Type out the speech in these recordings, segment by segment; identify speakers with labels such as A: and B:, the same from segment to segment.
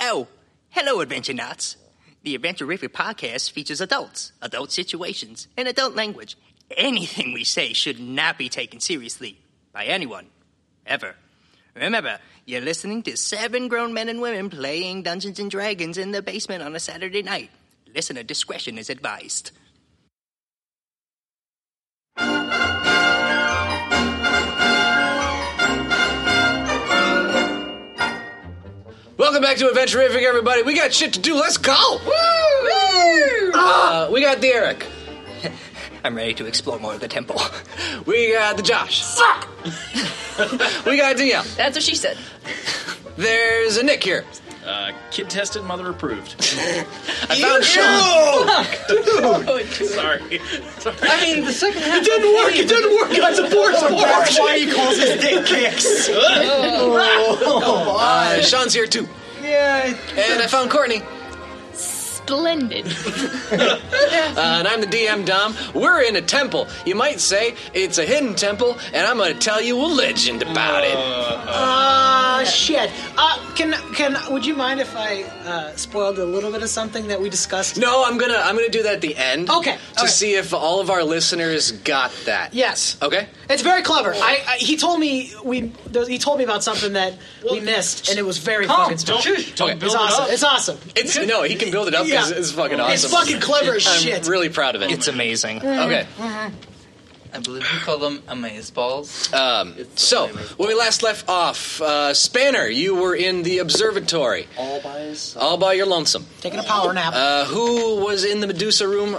A: Oh, hello, Adventure Nuts. The Adventurific podcast features adults, adult situations, and adult language. Anything we say should not be taken seriously by anyone, ever. Remember, you're listening to seven grown men and women playing Dungeons and Dragons in the basement on a Saturday night. Listener discretion is advised.
B: Welcome back to Adventurific, everybody. We got shit to do. Let's go. Woo! Uh, we got the Eric.
A: I'm ready to explore more of the temple.
B: We got the Josh. Fuck. we got Danielle.
C: That's what she said.
B: There's a Nick here.
D: Uh, kid tested, mother approved.
B: I found Sean.
D: Sorry.
E: I mean, the second half.
B: didn't work. It didn't work. That's a poor
E: That's why he calls his dick kicks.
B: Uh, Sean's here too.
E: yeah.
B: And I found Courtney.
C: Splendid.
B: Uh, and I'm the DM Dom. We're in a temple. You might say it's a hidden temple, and I'm going to tell you a legend about it.
E: Uh, shit. Uh, can can would you mind if I uh, spoiled a little bit of something that we discussed?
B: No, I'm gonna I'm gonna do that at the end.
E: Okay,
B: To
E: okay.
B: see if all of our listeners got that.
E: Yes.
B: Okay.
E: It's very clever. I, I he told me we there- he told me about something that we missed, and it was very fucking. Special.
D: Don't, don't
B: Okay.
D: build
E: It's awesome.
D: it up.
E: It's awesome.
B: It's no, he can build it up because
E: Yeah.
B: it's fucking awesome.
E: It's fucking clever as
B: I'm
E: shit.
B: really proud of it.
A: It's amazing.
B: okay.
F: I believe we call them amaze balls.
B: Um, so when we last left off, uh, Spanner, you were in the observatory,
F: All buys.
B: all by your lonesome.
E: Taking a power nap.
B: Uh, who was in the Medusa room?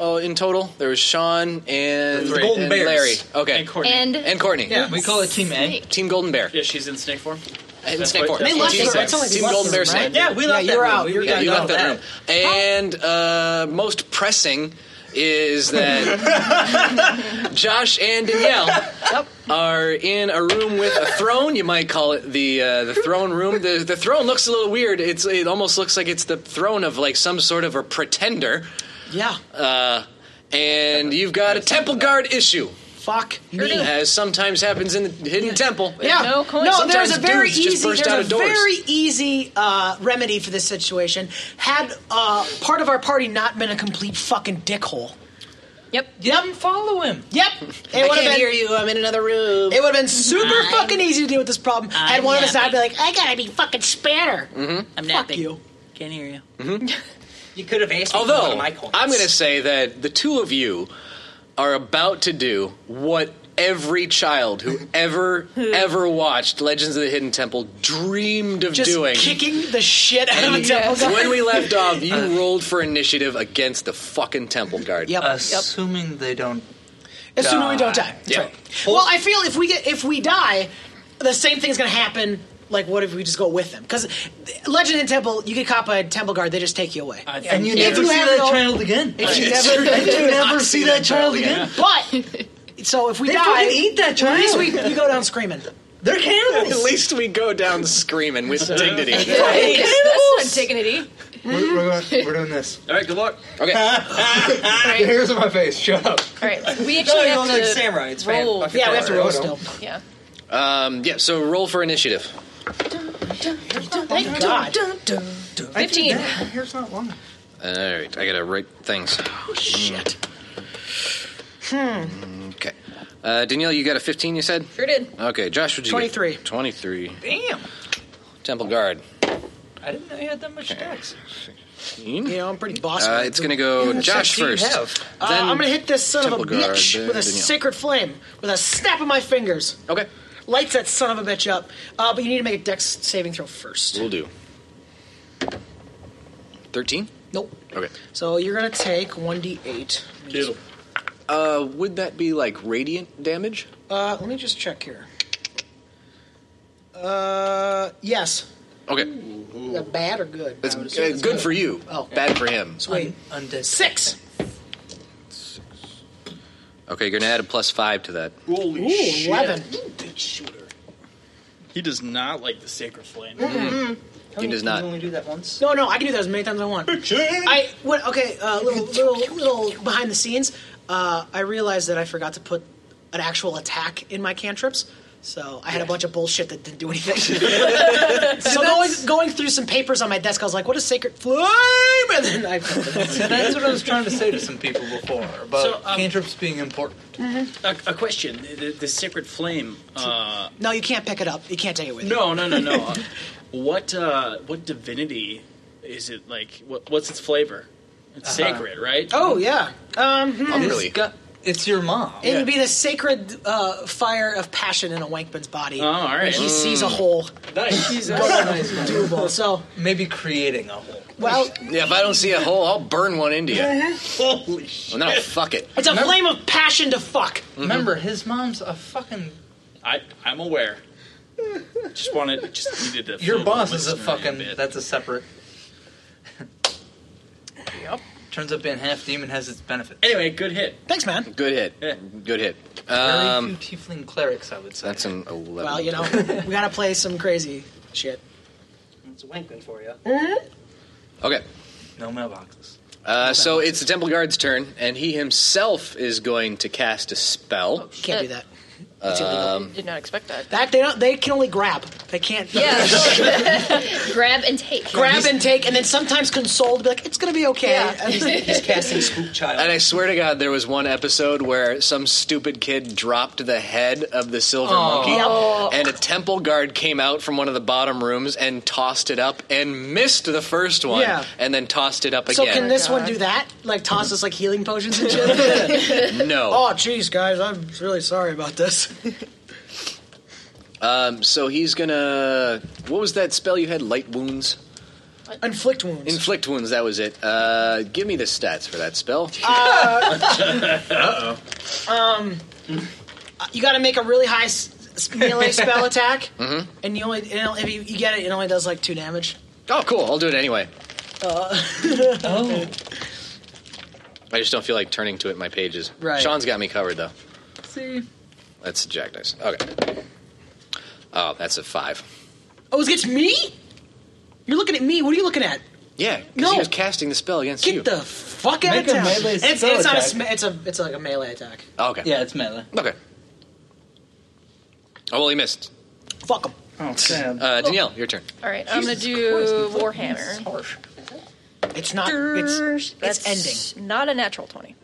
B: Uh, in total, there was Sean and
D: The Golden
B: and
D: Bears.
B: Larry. Okay,
D: And Courtney.
C: And,
B: And Courtney.
E: Yeah.
F: We call it Team A.
B: Team Golden Bear.
D: yeah, she's in snake form.
B: And
D: That's
B: Snake
D: right,
B: Form.
D: that's
E: They left
B: Team
E: the- it's only
B: Team
E: left
B: Golden
E: the
B: Bear
E: room,
B: Snake.
E: right?
F: Yeah, we
E: Yeah,
F: left
E: you're
F: that
E: out.
F: room.
E: You're
F: We
B: Yeah,
F: got
E: done.
B: you
F: rid
B: left
F: of
B: that,
F: that.
B: room. And uh, most pressing is that Josh and Danielle are in a room with a throne. You might call it the uh, the throne room. The the throne looks a little weird. It's it almost looks like it's the throne of like some sort of a pretender.
E: yeah.
B: Uh, And you've got a temple guard issue,
E: Fuck me.
B: as sometimes happens in the hidden temple.
E: Yeah.
C: No coin.
E: No, there's
B: Sometimes
E: a very
B: dudes just
E: easy,
B: burst
E: there's
B: out
E: a
B: of doors.
E: very easy uh, remedy for this situation. Had uh, part of our party not been a complete fucking dickhole.
C: yep.
F: Didn't follow him.
E: Yep. It would have been.
B: you. I'm in another room.
E: It would have been super fucking easy to deal with this problem. had one of us not
F: happy.
E: been like, I gotta be fucking spanner.
B: Mm-hmm.
F: I'm
E: Fuck you.
F: Can't hear you.
G: You could have asked me for one
B: Although
G: of my coins.
B: I'm going to say that the two of you are about to do what every child who ever ever watched Legends of the Hidden Temple dreamed of
E: Just
B: doing.
E: kicking the shit out of the temple guard.
B: when we left off, you rolled for initiative against the fucking temple guard.
E: Yep.
F: Assuming they don't.
E: Assuming we don't die. That's
B: Yeah.
E: right. Well, I feel if we get if we die, the same thing's gonna happen. Like, what if we just go with them? Because Legend and Temple, you get caught by a Temple guard, they just take you away.
D: I think
F: And you
D: yeah.
F: never
E: you
F: see
E: have
F: that
E: no-
F: child again.
E: If you
B: It's
E: never-
B: true.
F: You never see that child
B: again.
F: again.
E: but so if we
F: They
E: die,
F: fucking eat that child.
E: at least we, we go down screaming.
F: They're
B: At
F: cannibals.
B: least we go down screaming with dignity.
C: That's not dignity.
H: We're, we're, doing, we're doing this.
D: All right, good luck.
B: Okay.
C: All right.
H: Here's my face. Shut up.
C: All right. We actually
F: you
C: have
F: look
C: to
F: like samurai. It's fine.
C: roll.
F: Fuck it.
E: Yeah, we have to roll
H: I don't
E: still.
C: Yeah.
B: Um, yeah. So roll for initiative.
E: Thank Oh God.
C: Fifteen.
H: Hair's not long.
B: All right. I gotta write things. Oh shit. Okay. Uh, Danielle, you got a 15. You said.
C: Sure did.
B: Okay, Josh, would you
E: 23.
B: Get? 23.
F: Damn.
B: Temple Guard.
F: I didn't know you had that much dex.
E: Yeah, I'm pretty boss.
B: Uh,
E: man.
B: it's going to go Josh
F: section you
B: first.
F: have?
E: Uh,
B: Then-
E: I'm gonna hit this son of a
B: Temple Guard,
E: bitch
B: then
E: with a
B: Danielle.
E: sacred flame, with a snap of my fingers.
B: Okay.
E: Lights that son of a bitch up. Uh, but you need to make a dex saving throw first.
B: We'll do. 13?
E: Nope.
B: Okay.
E: So you're gonna take one d8.
D: Doodle.
B: Uh, would that be like radiant damage?
E: Uh, let me just check here. Uh, yes.
B: Okay.
E: Is that bad or good?
B: That's
E: I
B: uh,
E: would assume
B: good,
E: that's
B: for you.
E: Oh.
B: Bad for him.
E: Sweet.
F: Undead.
E: Six.
B: Okay, you're going to add a plus 5 to that.
D: Holy
E: Ooh,
D: shit.
E: eleven.
D: He does not like the sacred flame.
B: He does not.
F: You only do that once.
E: No, no, I can do that as many times as I want. I what? Okay, uh, little little little behind the scenes. Uh, I realized that I forgot to put an actual attack in my cantrips, So I had a bunch of bullshit that didn't do anything. so going, going through some papers on my desk, I was like, "What is sacred flame?" And then I
F: So that's what I was trying to say to some people before about
D: So, um,
F: cantrips being important.
D: A, a question: the, the sacred flame. Uh,
E: no, you can't pick it up. You can't take it with you.
D: no, no, no, no. Uh, what uh, what divinity is it like? What, what's its flavor? It's sacred, right?
E: Oh yeah, um, hmm.
B: I'm
F: It's
B: really.
F: got- it's your mom.
E: it would be the sacred uh, fire of passion in a Wankman's body.
D: Oh, all right.
E: He sees a hole.
D: Nice.
E: Doable. So
F: Maybe creating a hole.
E: well,
B: Yeah, if I don't see a hole, I'll burn one into you. Well,
D: Holy shit!
B: then I'll fuck it.
E: it's a flame of passion to fuck.
F: Remember, his mom's a fucking.
D: I I'm aware. Just wanted, just needed to.
F: Your
D: fool the
F: boss is a
D: listener
F: fucking.
D: bit.
F: that's a separate. Turns up being half demon has its benefits.
D: Anyway, good hit.
E: Thanks, man.
B: Good hit.
D: Yeah.
B: Good hit.
F: Very
B: Um,
F: few tiefling clerics, I would say.
B: that's an 11.
E: Well, you know, we gotta play some crazy shit.
G: It's a Wankman for you.
B: Okay.
F: No mailboxes.
B: Uh, so it's the Temple Guard's turn, and he himself is going to cast a spell.
E: Can't do that. It's illegal.
I: Did not expect that.
E: That they don't. They can only grab. They can't.
J: Grab and take.
E: grab and take, and then sometimes console to be like, "It's gonna be okay." And-
G: He's casting Spook Child.
B: And I swear to God, there was one episode where some stupid kid dropped the head of the silver
E: Oh.
B: monkey, and a temple guard came out from one of the bottom rooms and tossed it up and missed the first one,
E: Yeah.
B: and then tossed it up
E: so
B: again.
E: can this one do that? Like toss us like healing potions and shit.
B: no.
E: oh, jeez, guys, I'm really sorry about this.
B: Um, so he's gonna. What was that spell you had? Light wounds,
E: Inflict wounds.
B: inflict wounds. That was it. Uh, give me the stats for that spell.
E: Uh, you got to make a really high s- s- melee spell attack,
B: Mm-hmm.
E: and you only and if you, you get it, it only does like two damage.
B: Oh, cool. I'll do it anyway. I just don't feel like turning to it in my pages.
E: Right.
B: Sean's got me covered, though. See? That's Jack Dice. Okay. Oh, that's a five.
E: Oh, it gets me. You're looking at me. What are you looking at?
B: Yeah, because
E: No.
B: he was casting the spell against you.
E: Get the fuck out
F: Make
E: of
F: a
E: town!
F: melee
E: it's,
F: spell
E: it's not a
F: attack.
E: sm- it's a it's like a melee attack.
B: oh, okay.
F: Yeah, it's melee.
B: Okay. Oh, well, he missed.
E: Fuck them.
D: Oh, sad.
B: Uh, Danielle, your turn.
I: All right, I'm gonna do Warhammer.
E: It's not. It's
I: That's
E: it's
I: Not a natural twenty.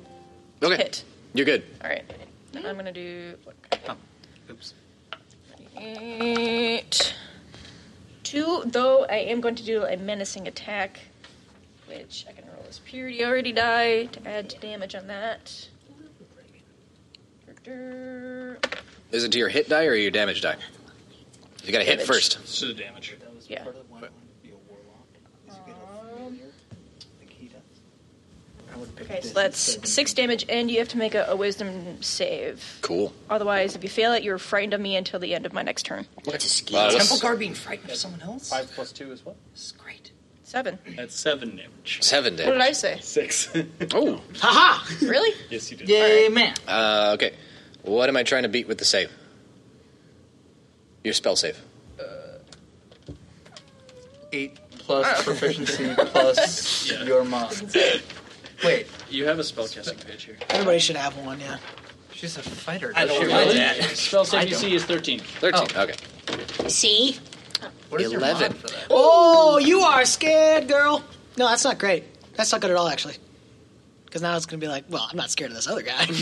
B: Okay.
I: Hit.
B: You're good.
I: All right, then I'm gonna do oh,
F: Oops.
I: eight. Two, though I am going to do a menacing attack, which I can roll as purity already die to add to damage on that.
B: Is it to your hit die or your damage die? You got to hit
I: Damage.
B: first.
D: So the damage.
F: That was
I: Yeah.
F: part of why I wanted to be a warlock. Is you get a familiar, like he does. I would pick
I: Okay, so
F: this
I: that's
F: instead of-
I: six damage, and you have to make a, a wisdom save.
B: Cool.
I: Otherwise, if you fail it, you're frightened of me until the end of my next turn.
G: What's a ski?
B: Wow, that's-
G: Temple guard being frightened of someone else?
D: Five plus two is what?
G: This is great.
I: Seven.
D: That's seven damage.
B: Seven
I: What did
B: damage.
I: I say?
D: Six.
B: Oh.
E: ending. Haha.
I: Really?
D: yes, you did.
F: Yay, man!
B: Uh, okay. What am I trying to beat with the save? Your spell save.
F: Eight plus proficiency plus
D: Ah. Yeah.
F: your mom. Wait,
D: You have a spellcasting page here.
E: Everybody should have one. Yeah.
F: she's a fighter.
G: I
F: doesn't
G: don't
F: she
G: like
F: really?
G: that.
D: Spell save
F: I don't.
D: DC is 13.
B: 13. Okay.
E: See?
F: What is your
B: 11.
F: mom for that?
E: Oh, you are scared, girl. No, that's not great. That's not good at all, actually. Because now it's going to be like, well, I'm not scared of this other guy.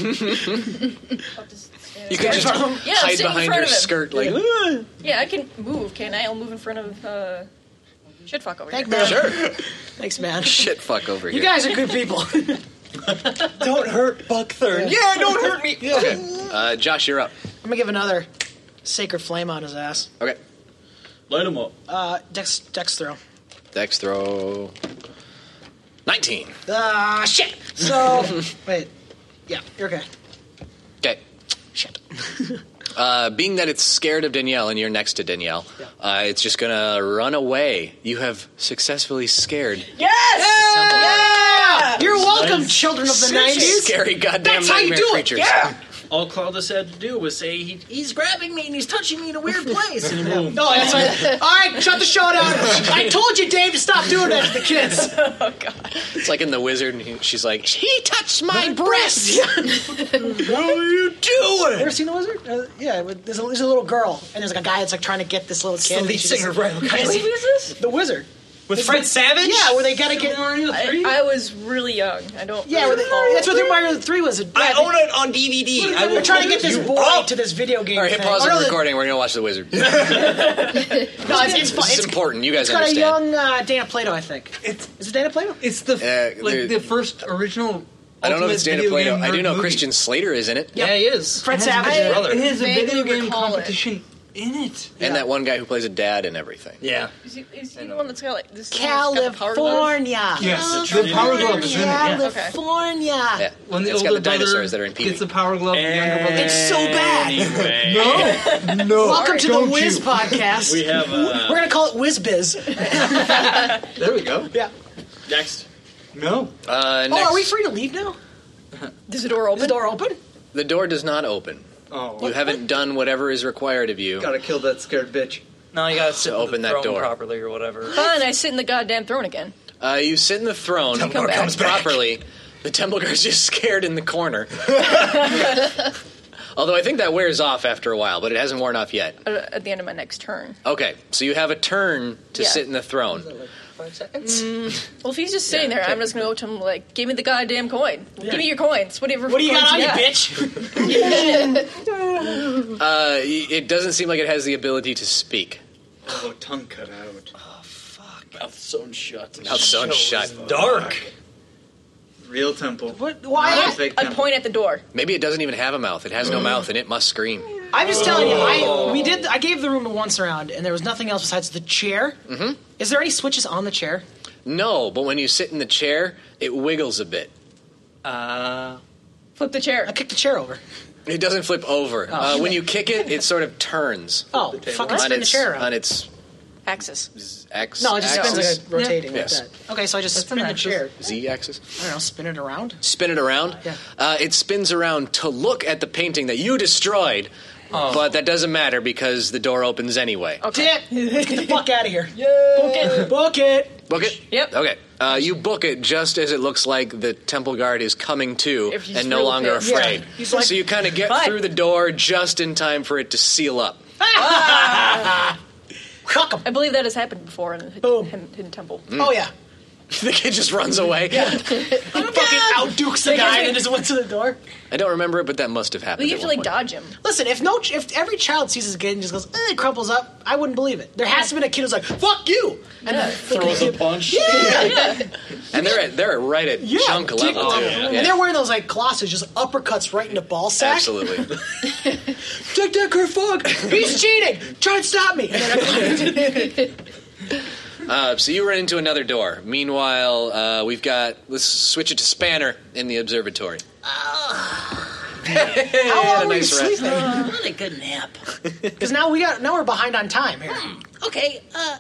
B: You could just
I: Yeah, I'm
B: hide
I: sitting in
B: behind
I: front
B: your
I: of him.
B: skirt like,
I: Yeah, I can move, can I? I'll move in front of uh, shitfuck over
E: Thanks,
I: here.
E: man.
B: sure.
E: Thanks, man.
B: Shit fuck over
E: You
B: here.
E: guys are good people.
G: Don't hurt Buckthorn.
B: yeah, don't hurt me. Okay. Uh, Josh, you're up.
E: I'm going to give another sacred flame on his ass.
B: Okay.
D: Light him up.
E: Uh, dex, dex throw.
B: Dex throw. 19.
E: Ah, shit. So, wait. Yeah, you're okay.
B: Okay.
E: Shit.
B: Uh, being that it's scared of Danielle and you're next to Danielle,
E: Yeah.
B: uh, it's just going to run away. You have successfully scared.
E: You're welcome, children of the
B: Such
E: 90s.
B: Scary goddamn
E: That's how you
B: nightmare
E: do it.
B: creatures.
E: Yeah.
D: all Claudius had to do was say he, he's grabbing me and he's touching me in a weird place. And boom.
E: No, it's like, all right, shut the show down. I told you, Dave, to stop doing that to the kids.
B: It's like in The Wizard, and he, she's like,
E: He touched my breasts. what are you doing? Ever seen the wizard? Uh, yeah, with- there's a, there's a little girl, and there's like a guy that's like trying to get this little kid.
G: lead
E: and she just-
G: singer, Brian O'Reilly.
E: Yes. The wizard.
G: With Fred Savage?
E: Yeah, where they gotta get.
I: I, I was really young. I don't.
E: Yeah, where
I: really
E: they,
I: recall.
E: that's what the Mario Three was. Yeah,
G: I
E: they-
G: own it on DVD. I
E: We're
G: will
E: trying to
G: put
E: get this
G: you
E: boy
G: up.
E: to this video game.
B: "All right, hit
E: thing.
B: pause
E: Oh,
B: on
E: no,
B: the
E: the-
B: recording. We're gonna watch The Wizard.
E: No, it's, it's, fun.
B: This is
E: it's,
B: important. You guys
E: it's got a
B: understand.
E: young uh, Dana Plato, I think.
G: It's-
E: is it Dana Plato?
G: It's the
B: Yeah,
G: like
B: there-
G: the first original.
B: I don't know if
G: Ultimate
B: it's Dana
G: Video
B: Plato.
G: Game
B: I do
G: Nerd
B: know
G: movie.
B: Christian Slater is in it,
G: Yeah, he is.
E: Fred
G: It has a
E: Savage.
G: video-
B: I brother.
G: It has a
I: vaguely
G: video game
I: recall it.
G: competition in it.
B: and that one guy who plays a dad and everything.
G: Yeah.
I: Is he, is he the one that's got like this?
E: California.
B: Oh,
G: Yes.
D: The
G: The power glove is in it. Yeah.
E: California.
B: Yeah,
G: When the
B: it's
G: older
B: got the
G: brother
B: dinosaurs that are in Pee
G: gets
B: Wee.
G: the power glove, the younger brother.
D: Anyway,
E: It's so bad.
H: No, no.
E: Welcome to the
H: don't
E: Wiz
H: you.
E: podcast.
D: We have uh,
E: We're gonna call it Wiz Biz. Oh,
H: There we go.
E: yeah.
D: next.
H: No.
B: Uh,
E: Oh,
B: next,
E: are we free to leave now?
I: Does the door
E: Is the
I: open?
E: door open?
B: the door does not open.
H: Oh,
B: You haven't done whatever is required of you.
H: gotta kill that scared bitch.
G: No, you gotta sit
B: To
G: on the
B: open that
G: throne
B: door.
G: properly or whatever.
I: Fine, I sit in the goddamn throne again.
B: Uh, you sit in the throne
I: Come back. comes back.
B: properly. The temple guard's just scared in the corner. Although I think that wears off after a while, but it hasn't worn off yet.
I: uh, At the end of my next turn.
B: Okay, so you have a turn to
I: Yeah.
B: sit in the throne.
G: Five seconds.
I: Well, if he's just sitting there, I'm just gonna go up to him like, "Give me the goddamn coin. Give me your coins. Whatever.
E: What do you
I: coins
E: got on you,
I: got."
E: bitch?
B: Uh, y- it doesn't seem like it has the ability to speak.
H: Oh, tongue cut out.
D: Mouth sewn shut.
B: Mouth sewn Oh, shut.
G: Dark.
H: Real temple.
E: What,
H: Not
E: why?
H: a fake
I: I
H: temple.
I: point at the door.
B: Maybe it doesn't even have a mouth. It has no mouth, and it must scream.
E: I'm just telling you. I we did. I gave the room a once around, and there was nothing else besides the chair. Mm-hmm. Is there any switches on the chair?
B: No, but when you sit in the chair, it wiggles a bit.
G: Uh,
I: Flip the
E: I
I: chair.
E: kicked the chair over.
B: It doesn't flip over. uh, when you kick it, it sort of turns
E: Oh, fucking
B: on
E: spin the
B: its
E: chair around.
B: on its
I: Axis.
B: x
E: No, it just
B: axis.
E: spins like a rotating like
B: Yes.
E: that. Okay, so I just
G: That's
E: spin
G: an
E: the
G: axis.
E: chair.
B: Z axis.
E: I don't know, spin it around.
B: Spin it around.
E: Yeah.
B: Uh, it spins around to look at the painting that you destroyed,
E: Oh.
B: but that doesn't matter because the door opens anyway.
E: Dip! Get the fuck out of here. Book it. Book it.
B: Book it.
I: Yep.
B: Okay. Uh, you book it just as it looks like the temple guard is coming to
I: If he's
B: and no
I: real
B: longer
I: pissed.
B: afraid.
E: Yeah. He's like,
B: so you kind of get
I: "But-"
B: through the door just in time for it to seal up.
E: Ah! Fuck 'em.
I: I believe that has happened before in the
E: Boom.
I: Hidden, hidden Temple.
E: Oh, yeah.
B: the kid just runs away.
E: fucking outdukes the guy
I: me.
E: and just went to the door.
B: I don't remember it, but that must have
I: But
B: happened.
I: you have
B: at
I: to
B: one
I: like
B: point.
I: dodge him.
E: Listen, if no, if every child sees his kid and just goes, eh, it crumples up, I wouldn't believe it. There has to have been a kid who's like, fuck you! And then
D: Throws a punch.
B: And they're at, they're right at
E: yeah,
B: junk
E: dick
B: level. too. Yeah.
E: And they're wearing those like glosses, just uppercuts right in the ball sack.
B: Absolutely.
E: Dick, dick, her fuck. He's cheating. Try and stop me. And then I-
B: Uh, so you run into another door. Meanwhile, uh, we've got let's switch it to Spanner in the observatory.
E: How long
B: a
E: were
B: nice
E: you
B: rest.
E: Oh, sleeping?
G: Oh, What a good nap. Hmm.
E: Because now we got now we're behind on time here.
G: Okay, uh,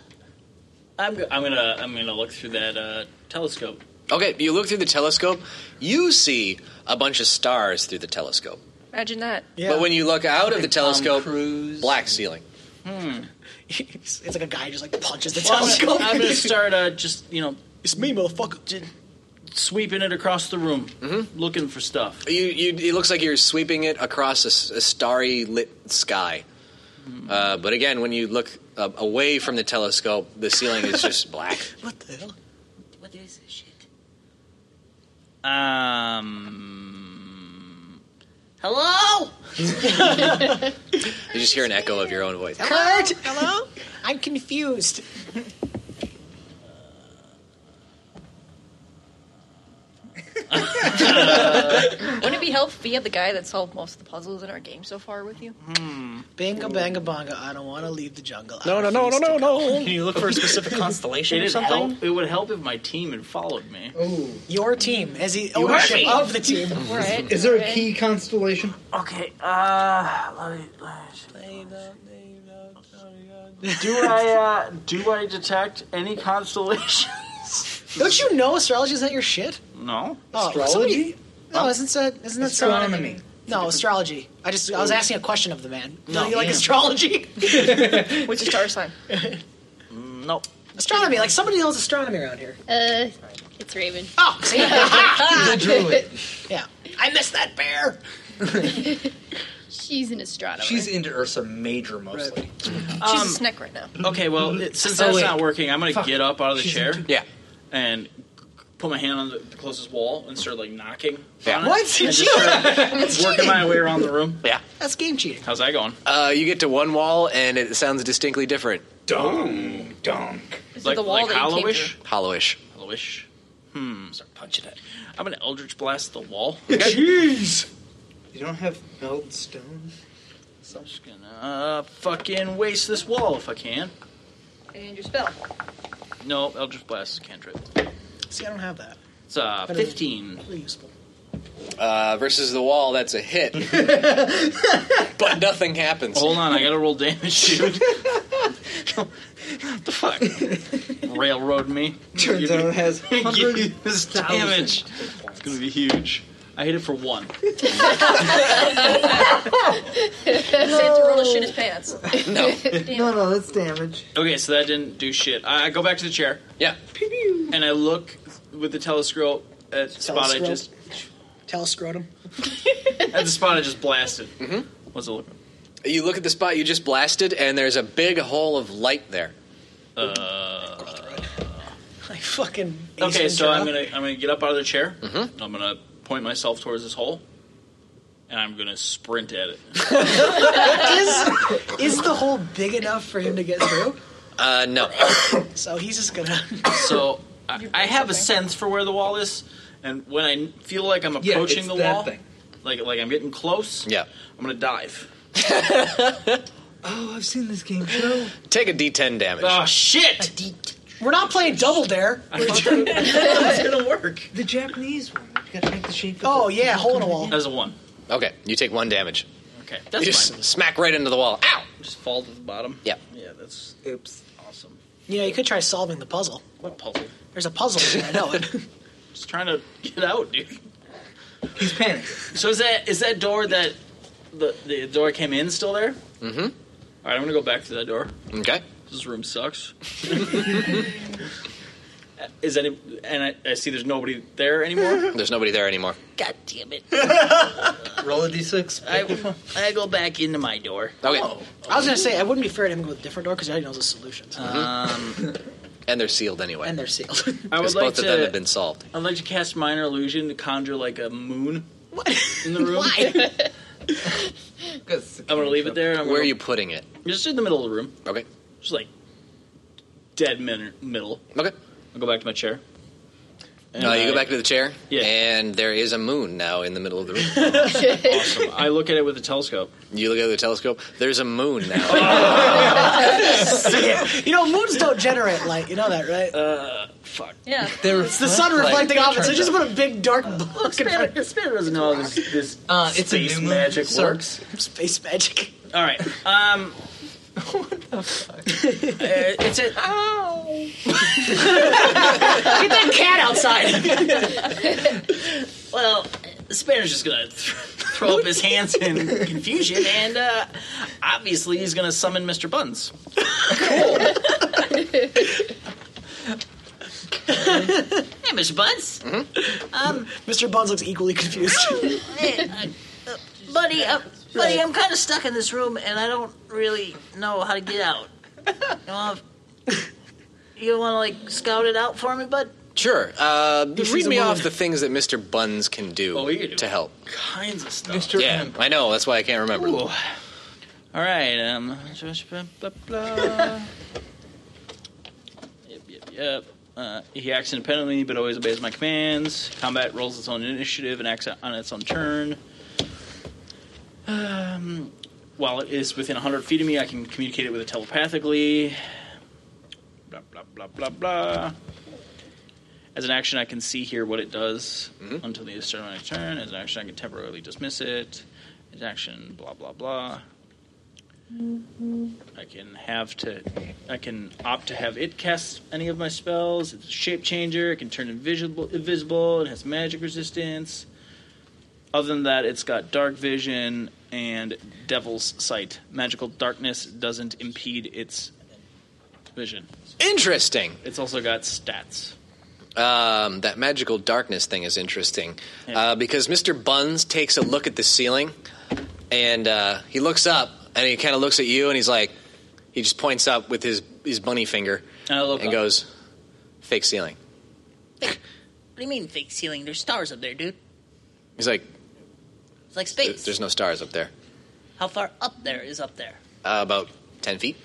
D: I'm, go- I'm gonna I'm gonna look through that uh, telescope.
B: Okay, you look through the telescope. You see a bunch of stars through the telescope.
I: Imagine that.
E: Yeah.
B: But when you look out of the telescope,
G: Cruise.
B: black ceiling.
E: it's it's like a guy just like punches the
D: Well, I'm,
E: telescope.
D: gonna, I'm gonna start uh, just you know
E: it's me, motherfucker.
D: j- sweeping it across the room, looking for stuff.
B: You, you, it looks like you're sweeping it across a s- a, starry lit sky. Uh, but again, when you look uh, away from the telescope, the ceiling is just black.
E: What the hell?
G: what is this shit?
D: Um.
G: Hello?
B: You just hear an echo of your own voice.
E: Kurt, hello. I'm confused.
I: Wouldn't it be helpful if you had the guy that solved most of the puzzles in our game so far with you?
E: Mm-hmm. Banga banga bonga. I don't want to leave the jungle. I
B: No, no, no, no,
E: refuse
B: no,
E: to go.
B: no.
G: Can you look for a specific constellation or
D: It'd
G: something?
D: help, it would help if my team had followed me.
E: Your team as the ownership
G: team.
E: of the team.
I: Right.
H: Is there a
I: right.
H: key constellation?
D: Okay, uh, let me, do I uh, do I detect any constellations?
E: Don't you know astrology is not your shit?
D: No.
E: Oh,
H: Astrology?
E: somebody- no, isn't that isn't that some-
H: Astronomy.
E: No, astrology. I just I was
B: Oh.
E: asking a question of the man.
G: No.
E: you like
G: Yeah.
E: astrology?
I: What's your star sign?
G: No.
E: Astronomy. Like somebody knows astronomy around here.
J: Uh, it's Raven.
E: Oh, see?
H: Ah,
E: The
F: druid.
E: Yeah. I missed that bear.
J: She's an astronomer.
F: She's into Ursa Major mostly.
I: She's
E: Um,
I: a snick right now.
D: Okay, well, it, since
F: Oh,
D: that's
F: wait.
D: not working, I'm gonna get up out of the chair.
B: yeah.
D: And put my hand on the, the closest wall and start like knocking.
B: Yeah.
D: on it,
B: What?
D: and just
E: That's
D: start working
E: cheating.
D: my way around the room.
B: Yeah.
E: That's game cheating.
D: How's that going?
B: Uh, you get to one wall, and it sounds distinctly different.
D: Dong,
H: dong.
I: Is
D: like
I: it the wall
D: like
I: that you came
D: hollowish?
B: Hollowish.
D: Hollowish. Hmm.
F: Start punching it.
D: I'm gonna eldritch blast the wall.
H: Jeez. You don't have meld stone.
D: So I'm just gonna uh, fucking waste this wall if I can.
I: through? And your spell.
D: No, eldritch blast is cantrip.
E: See, I don't have that.
D: It's uh,
E: Better than-
D: 15.
E: Really useful.
B: Uh, versus the wall, that's a hit. but nothing happens.
D: Hold on, I gotta roll damage, dude. the fuck? Railroad me.
H: Turns
D: Give
H: out
D: me-
H: it has
D: give me
H: hundred
D: this damage. It's gonna be huge. I hit it for one.
E: Oh.
I: Sam to roll to shit his pants.
B: No.
H: No, no, that's damage.
D: Okay, so that didn't do shit. I I go back to the chair
B: Yeah.
D: and I look with the telescope at the spot I
E: Telescrope.
D: just
E: Telescrotum.
D: at the spot I just blasted. Mm-hmm. What's it look?
B: You look at the spot you just blasted, and there's a big hole of light there.
D: Uh,
E: I fucking.
D: okay,
E: Eastern
D: so I'm
E: Europe.
D: gonna I'm gonna get up out of the chair. I'm gonna point myself towards this hole, and I'm gonna sprint at it.
E: Is, is the hole big enough for him to get through?
B: Uh, no.
E: So he's just gonna.
D: So I, I have a sense for where the wall is, and when I feel like I'm
H: Yeah,
D: approaching
H: it's
D: the
H: that
D: wall,
H: thing.
D: like like I'm getting close,
B: Yeah.
D: I'm gonna dive.
H: Oh, I've seen this game show.
B: Take a D10 damage.
D: Oh shit!
E: We're not playing double dare.
D: I thought that was gonna work.
H: The Japanese one. You gotta make the shape. Of
E: Oh
H: the-
E: yeah, hole in a wall.
D: That's a one.
B: Okay, you take one damage.
D: Okay,
B: You
D: that's
B: just
D: fine.
B: smack right into the wall. Ow!
D: Just fall to the bottom.
B: Yeah.
D: Yeah, that's
H: Oops.
D: awesome.
E: You know, you could try solving the puzzle.
D: What puzzle?
E: There's a puzzle here. I know it.
D: Just trying to get out, dude.
H: He's panicked.
D: So is that is that door that the the door I came in still there?
B: Mhm.
D: All right, I'm gonna go back to that door.
B: Okay.
D: This room sucks. is any and I, I see there's nobody there anymore.
B: There's nobody there anymore.
G: God damn it.
H: Roll a d6.
D: I I go back into my door.
B: Okay.
E: I was gonna say I wouldn't be fair to him to go with a different door because he already knows the solutions
D: Um,
B: And they're sealed anyway.
E: and they're sealed.
D: I would
B: Because
D: like
B: both of them
D: to.
B: have been solved.
D: I'd like to cast minor illusion to conjure like a moon
E: what?
D: in the room.
E: Why?
D: I'm gonna leave it there. I'm
B: Where are
D: gonna-
B: you putting it?
D: Just in the middle of the room,
B: Okay.
D: just like dead min- middle.
B: Okay.
D: I'll go back to my chair. And
B: Uh, you
D: I-
B: go back to the chair,
D: Yeah.
B: and there is a moon now in the middle of the room.
D: Awesome. I look at it with a telescope.
B: you look at the telescope. There's a moon now.
D: Oh.
E: you know, moons don't generate light. You know that, right?
D: Uh, fuck.
I: Yeah.
H: There
E: it's the sun reflecting off it. So just put a big dark block in front of your
D: Spirit doesn't know how this, this
H: Uh, it's a
D: space
H: new moon,
D: magic
H: so-
D: works.
E: space magic.
D: All right. Um. what the fuck? it's a.
E: Get that cat outside.
D: Well, Spanner's just gonna th- throw up his hands in confusion, and uh, obviously he's gonna summon Mr. Buns.
G: Hey, Mr. Buds.
E: Mr. Buns looks equally confused.
G: Hey, I- uh, buddy, uh, buddy, I'm kind of stuck in this room, and I don't really know how to get out. You, know, if- you want to like scout it out for me, bud?
B: sure. Uh,
E: sees
B: read
E: a
B: me
E: moon.
B: off the things that Mr. Buns can do
D: Oh, he can do
B: to help.
D: Kinds of stuff.
H: Mr.
B: Yeah,
H: Pimp.
B: I know. That's why I can't remember.
D: Ooh. All right. Um. just Blah, blah, blah. yep. Yep. Yep. Uh, he acts independently, but always obeys my commands. Combat rolls its own initiative and acts on its own turn. Um, while it is within 100 feet of me, I can communicate it with it telepathically. Blah blah blah blah blah. As an action, I can see here what it does until the start of my turn. As an action, I can temporarily dismiss it. As an action, blah blah blah. I can have to. I can opt to have it cast any of my spells. It's a shape changer. It can turn invisible. Invisible. It has magic resistance. Other than that, it's got dark vision and devil's sight. Magical darkness doesn't impede its vision.
B: Interesting.
D: It's also got stats.
B: Um, that magical darkness thing is interesting uh, because Mr. Buns takes a look at the ceiling and uh, he looks up and he kind of looks at you and he's like, he just points up with his, his bunny finger
D: And I look
B: and
D: up.
B: goes, fake ceiling.
G: What do you mean fake ceiling? There's stars up there, dude.
B: He's like,
G: It's like
B: "There-
G: space.
B: there's no stars up there.
G: How far up there is up there?
B: Uh, about 10 feet.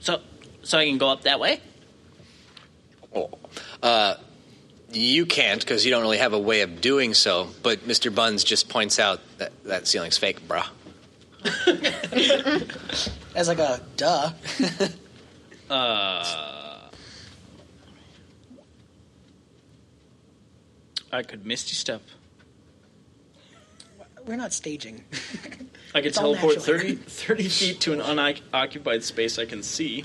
G: So, so I can go up that way.
B: Oh. Uh, you can't because you don't really have a way of doing so, but Mr. Buns just points out that that ceiling's fake, bruh.
E: As like a duh.
D: Uh, I could misty step.
E: We're not staging.
D: I could
E: It's all
D: teleport
E: natural.
D: 30, 30 feet to an unoccupied space I can see.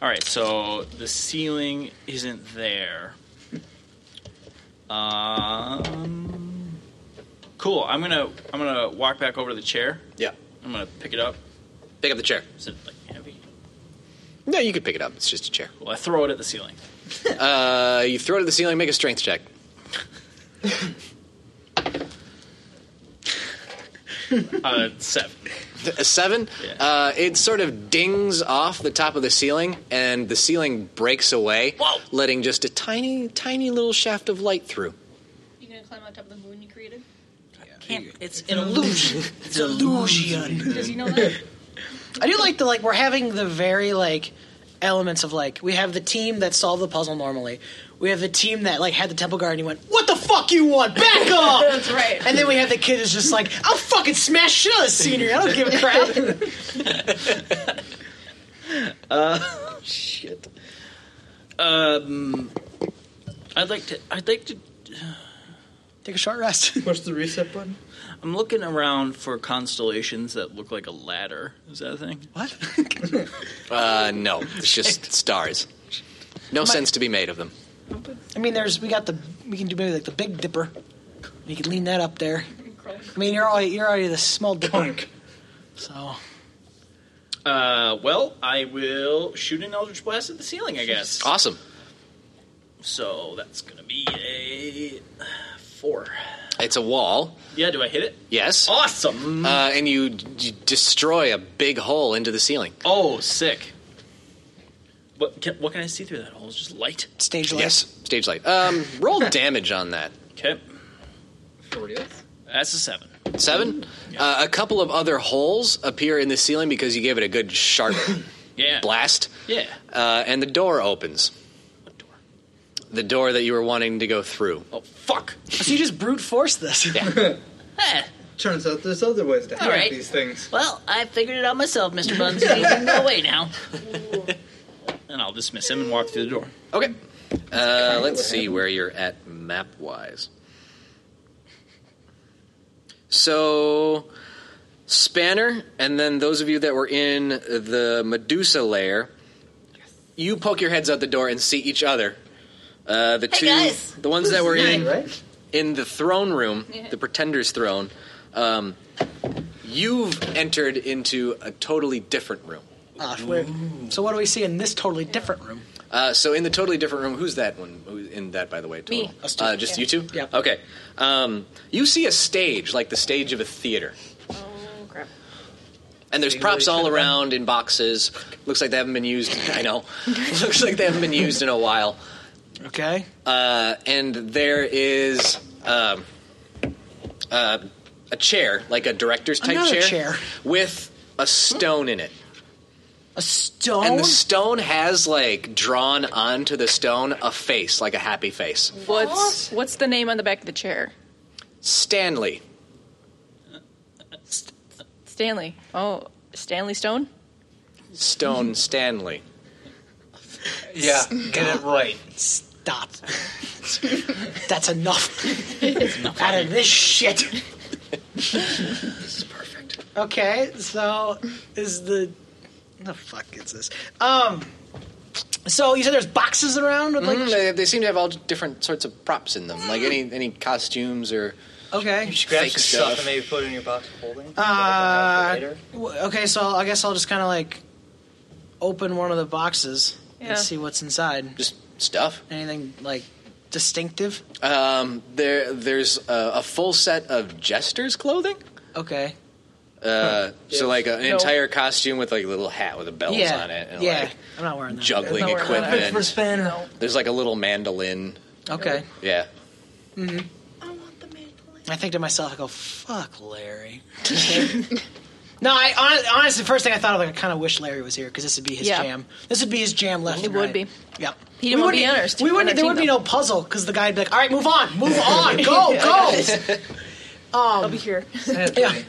D: All right, so the ceiling isn't there. Um, cool. I'm gonna I'm gonna walk back over to the chair.
B: Yeah.
D: I'm gonna pick it up.
B: Pick up the chair.
D: Is it like heavy?
B: No, you could pick it up. It's just a chair.
D: Well, I throw it at the ceiling.
B: uh, you throw it at the ceiling, make a strength check.
D: Uh, seven.
B: A seven? Uh, it sort of dings off the top of the ceiling, and the ceiling breaks away, letting just a tiny, tiny little shaft of light through.
I: You gonna climb on top of the moon you created?
G: Can't. It's an illusion.
E: It's illusion.
I: Does he know that?
E: I do like the like we're having the very like elements of like we have the team that solved the puzzle normally. We have the team that like had the temple guard and he went, "What the fuck you want? Back up!" That's
I: right.
E: And then we have the kid who's just like, "I'll fucking smash shit out of the scenery. I don't give a crap."
D: Uh, shit. Um, I'd like to. I'd like to.
E: Take a short rest.
D: Push the reset button. I'm looking around for constellations that look like a ladder. Is that a thing?
E: What?
B: Uh, no, it's just stars. No sense to be made of them.
E: I mean, there's we got the we can do maybe like the Big Dipper. You can lean that up there. I mean, you're already you're already the small dipper. So
D: Uh, well, I will shoot an Eldritch Blast at the ceiling, I guess.
B: Awesome.
D: So that's gonna be a four.
B: It's a wall.
D: Yeah, do I hit it?
B: Yes.
D: Awesome.
B: Uh, and you, you destroy a big hole into the ceiling.
D: Oh, sick. What can, what can I see through that hole? It's just light.
E: stage light.
B: Yes, stage light. Um, roll damage on that.
D: Okay. That's a seven.
B: Seven. Uh, a couple of other holes appear in the ceiling because you gave it a good sharp
D: Yeah.
B: blast,
D: Yeah.
B: uh, and the door opens. What door? The door that you were wanting to go through.
D: Oh fuck!
E: so you just brute force this.
B: Yeah.
G: Eh,
H: Turns out there's other ways to
G: All
H: hack
G: right.
H: these things.
G: well, I figured it out myself, Mister Buns. no way now.
D: And I'll dismiss him and walk through the door.
B: Okay. Uh, let's see where you're at map wise. So, Spanner, and then those of you that were in the Medusa lair, you poke your heads out the door and see each other. Uh, the
G: Hey,
B: two,
G: guys.
B: the ones that were in
H: right?
B: in the throne room, the Pretender's throne. Um, you've entered into a totally different room.
E: Ah, weird. So what do we see in this totally different room?
B: Uh, so in the totally different room, who's that one? Who's in that, by the way? Total?
I: Me.
E: Us two.
B: Uh, just
I: Yeah.
B: you two?
E: Yeah.
B: Okay. Um, you see a stage, like the stage of a theater.
I: Oh crap!
B: And there's
H: See where
B: props
H: they
B: all
H: should've
B: around in boxes. Looks like they haven't been used. I know. Looks like they haven't been used in a while.
E: Okay.
B: Uh, and there is um, uh, a chair, like a director's type
E: Another
B: chair,
E: chair.
B: with a stone in it.
E: A stone.
B: And the stone has like drawn onto the stone a face, like a happy face.
I: What's what's the name on the back of the chair?
B: Stanley.
I: Stanley. Oh, Stanley Stone.
E: Mm-hmm.
B: Stone Stanley.
H: Yeah, get it right.
E: Stop. That's enough. Out of this shit. this is perfect. Okay, so is the the fuck is this? Um, So you said there's boxes around with like Mm.
B: Mhm, they, they seem to have all different sorts of props in them, like any any costumes or
E: okay.
B: you
F: Grab some stuff. and maybe put it in your box of holding.
E: Uh, w- okay, so I'll- I guess I'll just kind of like open one of the boxes
F: Yeah.
E: and see what's inside.
B: Just stuff.
E: Anything like distinctive?
B: Um, there there's a, a full set of jester's clothing.
E: Okay.
B: Uh, So like a, an
E: No.
B: entire costume with like a little hat with a bells
E: yeah.
B: on it and
E: yeah.
B: like
E: I'm not wearing that.
B: juggling
E: I'm not wearing that.
B: equipment. There's like a little mandolin.
E: Okay.
B: Yeah.
E: hmm I think to myself, I go, "Fuck Larry." no, I hon- honestly, first thing I thought of, like, I kind of wish Larry was here because this would be his
I: Yeah.
E: jam. This would be his jam left.
I: It
E: and
I: would
E: right.
I: be.
E: Yep.
I: He didn't want to
E: wouldn't- e,
I: be on our st-
E: We
I: on
E: wouldn't.
I: our
E: There
I: team,
E: would be no puzzle because the guy'd be like, "All right, move on, move on, go,
I: Yeah,
E: go."
I: I got this.
E: Um,
I: I'll be here.
E: yeah.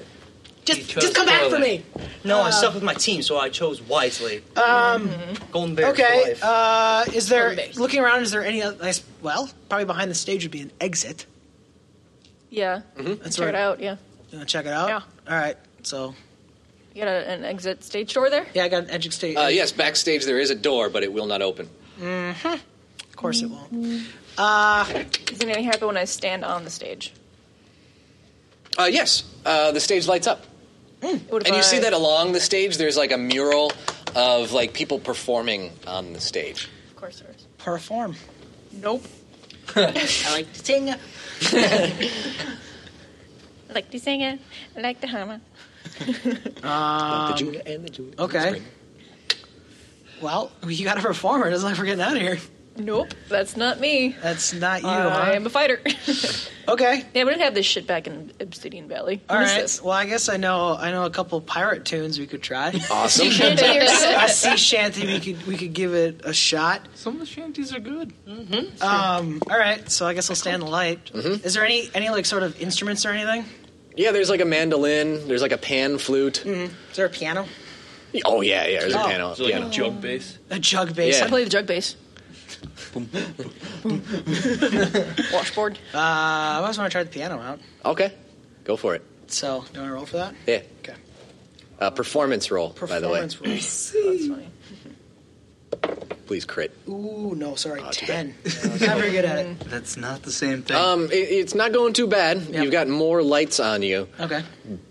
E: Just, just come back for me.
F: No, I
E: Uh,
F: stuck with my team, so I chose wisely.
E: Um.
F: Golden Bears for
E: Okay.
F: life.
E: Uh, is there looking around? Is there any? oth- I s well, probably behind the stage would be an exit.
I: Yeah.
E: Mhm. That's
I: Check
E: right.
I: it out. Yeah.
E: You want to check it out? Yeah. All right. So.
I: You got a, an exit stage door there?
E: Yeah, I got an edge stage.
B: Uh, yes, backstage there is a door, but it will not open.
I: Mm-hmm. Of
E: course it
I: won't.
E: Uh,
I: Is it going to happen when I stand on the stage?
B: Uh, yes, uh, the stage lights up.
I: What if
B: And
I: I-
B: you see that along the stage, there's like a mural of like people performing on the stage.
I: Of course there is.
E: Perform.
I: Nope.
G: I like to sing.
I: I like to sing it. I like to hammer.
E: Um,
B: the Judah and the Judah.
E: Okay. Well, you got a performer. It doesn't like we're getting out of here.
I: Nope. That's not me.
E: That's not you,
I: I
E: huh?
I: am a fighter.
E: okay.
I: Yeah, we don't have this shit back in Obsidian Valley.
E: All
I: What is
E: right.
I: this?
E: Well, I guess I know. I know a couple pirate tunes we could try.
B: Awesome.
E: Sea shanty or something. a sea shanty. We could we could give it a shot.
D: Some of the shanties are good.
E: Mm-hmm. Um. All right. So I guess I'll stand in the light. Is there any any like sort of instruments or anything?
B: Yeah, there's like a mandolin. There's like a pan flute.
E: Is there a piano?
B: Oh yeah, yeah. There's
E: Mm-hmm. Oh.
B: a piano.
E: Is it like a
B: piano.
D: jug bass.
E: A jug bass.
B: Yeah. I play
I: the jug bass. Washboard.
E: Uh, I always want to try the piano out.
B: Okay, go for it.
E: So, do you want to roll for that?
B: Yeah.
E: Okay.
B: Uh, performance roll, by the way.
E: Performance roll. That's funny.
B: Please crit.
E: Ooh, no, sorry,
B: Oh,
E: ten. Not very good at it.
B: That's not the same thing. Um, it, it's not going too bad. You've got more lights on you,
E: Okay.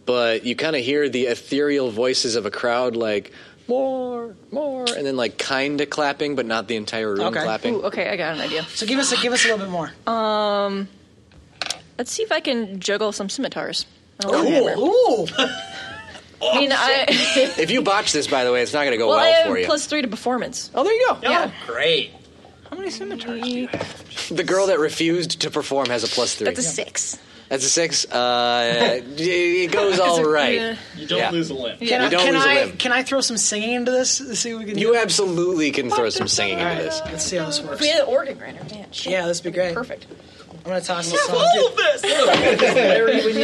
B: but you kind of hear the ethereal voices of a crowd, like more, more, and then like kind of clapping, but not the entire room
I: okay.
B: clapping.
I: Ooh, okay, I got an idea.
E: So give us a, give us a little bit more.
I: Um, let's see if I can juggle some scimitars. and a
B: Cool.
I: warhammer.
E: Ooh.
I: I mean, I
B: if you botch this, by the way, it's not going to go
I: well,
B: well,
I: I
B: for
I: have
B: you.
I: plus three to performance.
B: Oh, there you go.
I: Yeah.
B: Great.
I: How many scimitars do you have?
B: The girl that refused to perform has a plus three.
I: That's a six.
B: That's a six. Uh, it goes all right.
I: Yeah.
D: You don't lose a limb.
E: Can, I,
B: you don't
E: can
B: lose
E: I
B: a limb.
E: can I throw some singing into this? Let's see what we can.
B: You absolutely can throw some singing
E: All right,
B: into this.
E: Let's see how this
I: If
E: works.
I: we had an organ grinder, man, shit.
E: Yeah, this would be great.
I: Perfect.
E: I'm gonna toss this.
I: Stop all
E: of this.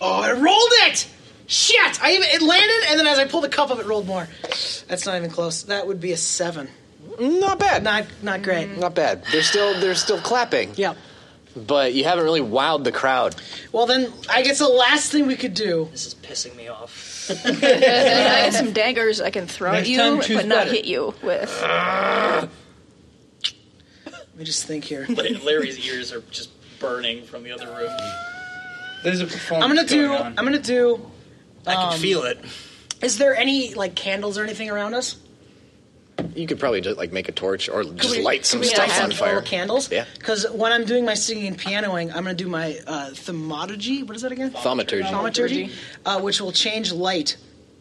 E: Oh, I rolled it. Shit! I even it landed, and then as I pulled the cup up, it rolled more. That's not even close. That would be a seven.
B: Not bad.
E: Not not great.
B: Not bad. They're still they're still clapping.
E: Yep.
B: But you haven't really wowed the crowd.
E: Well, then I guess the last thing we could do.
F: This is pissing me off.
I: and I have some daggers I can throw
E: Next
I: at you,
E: time,
I: but
E: choose
I: not
E: better.
I: hit you with.
E: Let me just think here.
D: Larry's ears are just burning from the other room.
H: There's a performance.
E: I'm gonna do.
H: going on.
E: I'm gonna do. I
F: can feel it.
E: Is there any like candles or anything around us?
B: You could probably just like make a torch or just
E: we-
B: light some
E: could we
B: stuff
E: light
B: on
E: some
B: fire.
E: oil candles?
B: Yeah.
E: Because when I'm doing my singing and pianoing, I'm going to do my uh, thaumaturgy. What is that again?
B: Thaumaturgy.
E: Thaumaturgy, uh, which will change light.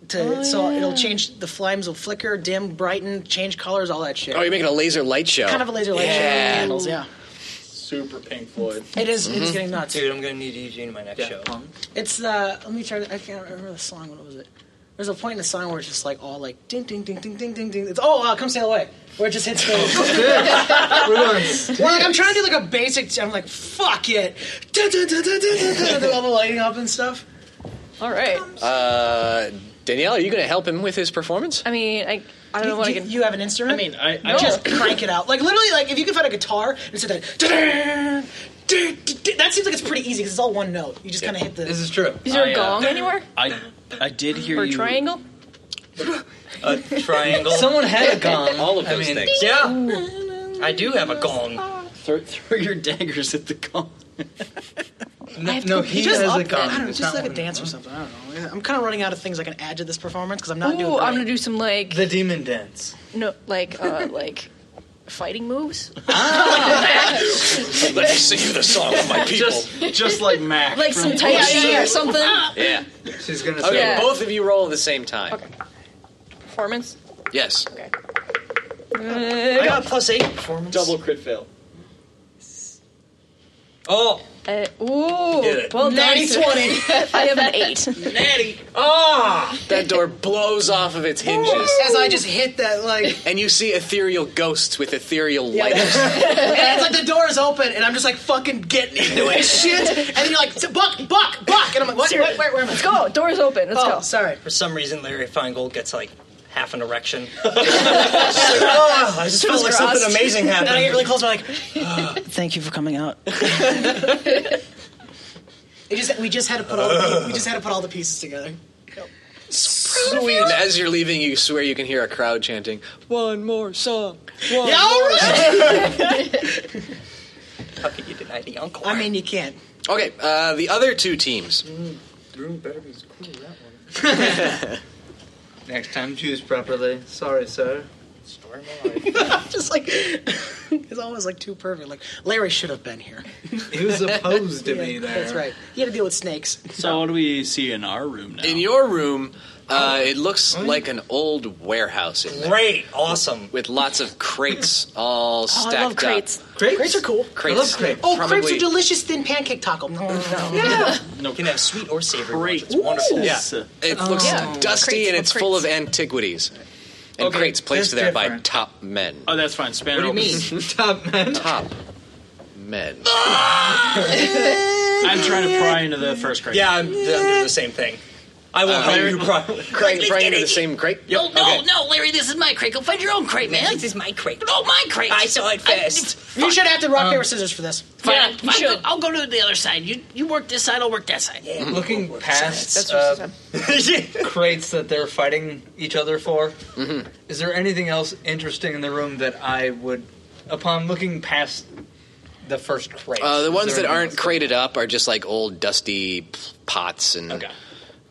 E: To,
B: Oh,
E: so
B: yeah.
E: it'll change the flames will flicker, dim, brighten, change colors, all that shit.
B: Oh, you're making a laser light show.
E: Kind of a laser light show with
B: Yeah.
E: candles, yeah.
D: Super Pink Floyd.
E: It is- it
B: Mm-hmm.
E: is Mhm. getting nuts.
F: Dude, I'm gonna need Eugene in my next show.
E: It's uh let me try to, I can't remember the song, what was it? There's a point in the song where it's just like all like ding ding ding ding ding ding ding. It's oh uh, come sail away. Where it just hits the Well like I'm trying to do like a basic I'm like, fuck it. Dun, dun, dun, dun, dun, dun, dun, All the lighting up and stuff.
I: Alright.
B: Uh, Danielle, are you going to help him with his performance?
I: I mean, I, I don't know what I
E: you,
I: can.
E: you have an instrument? I mean
D: I,
I: I-
E: just crank it out. Like literally like if you could find a guitar and sit there dun, dun, dun, dun, that seems like it's pretty easy because it's all one note. You just kind of hit the. This
F: is true.
I: Is there
D: I,
I: a
D: uh,
I: gong anywhere?
D: I I did hear
I: Or a
D: you. uh,
I: triangle?
K: a triangle.
L: Someone had a gong.
K: All of
L: I
K: those
L: mean-
K: things.
L: Yeah.
K: I do have a gong.
D: Throw, throw your daggers at the gong.
L: No,
E: no,
L: he
E: just
L: has
E: up
L: a
E: that. I
L: gong.
E: don't know,
L: It's not
E: just like a
L: one-
E: dance or something. I don't know. I'm kind of running out of things I can add to this performance because I'm not doing.
I: Ooh,
E: great.
I: I'm gonna do some like
L: The demon dance.
I: no like uh like fighting moves.
B: Let me sing you the song of my people.
D: Just, just like Mac.
I: Like some Tai Chi or something.
E: Ah.
B: Yeah. She's gonna.
I: say-
B: Okay,
I: Yeah.
B: both of you roll at the same time.
I: Performance.
B: Yes.
L: I got plus eight performance.
D: Double crit fail.
L: Oh.
I: Uh, ooh.
B: Get it.
I: Well,
B: Natty
I: nice.
B: 20.
I: I have an eight.
D: Natty.
B: Ah! That door blows off of its hinges.
E: As I just hit that like.
B: And you see ethereal ghosts with ethereal lighters.
E: and it's like the door is open, and I'm just like fucking getting into it, shit. And then you're like, buck, buck, buck, and I'm like, what? Wait, wait, where am I?
I: Let's go. Door's open. Let's
E: Oh,
I: go.
L: Sorry. For some reason, Larry Feingold gets like half an erection. She's like, oh, I just felt like something amazing happened.
E: And I get really close. and I'm like, "Oh, thank you for coming out. it just, we just had to put all the, we just had to put all the pieces together.
B: Sweet. And as you're leaving, you swear you can hear a crowd chanting. One more song. One
E: Yeah, all
B: more
E: right.
B: How can you deny the uncle?
E: I mean, you can't.
B: Okay, uh, the other two teams.
F: The room better be cool, that one. Next time, choose properly. Sorry, sir. Story
E: just like it's almost like too perfect. Like Larry should have been here.
F: He was opposed to me
E: Yeah,
F: there.
E: That's right. You had to deal with
I: Oh,
E: snakes.
D: So what do we see in our room now?
B: In your room, uh, it looks like an old warehouse. In there.
L: Great, awesome.
B: With lots of crates all
E: Oh,
B: stacked
E: I love
B: up.
E: crates. Crates? are cool.
B: Crates. I love crates.
E: Oh, crepes
B: Probably-
E: are delicious thin pancake taco. Yeah.
L: You can have sweet or savory.
D: Great.
L: It's wonderful.
B: Yeah.
D: Oh,
B: It looks
E: Oh. Yeah.
B: dusty
E: Crates,
B: and
E: love
B: it's full of antiquities. And
D: Okay,
B: crates placed
D: that's
B: there by
D: different.
B: top men.
D: Oh, that's fine. Span
B: What do you
D: opens.
F: Top man.
B: Top men.
D: I'm trying to pry into the first crate.
L: Yeah, I'm, I'm doing the same thing. I will
B: Uh,
L: help
B: Larry-
L: you probably.
B: Crate right into the same crate?
G: No, no,
B: Okay.
G: no, Larry, this is my crate. Go find your own crate, man. This is my crate. No, my crate. I saw it first.
E: You should have to rock paper scissors for this.
G: yeah, I could- I'll go to the other side. You you work this side, I'll work that side.
F: Looking past
G: That's
E: Oh.
G: what
F: uh, crates that they're fighting each other for,
L: Mm-hmm.
F: is there anything else interesting in the room that I would, upon looking past the first crate?
B: Uh, the
F: is
B: ones
F: there
B: that
F: anything
B: aren't crated up are just like old dusty p- pots and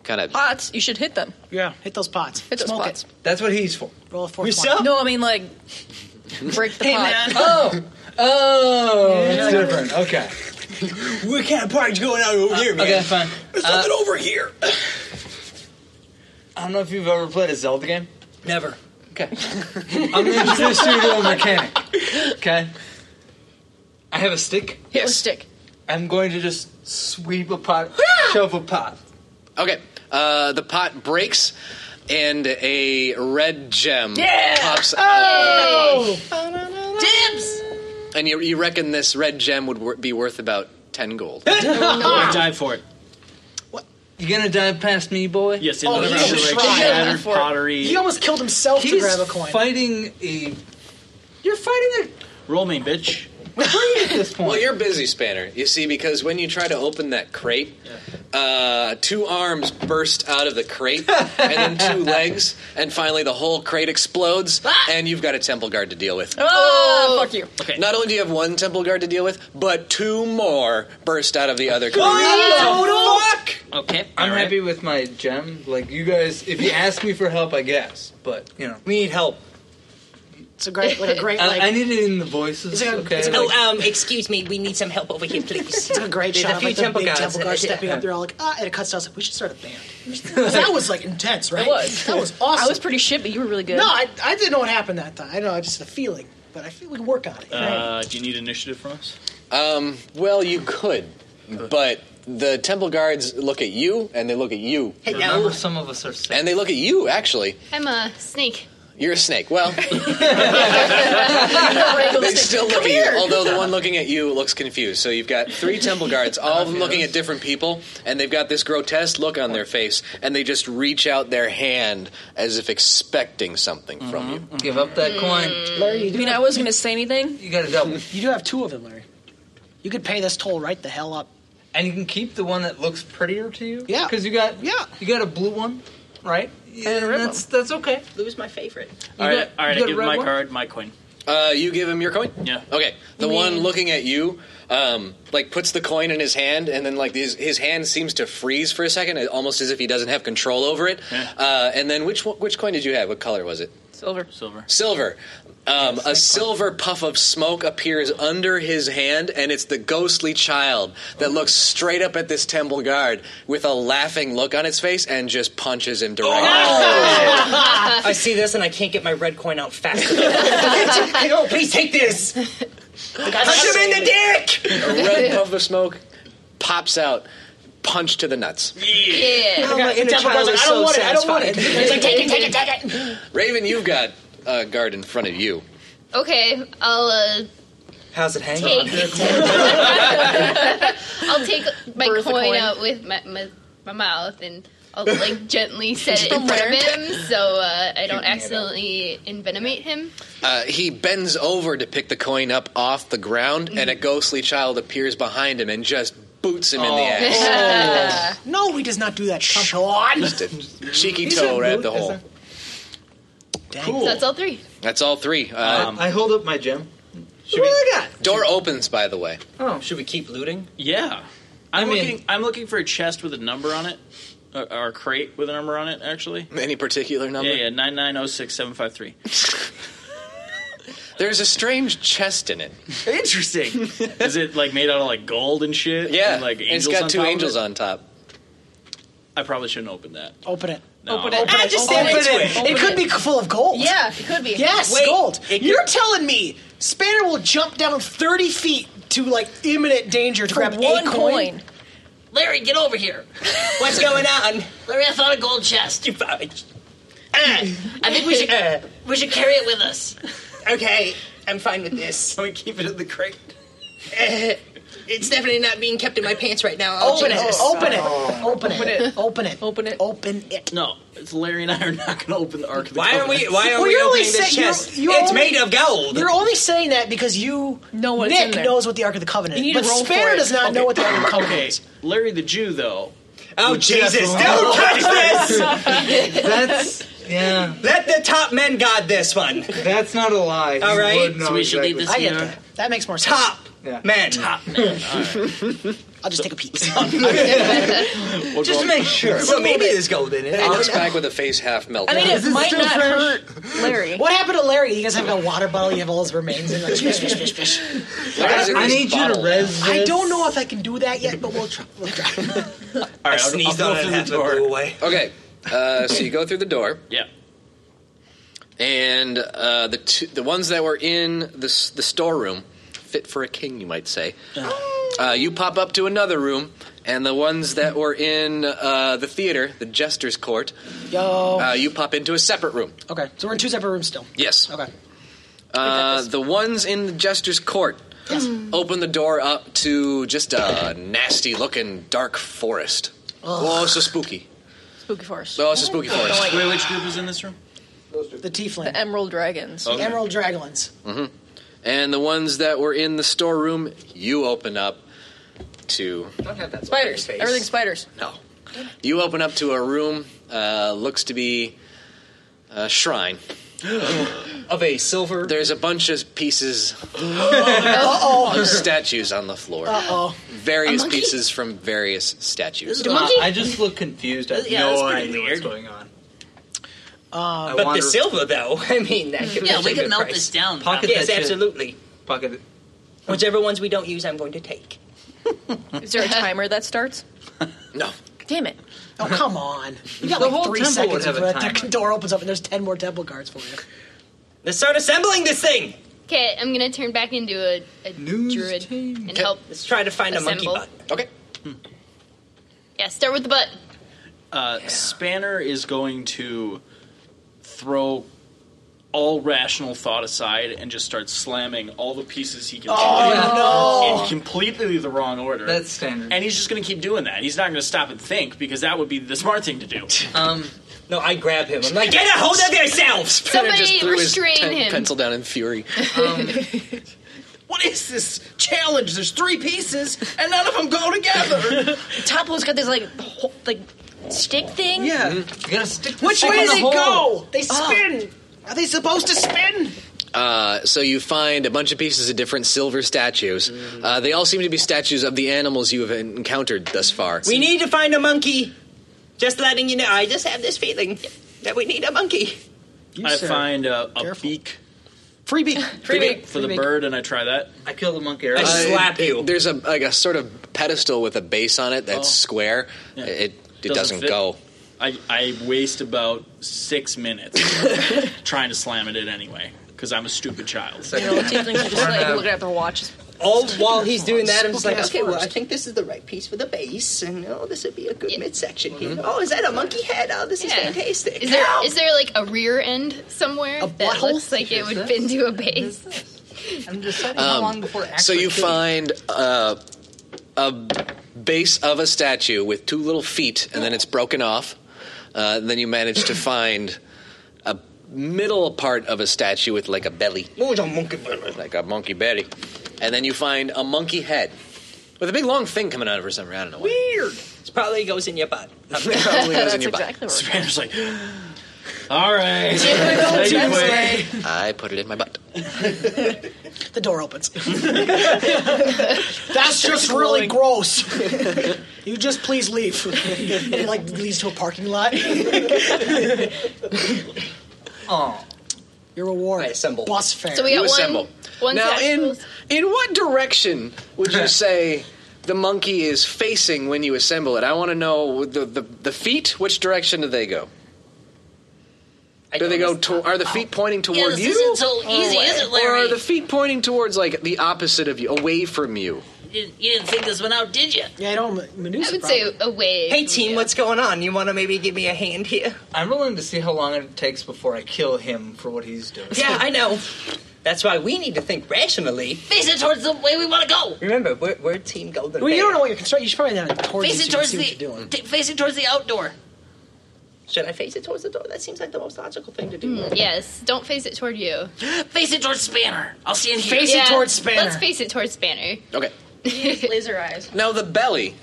B: kind of.
I: Pots. You should hit them.
E: Yeah. Hit those pots.
I: Hit those
E: Smoke
I: pots.
E: it.
F: That's what he's for.
E: Roll a four.
I: No, I mean like break the
E: Hey,
I: pot.
E: man.
F: Oh, oh, it's different. Okay.
L: What kind of party's going on over here, man?
F: Okay, fine.
L: There's
F: Uh,
L: nothing over here.
F: I don't know if you've ever played a Zelda game.
L: Never.
F: Okay. I'm going to introduce you to a mechanic. Okay. I have a stick.
I: Hit with stick.
F: I'm going to just sweep a pot, shove a pot.
B: Okay, uh, the pot breaks and a red gem
G: Yeah!
B: pops
G: Oh!
B: out.
G: Dibs!
B: And you, you reckon this red gem would wor- be worth about 10 gold.
D: dive for it.
F: You gonna dive past me, boy?
D: Yes,
E: Oh, you should try.
D: shattered pottery.
E: He almost killed himself to
F: He's
E: grab a coin.
F: fighting a. You're fighting
D: Roll me, bitch.
F: a tree at this
B: Well,
F: point.
B: you're busy, Spanner. You see, because when you try to open that crate, uh, two arms burst out of the crate, and then two legs, and finally the whole crate explodes, and you've got a temple guard to deal with.
I: Oh, fuck you.
D: Okay.
B: Not only do you have one temple guard to deal with, but two more burst out of the other crate.
D: Okay.
F: I'm happy with my gem. Like you guys, if you ask me for help, I guess. But you know,
L: We need help.
E: It's a great, like a great,
F: I,
E: like
F: Uh, I need it in the voices.
E: It's like a-
F: okay.
E: it's like-
F: Like,
L: Oh, um, excuse me. We need some help over here, please.
E: it's a great
L: There's
E: shot.
L: a few
E: like
L: temple
E: the big
L: guards.
E: temple guards
L: Yeah.
E: stepping up. They're all like, ah, and it cuts down. I was like, we should start a band. that was like intense, right?
I: It was.
E: That was awesome.
I: I was pretty shit, but you were really good.
E: No, I, I didn't know what happened that time. I don't know. I just had a feeling, but I feel we can work on it.
D: Uh, do you need initiative from us?
B: Um, well, you could, but the temple guards look at you, and they look at you,
F: remember, some of us are sick.
B: and they look at you, actually.
J: I'm a snake.
B: You're a snake. Well,
I: Regular
B: they
I: snake.
B: still look
I: Come
B: at you,
I: here.
B: although the one looking at you looks confused. So you've got three temple guards, all of them looking at different people, and they've got this grotesque look on their face, and they just reach out their hand as if expecting something from you.
F: Give up
E: Hmm.
F: that coin.
E: Larry, you
I: I
E: do,
I: mean, I wasn't gonna say anything.
F: You got to double,
E: you do have two of them, Larry. You could pay this toll right the hell up.
F: and you can keep the one that looks prettier to you.
E: Yeah.
F: because you got
E: Yeah.
F: you got a blue one. right? Yeah, that's that's okay.
G: Lose my favorite.
D: All right, all right.
F: you
D: I
F: got
D: give
F: red
D: him my
F: one?
D: card, my coin.
B: Uh, you give him your coin.
D: Yeah.
B: Okay. The one looking at you, um, like puts the coin in his hand, and then like his his hand seems to freeze for a second, almost as if he doesn't have control over it. Uh, and then which one- which coin did you have? What color was it?
I: Silver.
D: Silver.
B: Silver. Um, a silver puff of smoke appears under his hand, and it's the ghostly child that looks straight up at this temple guard with a laughing look on its face and just punches him directly.
L: I see this and I can't get my red coin out fast enough. no, please take this. Punch him in the dick.
B: A red puff of smoke pops out, punch to the nuts.
I: Yeah.
B: Oh, my inner child is so satisfied.
I: It's like, take it, take it, take it.
B: Raven, you've got a guard in front of you.
J: Okay, I'll uh,
L: How's it hanging?
J: take. I'll take my
I: Birth a
J: coin,
I: coin.
J: out with my, my, my mouth and I'll like gently set it in front of him so uh, I don't accidentally envenomate him.
B: Uh, he bends over to pick the coin up off the ground, and a ghostly child appears behind him and just boots him in
F: Oh.
B: the ass.
E: no, he does not do that, Sean.
B: Just a cheeky
E: He
B: toe
E: said
B: right at
E: boot
B: the
E: as
B: hole.
E: a-
J: So that's all three.
B: That's all three. Um,
H: I hold up my gem.
B: what do I got? Door opens, by the way.
L: Oh, should we keep looting?
D: Yeah. I'm
L: I mean-
D: looking. I'm looking for a chest with a number on it, or, or a crate with a number on it. Actually,
B: Any particular number?
D: Yeah, yeah, nine nine zero six seven five three.
B: There's a strange chest in it.
D: Interesting. Is it like made out of like gold and shit?
B: Yeah,
D: and, like
B: and it's
D: angels
B: got
D: on
B: two
D: top of
B: angels
D: it?
B: on top.
D: I probably shouldn't open that.
E: Open it.
D: No.
E: Open it. Ah, just open it. It could be full of gold.
I: Yeah, it could be.
E: Yes,
I: Wait,
E: gold.
I: it
E: You're
I: could-
E: telling me Spanner will jump down 30 feet to like imminent danger to grab
G: one
E: a coin?
G: coin. Larry, get over here.
L: What's going on?
G: Larry, I found a gold chest. You I think we should we should carry it with us.
K: Okay, I'm fine with this. Can we keep it in the crate? it's definitely not being kept in my pants right now. Oh,
E: Open it.
K: Jesus.
E: Open it. Open it. Open it. Open it. Open it.
D: No, it's Larry and I are not going to open the Ark of the
L: Why are we?
D: Covenant.
L: Why are
E: Well,
L: we
E: you're only
L: opening this
E: saying- you're-
L: chest?
E: you're
L: it's
E: only-
L: made of gold.
E: You're only saying that because you know
L: what's
E: Nick
L: in there.
E: knows what the Ark of the Covenant
L: You
E: is.
L: need to
E: But
L: roll for
E: Spanner
L: it.
E: does not know what the Ark of the Covenant
D: Okay,
E: is.
D: Larry the Jew though.
L: Oh
D: would
L: Jesus!
D: just-
L: Don't touch this.
F: That's- yeah.
L: Let the top men guard this one.
F: That's not a lie.
L: All
F: You
L: right.
F: would know exactly.
E: I get that. That makes more sense.
L: Top
F: Yeah.
L: men.
E: I'll just take a peek.
D: We'll
L: Just
D: go-
L: to make sure.
E: Just
L: Well,
E: a little
L: maybe
E: bit.
L: there's gold in it.
B: And he looks back with a face half melted.
E: might not
I: hurt Larry.
E: What happened to Larry? You guys have a water bottle. You have all his remains in. Like, swish, swish, swish, swish.
B: Larry's in
F: I
B: his
F: need you to
B: bottle.
F: res.
E: I don't know if I can do that yet, but we'll try. We'll try.
D: All
L: I
D: right, I'll-
L: sneezed
D: I'll
L: on
D: go
L: it and had
D: through the
L: to
D: door.
L: blew away.
B: Okay, uh, so you go through the door.
D: Yeah.
B: and uh, the two, the ones that were in the s- the storeroom, fit for a king, you might say. Uh, you pop up to another room, and the ones that were in uh, the theater, the jester's court,
E: Yo.
B: uh, you pop into a separate room.
E: okay, so we're in two separate rooms still.
B: Yes.
E: Okay.
B: Uh, the ones in the jester's court open the door up to just a nasty looking dark forest. Oh, so spooky.
I: Spooky Forest.
B: Oh, it's a spooky forest.
D: Wait, which group is in this room?
E: The Tiefling.
I: The Emerald Dragons.
B: Oh.
E: The Emerald Draglins.
B: And the ones that were in the storeroom, you open up to
L: Don't have that
I: Spiders.
L: face.
I: Everything's spiders.
B: No. You open up to a room, uh, looks to be a shrine.
L: of a silver.
B: There's a bunch of pieces
E: Uh-oh.
B: of statues on the floor.
J: Uh,
F: Oh.
E: Uh-oh.
B: Various
I: A monkey?
B: pieces from various statues.
F: Uh,
I: monkey?
F: I just look confused. I have
G: Yeah, that's
F: no
G: pretty
F: idea what's
G: weird.
F: going on.
E: Uh,
F: I
L: But
F: wander-
L: the silver, though. I mean, that could
G: Yeah,
L: be
G: we
L: a
G: can
L: good
G: melt
L: price.
G: this down.
F: Pocket
G: probably.
F: that
L: Yes,
F: shit.
L: absolutely.
F: Pocket it.
L: Whichever ones we don't use, I'm going to take.
I: Is there a timer that starts?
B: No.
I: Damn it.
E: oh, come on. You got
F: The
E: like
F: whole
E: three
F: temple would
E: seconds
F: have
E: before
F: a
E: that
F: timer.
E: door opens up and there's ten more temple guards for you.
L: Let's start assembling this thing.
J: Okay, I'm gonna turn back into a, a
F: News
J: druid
F: team.
J: and help.
L: Let's try to find a
J: Oh, Assemble.
L: monkey butt.
B: Okay.
J: Yeah, start with the butt.
D: Uh, Spanner is going to throw all rational thought aside and just start slamming all the pieces he can
E: Oh
D: in completely the wrong order.
F: That's standard.
D: and he's just going to keep doing that. He's not going to stop and think because that would be the smart thing to do.
F: Um,
L: No, I grab him. I'm like, get a hold of yourselves.
B: Fenner just
J: Somebody
B: threw his
J: restrain
B: pen-
J: him.
B: pencil down in fury.
K: What is this challenge? There's three pieces, and none of them go together.
I: Topo's got this like whole, like stick thing?
E: Yeah.
F: You gotta stick the
E: Mm-hmm. Which
F: stick
E: way
F: in
E: does
F: the
E: it
F: hole. Ah.
E: go? They spin. Are they supposed to spin?
B: Uh, so you find a bunch of pieces of different silver statues.
L: Mm.
B: Uh, they all seem to be statues of the animals you have encountered thus far.
L: We need to find a monkey.
K: Just letting you know, I just have this feeling that we need a monkey.
D: I
K: sir.
D: find a, a beak.
E: Free beak.
D: Free beak for the bird, and I try that. I kill the monkey.
B: Uh, it- it- there's a like a sort of pedestal with a base on it that's
D: Oh.
B: square.
D: Yeah.
B: It it
D: Doesn't
B: doesn't,
D: fit.
B: go.
D: I, I waste about six minutes trying to slam it in anyway because I'm a stupid child.
I: You know, two things are just like looking at their watches.
K: All
L: while he's doing that, I'm just like,
K: okay, well, I think this is the right piece for the base, and oh, this would be a good midsection here.
L: Mm-hmm.
K: Oh, is that a monkey head? Oh, this is
J: Yeah.
K: fantastic.
J: Is there
K: Help!
J: is there like a rear end somewhere that looks like it would fit into a base?
F: I'm just saying
B: Um, so you find uh, a base of a statue with two little feet, and then it's broken off. Uh, and then you manage to find a middle part of a statue with like a belly. Like a monkey belly. And then you find a monkey head with a big long thing coming out of her somewhere. I don't know why.
K: Weird. It probably goes in your butt.
B: It probably goes in your butt.
D: Spanner's like, all right.
E: Take it away.
B: I put it in my butt.
E: The door opens. That's just really gross. you just please leave. it like leads to a parking lot.
F: Oh.
E: Your reward.
L: assemble.
E: Bus fare.
J: So we got
B: You
J: one-
B: assemble.
J: one
B: now,
J: set.
B: in in what direction would you say the monkey is facing when you assemble it? I want to know the, the the feet. Which direction do they go? Do they go? To, are the feet pointing
G: Yeah,
B: toward
G: this
B: you?
G: isn't so easy, is it, Larry?
B: Or are the feet pointing towards like the opposite of you, away from you?
G: You didn't, you didn't think this one out, did you?
E: Yeah, I don't.
L: I would say
J: away.
L: Hey team, what's going on? You want to maybe give me a hand here?
F: I'm willing to see how long it takes before I kill him for what he's doing.
L: Yeah, I know. That's why we need to think rationally.
G: Face it towards the way we want to go.
L: Remember, we're, we're Team Golden.
E: Well, you
L: Bear.
E: don't know what you're constructing. You should probably have it towards you
G: Face it
E: so you can
G: towards
E: see
G: the
E: what you're doing.
G: t- facing towards the outdoor.
K: Should I face it towards the door? That seems like the most logical thing to do.
G: Hmm,
J: Mm, yes, don't face it toward you.
G: Face it towards Spanner. I'll see in here.
J: Yeah, Let's face it towards Spanner.
B: Okay.
J: Laser eyes.
B: Now the belly.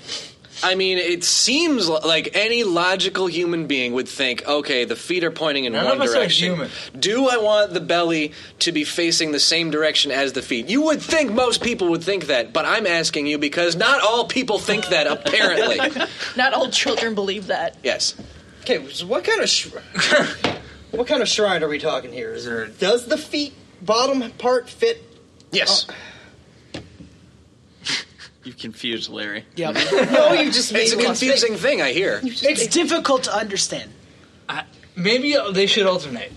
B: I mean, it seems li- like any logical human being would think, okay, the feet are pointing in
F: None
B: one
F: of us are
B: direction.
F: human.
B: Do I want the belly to be facing the same direction as the feet? You would think most people would think that, but I'm asking you because not all people think that apparently.
I: Not all children believe that.
B: yes.
H: Okay, so what kind of sh- what kind of shrine are we talking here? Is there does the feet bottom part fit?
B: Yes.
L: Oh,
D: You've confused Larry.
E: Yep.
H: No, you just
B: It's a confusing thing, I hear.
E: It's difficult to understand.
F: Maybe they should alternate.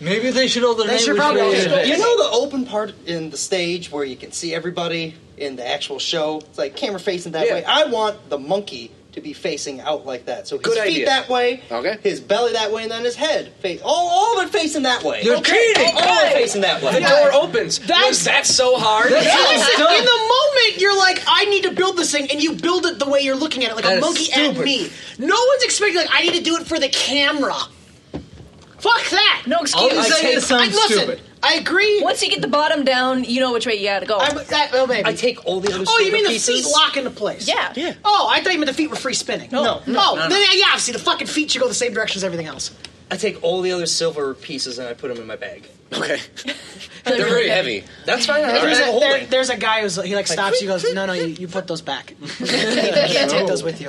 F: Maybe they should alternate.
E: They should
F: which
E: probably
F: way it is.
E: alternate.
H: You know the open part in the stage where you can see everybody in the actual show? It's like camera facing that
B: Yeah.
H: way. I want the monkey to be facing out like that. So his
B: Good
H: feet
B: idea.
H: that way,
B: Okay.
H: his belly that way, and then his head. Face, all, all of it facing that way.
F: You're cheating!
H: All of it facing that way.
B: The door opens. Was that so hard?
E: Yes! In the moment, you're like, I need to build this thing, and you build it the way you're looking at it, like
F: That
E: a
F: is
E: monkey at
F: stupid.
E: me. No one's expecting, like, I need to do it for the camera. Fuck that! No
F: All these ideas sound
E: listen,
F: stupid.
E: I agree.
C: Once you get the bottom down, you know which way you gotta go.
E: I'm, that, oh, maybe.
L: I take all the other.
E: Oh, you mean the
L: pieces?
E: feet lock into place?
C: Yeah.
E: Yeah. Oh, I thought you meant the feet were free spinning. No.
L: No.
E: oh,
L: no, no.
E: then yeah, obviously the fucking feet should go the same direction as everything else.
L: I take all the other silver pieces and I put them in my bag.
B: Okay. They're very heavy.
L: That's fine. I have
E: There's
L: them
E: a,
L: holding.
E: there, there's a guy who's he like stops. He goes, no, no, you, you put those back. you can't take those with you.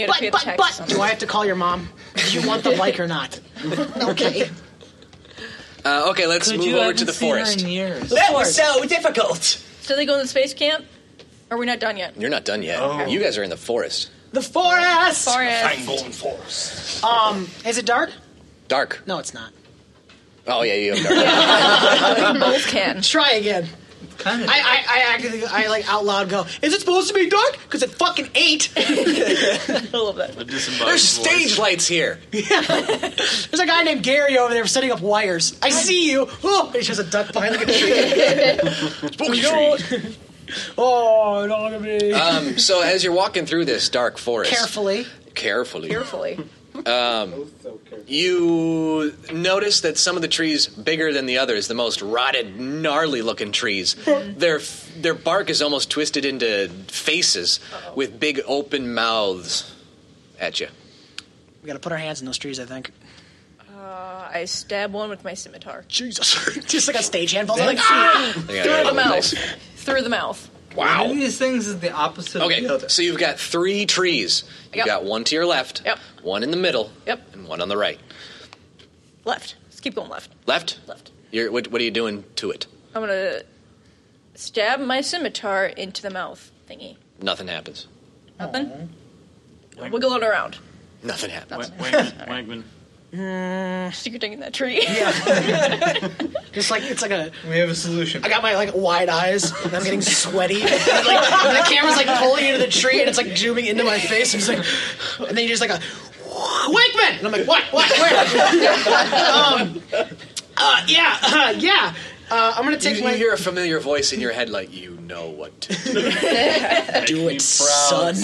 C: You gotta
E: But
C: pay the
E: but
C: taxes
E: but,
C: on
E: do
C: it.
E: I have to call your mom? Do you want the bike or not? Okay.
B: Uh, okay, let's
F: Could
B: move
F: you
B: over
F: haven't
B: to the
F: seen her in
B: forest.
F: years.
L: That was so difficult.
I: So they go in the space camp? Are we not done yet?
B: You're not done yet. You guys are in the forest.
E: The forest.
I: Forest.
B: going forest.
E: Um, is it dark?
B: Dark.
E: No, it's not.
B: Oh yeah, you have dark.
I: Both can.
E: Try again.
F: Kind
E: I, I, I actually, I like out loud go, is it supposed to be dark? Because it fucking ate.
I: I love that.
D: The disembodied
B: There's
D: voice.
B: stage lights here.
E: There's a guy named Gary over there setting up wires. I see you. Oh, and he has a duck behind like a tree.
B: Spooky tree.
E: oh, don't look at me.
B: Um, so as you're walking through this dark forest,
E: Carefully.
B: carefully,
I: Carefully.
B: um, you notice that some of the trees bigger than the others, the most rotted, gnarly-looking trees, their f- their bark is almost twisted into faces with big open mouths. at you.
E: We gotta put our hands in those trees, I think.
I: Uh, I stab one with my scimitar.
E: Jesus. Just like a stagehand falls out, like,
B: They got it
I: through the
B: all over
I: mouth.
B: the place.
I: Through the mouth.
B: Wow.
F: One of these things is the opposite of
B: Okay,
F: the other.
B: so you've got three trees. You've
I: Yep.
B: got one to your left,
I: Yep.
B: one in the middle,
I: Yep.
B: and one on the right.
I: Left. Let's keep going left.
B: Left? Left. You're, what, what are you doing to it?
I: I'm gonna stab my scimitar into the mouth thingy.
B: Nothing happens.
I: Nothing? Wiggle it around.
B: Nothing happens.
D: Wagman.
I: Secreting in that tree.
E: Just like it's like a.
F: We have a solution.
E: I got my like wide eyes, and I'm getting sweaty. And, like, and the camera's like pulling into the tree, and it's like zooming into my face. And it's like, and then you're just like a Wakeman, and I'm like, what? What? Where? um, uh, yeah, uh, yeah. Uh, I'm gonna
B: You,
E: take
B: you
E: my.
B: hear a familiar voice in your head like, you know what to do.
E: Do it,
B: proud,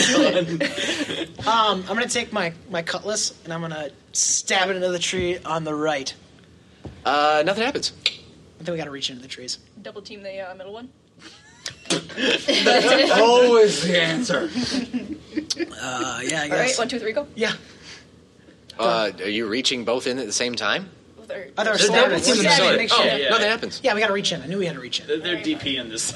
E: um, I'm gonna take my my cutlass, and I'm gonna stab it into the tree on the right.
B: Uh, nothing happens.
E: I think we gotta reach into the trees.
I: Double team the uh, middle one.
F: That's always the answer.
E: Uh, yeah, I
I: All right,
E: guess.
I: one, two, three, go.
E: Yeah.
B: Uh, are you reaching both in at the same time?
E: Oh, there was
B: They're
E: seven.
B: double
E: Seven.
B: teaming. Sorry.
E: Make
B: Oh,
E: sure.
B: yeah. Nothing happens.
E: Yeah, we gotta reach in. I knew we had to reach in.
D: They're, they're DP in this.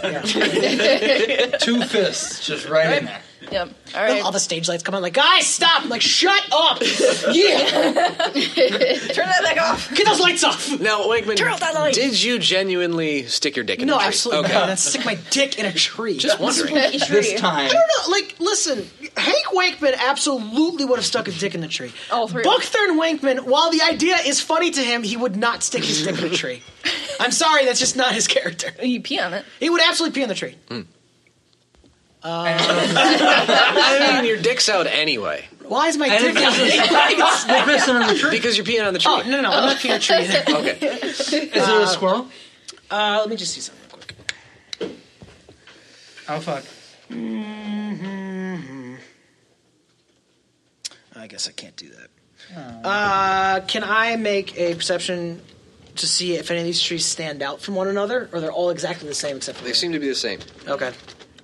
F: Two fists just right, in there.
I: Yep. All
E: Then
I: right.
E: All the stage lights come on, like, guys, stop! I'm like, shut up! yeah!
I: Turn that back off.
E: Get those lights off!
B: Now, Wakeman,
I: Turn off that light.
B: did you genuinely stick your dick in
E: No,
B: the tree?
E: absolutely
B: Okay.
E: not. I'd stick my dick in a tree.
B: Just wondering.
F: This time.
E: I don't know. Like, listen, Hank Wakeman absolutely would have stuck his dick in the tree.
I: All three.
E: Buckthorn Wakeman, while the idea is funny to him, he would not stick his dick in a tree. I'm sorry, that's just not his character.
I: Oh, You pee on it.
E: He would absolutely pee in the tree.
B: I mean, your dick's out anyway.
E: Why is my
F: And
E: dick
F: if there's a-
E: out?
F: we're missing on the tree.
B: Because you're peeing on the tree.
E: Oh, no, no, no. I'm not peeing in a tree either.
B: Okay.
F: Is there a squirrel?
E: Uh, let me just see something real quick.
F: Oh fuck.
E: Mm-hmm. I guess I can't do that.
F: Oh.
E: Uh, can I make a perception to see if any of these trees stand out from one another, or they're all exactly the same except for
B: They
E: the
B: seem to be the same.
E: Okay,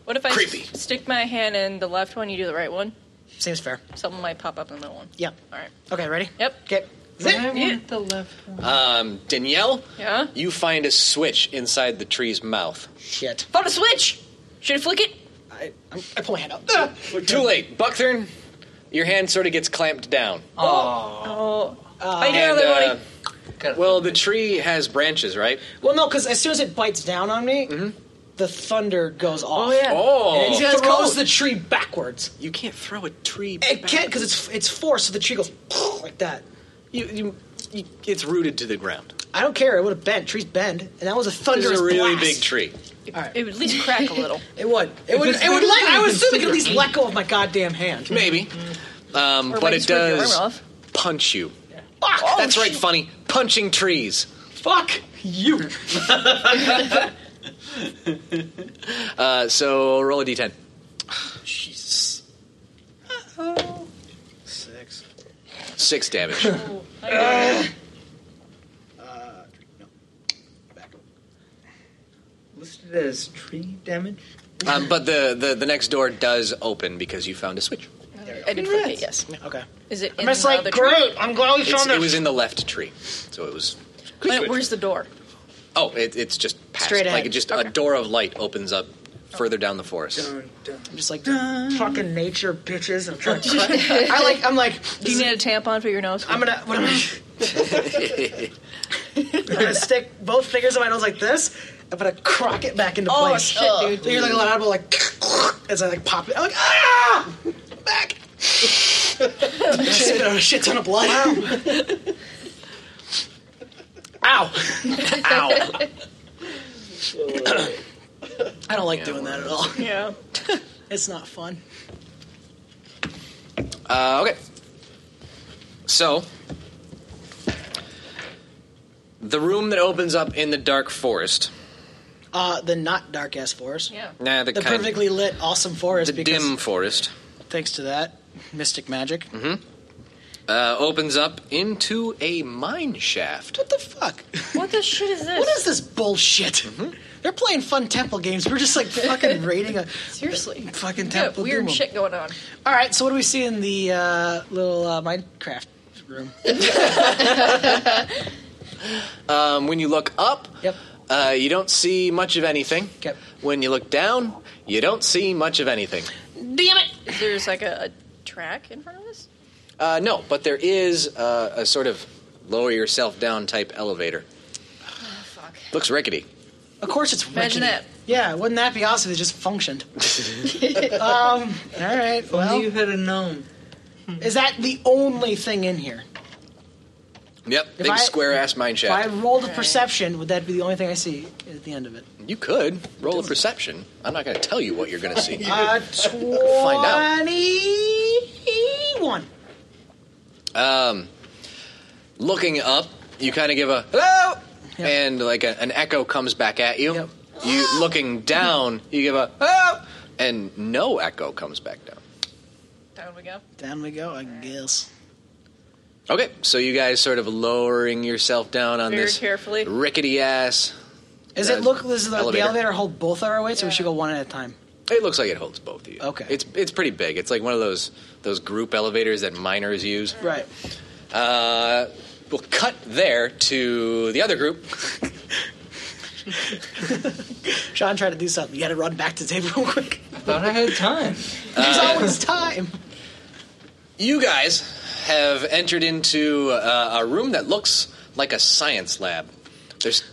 I: What if I
B: Creepy.
I: s- stick my hand in the left one, you do the right one?
E: seems fair.
I: Something might pop up in the middle one.
E: Yeah.
I: All right.
E: Okay, ready?
I: Yep.
E: Okay.
I: Yeah.
F: the left one.
B: Um, Danielle,
I: Yeah.
B: you find a switch inside the tree's mouth.
E: Shit.
I: Found a switch. Should I flick it?
E: I, I'm, I pull my hand out. Ah!
B: Too late. Buckthorn, your hand sort of gets clamped down.
I: Oh. I do
B: And,
I: another
B: uh,
I: one.
B: well, the tree has branches, right?
E: Well, no, because as soon as it bites down on me, the thunder goes off. Oh yeah.
B: Mm-hmm. Oh.
E: It
B: You
E: throws
B: can't-
E: the tree backwards.
B: You can't throw a tree
E: It
B: back.
E: can't because it's it's force, so the tree goes like that.
B: You, you, you, it's rooted to the ground.
E: I don't care. It would have bent. Trees bend, and that was a
B: This
E: thunderous
B: is a really
E: blast.
B: big tree.
I: It would at least crack a little.
E: It would. It would.
F: it's
E: It would.
F: bigger
E: Let,
F: than
E: I would
F: you
E: assume it
F: consider.
E: could at least let go of my goddamn hand.
B: Maybe. Um,
I: Or
B: but
I: might
B: it
I: just rip your
B: does
I: arm off.
B: punch you. Fuck! Oh,
E: Oh,
B: That's right, funny. Punching trees.
E: Fuck you.
B: Uh, so roll a d10.
E: Jesus. Six.
B: Six damage.
E: Uh, no. Back.
F: Listed as tree damage.
B: um, but the, the, the next door does open because you found a switch.
I: I did flick it. Yes.
E: Okay.
I: Is it in
E: I'm just
I: the
E: like,
I: other tree?
E: great. I'm glad we
B: It's,
E: found
B: it
E: it.
B: was in the left tree. So it was.
I: Wait, where's the door?
B: Oh, it, it's just past.
E: Straight
B: Like
E: ahead.
B: it just a door of light opens up further down the forest.
E: I'm just like fucking nature bitches. I'm trying to. cut- I like. I'm like.
I: Do you need a tampon for your nose?
E: I'm gonna. What am I? I'm gonna stick both fingers in my nose like this. I'm gonna crock it back into
I: Oh,
E: place.
I: shit, dude.
E: So you're like a lot of like as I like pop it. I'm like ah, back. I spit out a shit ton of blood. Ow.
B: Ow!
E: I don't like doing that at all.
I: Yeah.
E: It's not fun.
B: Uh, okay. So, the room that opens up in the dark forest.
E: Uh, the not dark ass forest.
I: Yeah.
B: Nah, the,
E: The
B: kind
E: perfectly lit, awesome forest.
B: the
E: because
B: dim forest
E: Thanks to that mystic magic.
B: Mm-hmm. uh, opens up into a mine shaft.
E: What the fuck?
I: What the shit is this?
B: Mm-hmm.
E: What is this bullshit? They're playing fun temple games. We're just like fucking raiding a
I: seriously
E: fucking
I: Yeah,
E: temple.
I: weird
E: Doom.
I: shit going on.
E: All right, so what do we see in the uh, little uh, Minecraft room?
B: Um, when you look up, uh, you don't see much of anything. When you look down, you don't see much of anything.
I: Damn it! There's like a, a track in front of us.
B: Uh, no, but there is uh, a sort of lower yourself down type elevator. Looks rickety.
E: Of course, it's
I: Imagine
E: rickety. Yeah, wouldn't that be awesome if it just functioned? um, all right. Well, you
F: had a gnome.
E: Is that the only thing in here?
B: Yep,
E: If
B: big
E: I-
B: square ass mine
E: If I
B: shaft.
E: rolled a perception, would that be the only thing I see at the end of it?
B: You could roll a perception. I'm not going to tell you what you're going to see.
E: Uh,
B: Find out.
E: Twenty-one.
B: Um, looking up, you kind of give a hello, and like a, an echo comes back at you. You looking down, you give a hello, and no echo comes back down.
I: Down we go.
E: Down we go. I guess.
B: Okay, so you guys sort of lowering yourself down on
E: Very
B: this
E: carefully.
B: rickety ass.
E: Is
B: uh,
E: it look? Does the elevator, the elevator hold both our weights, or we should go one at a time?
B: It looks like it holds both of you. Okay, it's it's pretty big. It's like one of those those group elevators that miners use.
E: Right.
B: Uh, we'll cut there to the other group.
E: Sean tried to do something. You had to run back to the table real quick.
F: Thought I had time.
E: There's
B: Uh,
E: always time.
B: You guys have entered into uh, a room that looks like a science lab. There's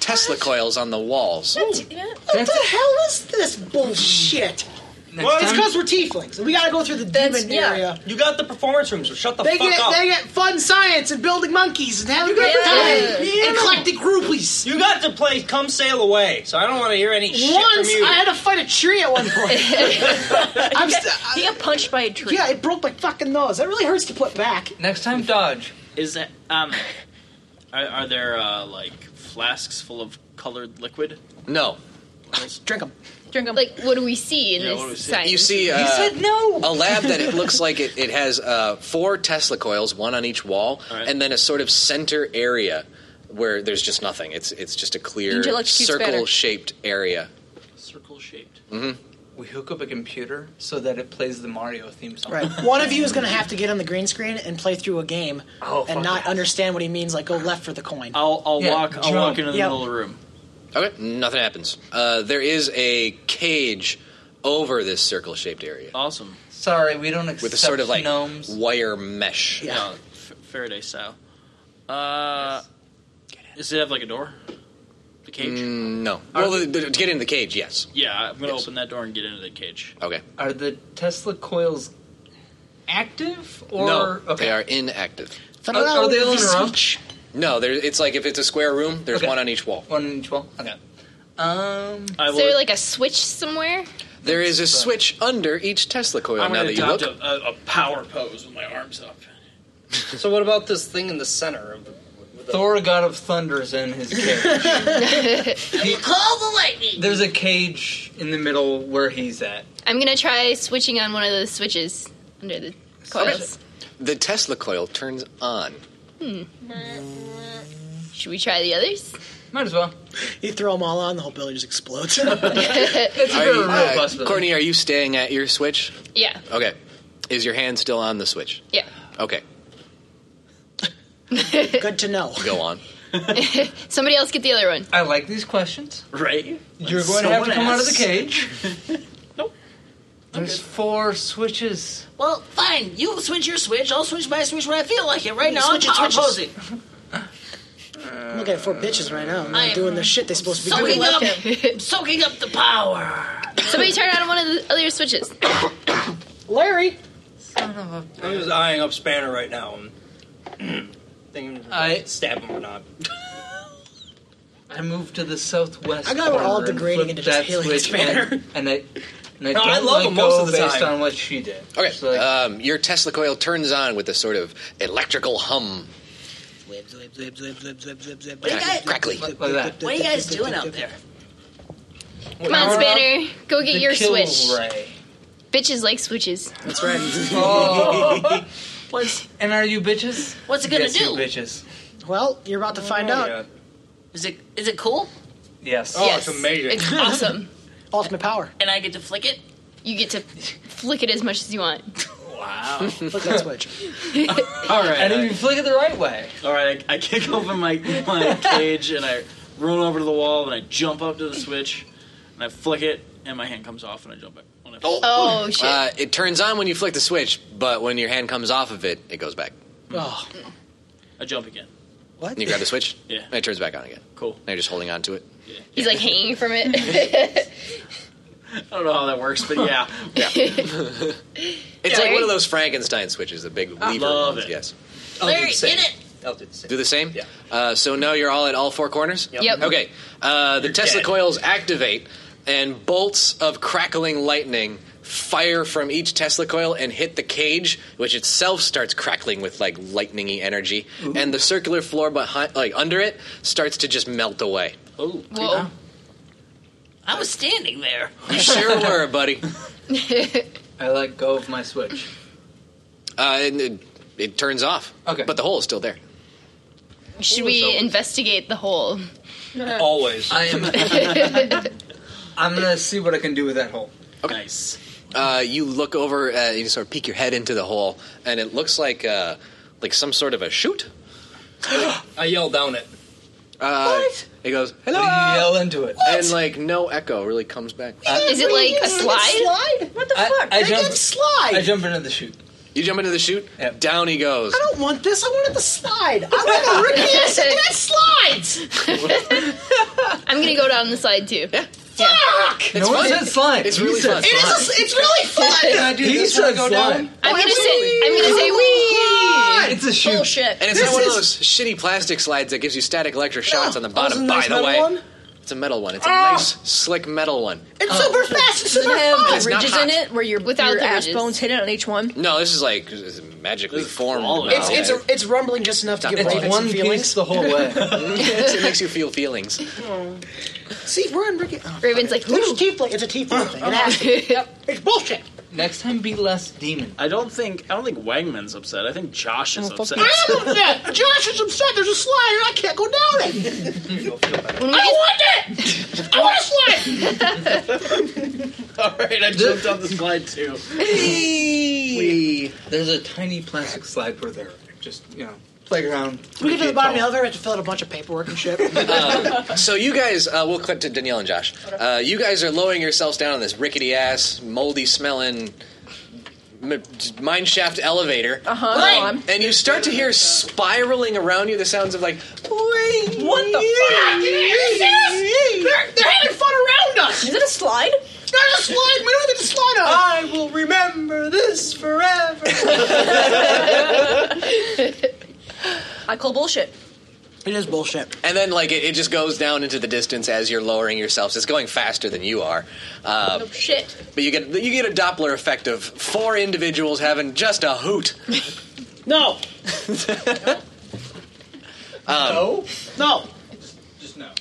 B: Tesla coils on the walls.
I: Oh,
E: What the hell is this bullshit?
H: Next
E: well, it's
H: time-
E: because we're tieflings. We gotta go through the demon area.
H: You got the performance room, so shut the
E: They
H: fuck
E: get
H: up.
E: they get fun science and building monkeys and having a good time. Eclectic groupies.
H: You got to play Come Sail Away, so I don't want to hear any shit from
E: Once
H: you.
E: I had to fight a tree at one point. I'm st- uh,
I: He got punched by a tree.
E: yeah, it broke my fucking nose. That really hurts to put back.
F: Next time, dodge.
D: Is that um? Are, are there uh, like flasks full of colored liquid?
B: No.
E: Drink them.
I: Drink them.
J: Like, what do we see in
D: Yeah, what do we
J: this
D: see?
J: science?
B: You see, uh,
J: You
F: no.
B: a lab that it looks like it, it has uh, four Tesla coils, one on each wall, and then a sort of center area where there's just nothing. It's it's just a clear
F: Angel executes better.
B: circle-shaped area.
D: Circle shaped.
B: Mm-hmm.
F: We hook up a computer so that it plays the Mario theme song.
E: Right. One of you is gonna have to get on the green screen and play through a game
F: Oh,
E: and
F: fuck
E: not understand what he means. Like go left for the coin.
D: I'll I'll
E: Yeah,
D: walk. I'll
E: jump.
D: walk into the
E: Yeah.
D: middle of the room.
B: Okay, nothing happens. Uh, there is a cage over this circle-shaped area.
D: Awesome.
F: Sorry, we don't accept
B: With a sort of like
F: gnomes.
B: wire mesh.
D: Yeah. F- Faraday style. Uh, does it have like a door? The cage.
B: Mm, no. Well, the, the, to get in the cage, yes.
D: Yeah, I'm gonna
B: Yes.
D: open that door and get into the cage.
B: Okay.
F: Are the Tesla coils active or
B: no,
F: okay?
B: they are inactive.
F: Are- are they all in a row?
B: No, there. It's like if it's a square room, there's one on each wall.
F: One on each wall. Okay. Um,
J: Is there like a switch somewhere?
B: there is a switch under each Tesla coil.
D: I'm
B: now
D: gonna
B: that you
D: adopt
B: look,
D: a, a, a power pose with my arms up.
H: so what about this thing in the center of the?
F: Thor, god of thunder, is in his cage.
G: Call the lightning.
F: There's a cage in the middle where he's at.
J: I'm gonna try switching on one of those switches under the coils.
B: the Tesla coil turns on.
J: Hmm. Should we try the others?
F: Might as well.
E: You throw them all on, the whole building just explodes.
B: Are you- uh, Courtney, are you staying at your switch?
J: Yeah,
B: Okay. Is your hand still on the switch?
J: yeah.
B: Okay.
E: Good to know.
B: Go on.
J: Somebody else get the other one.
F: I like these questions.
D: Right?
F: You're going to have to come out of the cage. There's four switches.
G: Well, fine. You switch your switch. I'll switch my switch when I feel like it. Right now,
E: Switch
G: I'm
E: your
G: power
E: switches.
G: posing.
E: I'm looking at four bitches right now. I'm
G: I am
E: not doing the shit they're supposed to be
G: soaking
E: doing.
G: up, soaking up the power.
J: Somebody turn on one of the other switches.
E: Larry.
H: I'm just eyeing up Spanner right now. and thinking I stab him or not.
F: I moved to the southwest.
H: I got we're all
F: corner and
H: degrading
F: flipped
H: into just
F: that
H: hailing
F: switch
H: Spanner.
F: And, and I, and
H: No,
F: I don't
H: I love
F: let
H: him most
F: go
H: of the
F: based
H: time. uh,
F: on what she did.
B: Okay. um, your Tesla coil turns on with a sort of electrical hum.
G: What are you guys,
B: Crackly.
G: What are you guys doing out there?
J: Come on, Spanner. Go get your switch.
F: Ray.
J: Bitches like switches.
F: That's right. Oh. and are you bitches?
G: What's it gonna
F: yes,
G: do?
F: You bitches.
E: Well, you're about to find out.
G: Is it is it cool?
F: Yes.
J: Oh, it's Yes. amazing. It's awesome.
E: Ultimate power.
J: And I get to flick it? You get to flick it as much as you want.
D: Wow.
E: Look that switch.
D: All right.
F: And
D: I-
F: if you flick it the right way.
D: All right, I, I kick open my my cage and I run over to the wall and I jump up to the switch and I flick it and my hand comes off and I jump back. When I
B: Oh,
J: Oh, shit.
B: Uh, it turns on when you flick the switch, but when your hand comes off of it, it goes back.
E: Oh.
D: I jump again.
B: And you grab the switch.
D: Yeah.
B: And it turns back on again.
D: Cool.
B: Now you're just holding on to it.
J: He's like hanging from it.
D: I don't know how that works, but yeah.
B: Yeah. it's like one of those Frankenstein switches, the big lever
D: Love
B: ones. Yes.
G: Ah. Larry, get it.
B: I'll do the same. Do the same? Yeah. Uh, so now you're all at all four corners?
G: Yep. Yep.
B: Okay. Uh, the Tesla coils activate, and bolts of crackling lightning fire from each Tesla coil and hit the cage, which itself starts crackling with like lightningy energy,
D: Ooh.
B: and the circular floor behind, like under it, starts to just melt away.
D: Oh.
G: Whoa. I was standing there.
B: You sure were, buddy.
F: I let go of my switch.
B: Uh, and it, it turns off. Okay. But the hole is still there.
J: Should we investigate the hole?
F: Always. I am. I'm gonna see what I can do with that hole.
D: Nice.
B: Uh, you look over uh, you sort of peek your head into the hole, and it looks like uh, like some sort of a chute.
L: I yell down it.
B: Uh, what? It goes hello.
F: Yell into it,
B: and like no echo really comes back.
J: Is it like a slide?
H: Slide? What the fuck?
B: I
H: They
B: jump-
H: did slide. I,
F: jump into the chute.
B: You jump into the chute. Down he goes.
H: don't want this. I wanted the slide. I want the Ricky and Stan slides.
J: I'm gonna go down the slide too. Yeah.
H: Fuck!
B: It's No one fun. said slide. It's really fun.
H: It is. It's really fun.
B: Can I do He this when I said go slide. down?
J: I'm gonna say. I'm gonna say
H: Wee!
J: we.
H: It's a shoot.
J: Bullshit.
B: And it's not one of those shitty plastic slides that gives you static electric shocks on the
H: wasn't
B: bottom. By
H: this
B: the
H: metal
B: way,
H: one?
B: it's a metal one. It's a
H: Ah.
B: nice slick metal one.
H: It's super fast. It's
I: Does it
H: super
I: have
H: fun.
I: the
B: It's not
I: ridges
B: hot.
I: in it where your,
J: Without
I: your
J: the
I: ass
J: ridges.
I: bones hidden on each one?
B: No, this is like it's magically formed.
E: It's,
B: metal.
E: it's, a, it's rumbling just enough to give
B: It's
E: Robin
B: one
E: some
B: piece
E: feelings.
F: the whole way.
B: Yes, it makes you feel feelings.
E: See, we're on Ricky. Oh,
J: Raven's like,
E: it's a tiefling. It's a tiefling thing. It has to be. It's bullshit.
F: Next time, be less demon.
D: I don't think I don't think Wangman's upset. I think Josh is upset.
H: I am upset. Josh is upset. There's a slide and I can't go down it. I want it. I want a slide.
D: All right, I jumped on the slide too.
F: Wee. There's a tiny plastic slide where they're just you know playground.
E: We get to the bottom of
F: tall.
E: the elevator. I have to fill out a bunch of paperwork and shit.
B: So you guys, uh, we'll clip to Danielle and Josh. Uh, you guys are lowering yourselves down on this rickety ass, moldy smelling m- mine shaft elevator.
H: Uh-huh.
I: Uh huh. Right.
B: And you start to hear spiraling around you the sounds of like,
H: What the fuck? Did you see this? They're, they're having fun around us.
I: Is it a slide?
H: There's a slide. We don't get to slide on.
E: I will remember this forever.
I: I call bullshit.
E: It is bullshit.
B: and then like it, it just goes down into the distance as you're lowering yourselves. It's going faster than you are. Uh,
I: Oh shit.
B: but you get you get a Doppler effect of four individuals having just a hoot.
D: No,
B: Um,
E: No. No.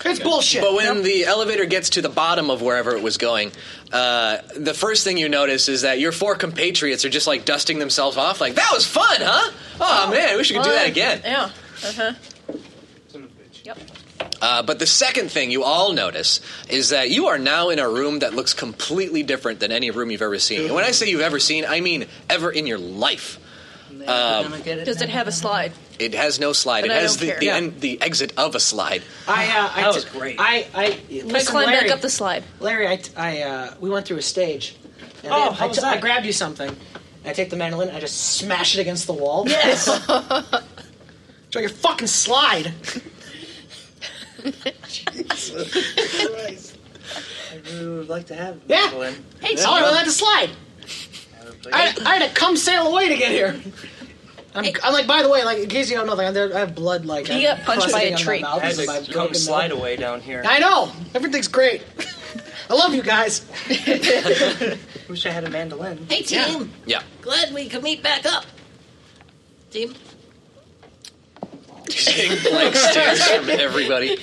E: It's bullshit.
B: But when the elevator gets to the bottom of wherever it was going, uh, the first thing you notice is that your four compatriots are just like dusting themselves off, like that was fun, huh? Oh, man, I wish we could do that again.
I: Yeah. Uh huh.
B: Uh, but the second thing you all notice is that you are now in a room that looks completely different than any room you've ever seen. And when I say you've ever seen, I mean ever in your life. Um,
I: Does it have a slide?
B: it has no slide.
I: But
B: it
I: I
B: has
I: don't
B: the
I: care.
B: the,
I: Yeah.
B: end, the exit of a slide.
E: I, uh, I
B: That
E: t-
B: was great.
E: I, I,
I: I
E: listen,
I: climb
E: Larry,
I: back up the slide.
E: Larry, I, t- I, uh, we went through a stage. And
H: Oh,
E: I,
H: how
E: I,
H: was
E: t- I
H: that?
E: grabbed you something. And I take the mandolin. and I just smash it against the wall. Yes. Try your fucking slide.
H: I really would like to have
E: Yeah.
H: Evelyn.
E: Hey, so I let the slide. I, I had to come sail away to get here. I'm, I'm like, by the way, like in case you don't know, like I'm there, I have blood. Like
I: You got punched by a tree.
E: I
L: As it come slide away down here.
E: I know everything's great. I love you guys.
H: Wish I had a mandolin.
G: Hey, team.
B: Yeah.
G: Glad we could meet back up. Team.
B: Blank stares from everybody.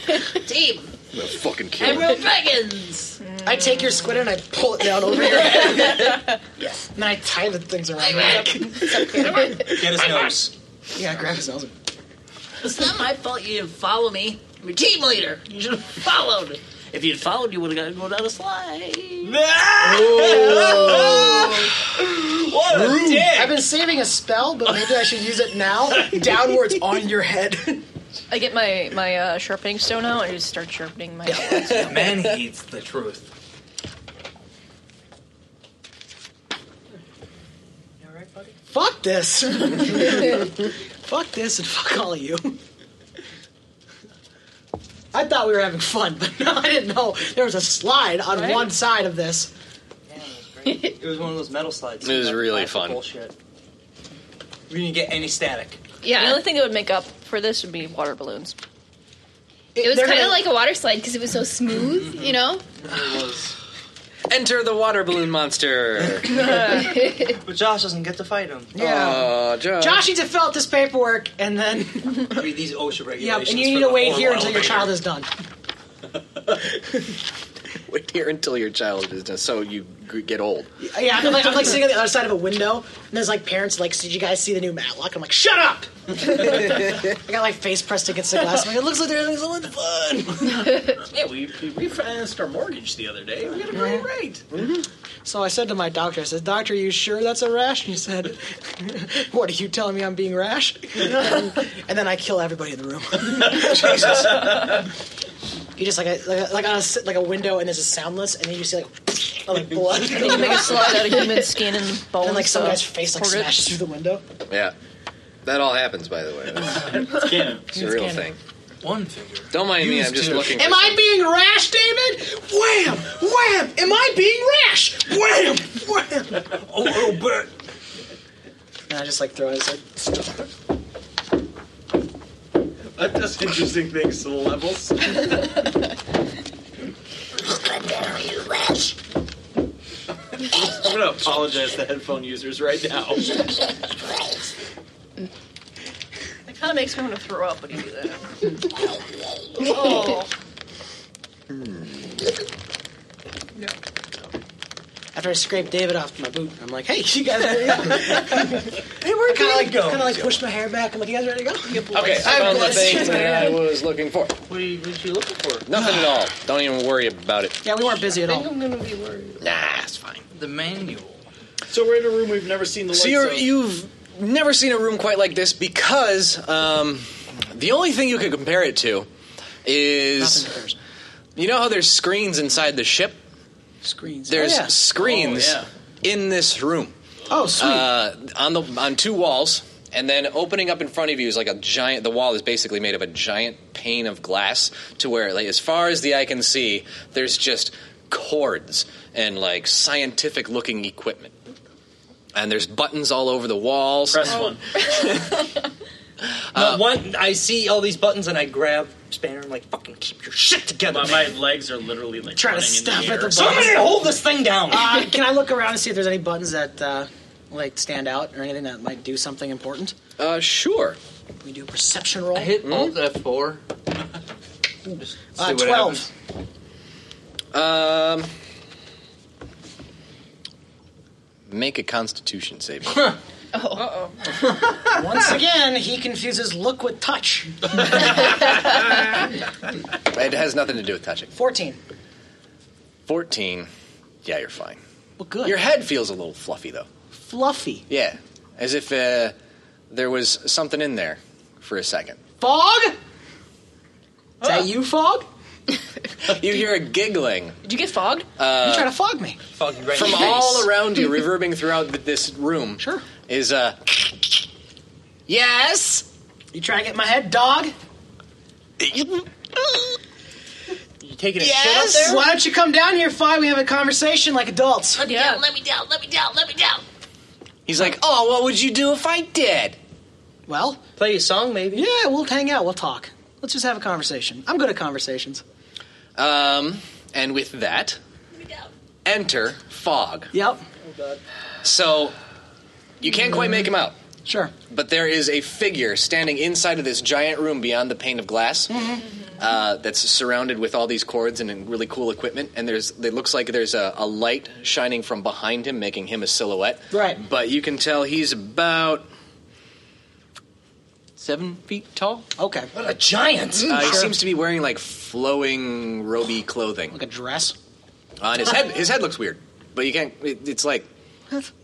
G: Team.
B: I'm a fucking
G: I'm
B: killer.
G: real dragons.
E: I take your squid and I pull it down over your head. yes. And then I tie the things around your neck.
L: Get his nose.
E: Yeah, I grab his nose.
G: It's not my fault you didn't follow me. I'm your team leader. You should have followed. If you'd followed, you would have got to go down a slide.
E: What
G: a dick.
E: I've been saving a spell, but maybe I should use it now. Downwards on your head.
I: I get my my uh, sharpening stone out and just start sharpening my.
F: Man heeds the truth.
E: Fuck this. fuck this and fuck all of you. I thought we were having fun, but no, I didn't know there was a slide on
M: Right?
E: one side of this.
M: it was one of those metal slides.
B: It was really
M: Plastic
B: fun.
M: Bullshit. We didn't get any static.
I: yeah. The only thing that would make up for this would be water balloons.
J: It was
I: They're
J: kind of
I: gonna-
J: like a water slide because it was so smooth, you know.
B: Enter the water balloon monster.
M: but Josh doesn't get to fight him.
B: Aw, Josh.
E: Josh needs to fill out this paperwork and then.
M: Read these OSHA
E: Yep,
M: regulations.
E: and you
M: for
E: need to
M: the
E: wait
M: whole
E: here until
M: world.
E: your child is done.
B: Wait here until your child is done, so you g- get old.
E: Yeah, I'm like, I'm like sitting on the other side of a window, and there's like parents like, "Did you guys see the new Matlock?" I'm like, "Shut up!" I got like face pressed against the glass. I'm like, "It looks like everything's a lot of fun."
D: yeah, we, we refinanced our mortgage the other day. We got a great rate.
E: so I said to my doctor, I said, "Doctor, are you sure that's a rash?" And he said, "What are you telling me? I'm being rash?" and then I kill everybody in the room. Jesus. You just like a, like, a, like on a s- like a window, and there's a soundless, and then you see like like blood.
I: And you make a slide out of human skin and bones.
E: And like some
I: uh,
E: guy's face like
I: porridge.
E: smashes through the window.
B: Yeah, that all happens, by the way. That's, it's a
E: It's
B: real
E: canon.
B: thing. One finger. Don't mind me. I'm just looking.
E: Am
B: for
E: I being rash, David? Wham! Wham! Am I being rash? Wham! Wham! oh, oh, but. And I just like throw his like stuff.
D: That does interesting things to the levels. I'm gonna apologize to headphone users right now.
I: It kind of makes me want to throw up when you do that. oh,
E: After I scrape David off my boot, I'm like, hey, you guys ready to go? hey, where are you go? Kind of like push my hair back. I'm like, you guys ready to go? Yeah, boys.
B: Okay, I found the
E: Boys.
B: thing that I was looking for.
M: What are you, what are you looking for?
B: Nothing at all. Don't even worry about it.
E: Yeah, we weren't busy at all.
M: I'm gonna be worried.
B: Nah, it's fine.
F: The manual.
D: So we're in a room we've never seen the
B: So
D: lights
B: you're,
D: of.
B: you've never seen a room quite like this because um, the only thing you could compare it to is you know how there's screens inside the ship.
E: Screens.
B: There's
E: Oh, yeah.
B: screens
E: Oh,
B: in this room.
E: Oh, sweet.
B: Uh, on the on two walls, and then opening up in front of you is like a giant. The wall is basically made of a giant pane of glass, to where like as far as the eye can see, there's just cords and like scientific looking equipment. And there's buttons all over the walls.
M: Press one.
D: Oh.
M: No, one. I see all these buttons and I grab spanner. and I'm like, fucking keep your shit together.
D: My, my legs are literally like
E: Trying to
D: running in
E: stop
D: the
E: at
D: air.
E: the
M: Somebody
E: button.
M: hold this thing down.
E: Uh, can I look around and see if there's any buttons that uh, like stand out or anything that might do something important?
B: Uh, sure.
E: We do a perception roll.
F: I hit Alt F4. Just
E: Uh,
F: see what
E: 12.
B: Um, make a Constitution saving.
I: oh,
E: Once again, he confuses look with touch.
B: it has nothing to do with touching.
E: Fourteen.
B: Fourteen. Yeah, you're fine.
E: Well, good.
B: Your head feels a little fluffy though.
E: Fluffy.
B: Yeah, as if uh, there was something in there for a second.
E: Fog? Is that you, Fog?
B: You hear a giggling
I: did you get fogged?
B: Uh,
E: you try to fog me.
B: from all around you, reverbing throughout th- this room. Sure. Is uh, Yes.
E: You try to get my head, dog.
M: You taking a
E: Yes.
M: shit up
E: Why
M: there?
E: don't you come down here, Fi? We have a conversation like adults.
G: Let me down, let me down, let me down, let me down.
B: he's like, oh, what would you do if I did?
E: Well,
M: play a song, maybe.
E: Yeah, we'll hang out. We'll talk. Let's just have a conversation. I'm good at conversations.
B: Um, and with that, enter fog.
E: Yep.
B: So you can't quite make him out.
E: Sure.
B: But there is a figure standing inside of this giant room beyond the pane of glass uh, that's surrounded with all these cords and really cool equipment. And there's it looks like there's a, a light shining from behind him, making him a silhouette.
E: Right.
B: uh, But you can tell he's about seven feet tall. Okay,
L: What a giant!
B: Uh, He
L: Sure.
B: seems to be wearing like flowing roby clothing, like a dress. On his head, his head looks weird, but you can't. It, it's like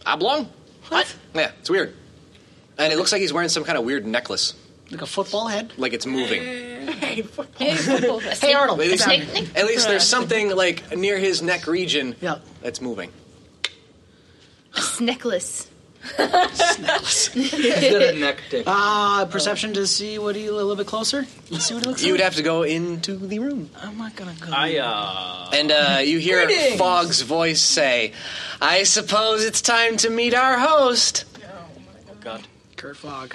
B: oblong. What? Yeah, it's weird, and it looks like he's wearing some kind of weird necklace,
E: Like a football head?
B: like it's moving.
E: Hey, football head. Hey, Arnold.
B: At least,
E: Sorry.
B: at least there's something like near his neck region that's moving.
J: necklace.
B: neck dick?
E: Uh, perception to see what he a little bit closer. Let's see what it looks
B: You
E: like.
B: would have to go into the room.
E: I'm not gonna go.
D: I uh
B: And uh, you hear
E: Greetings.
B: Fogg's voice say, "I suppose it's time to meet our host."
D: oh god.
E: Kurt Fogg.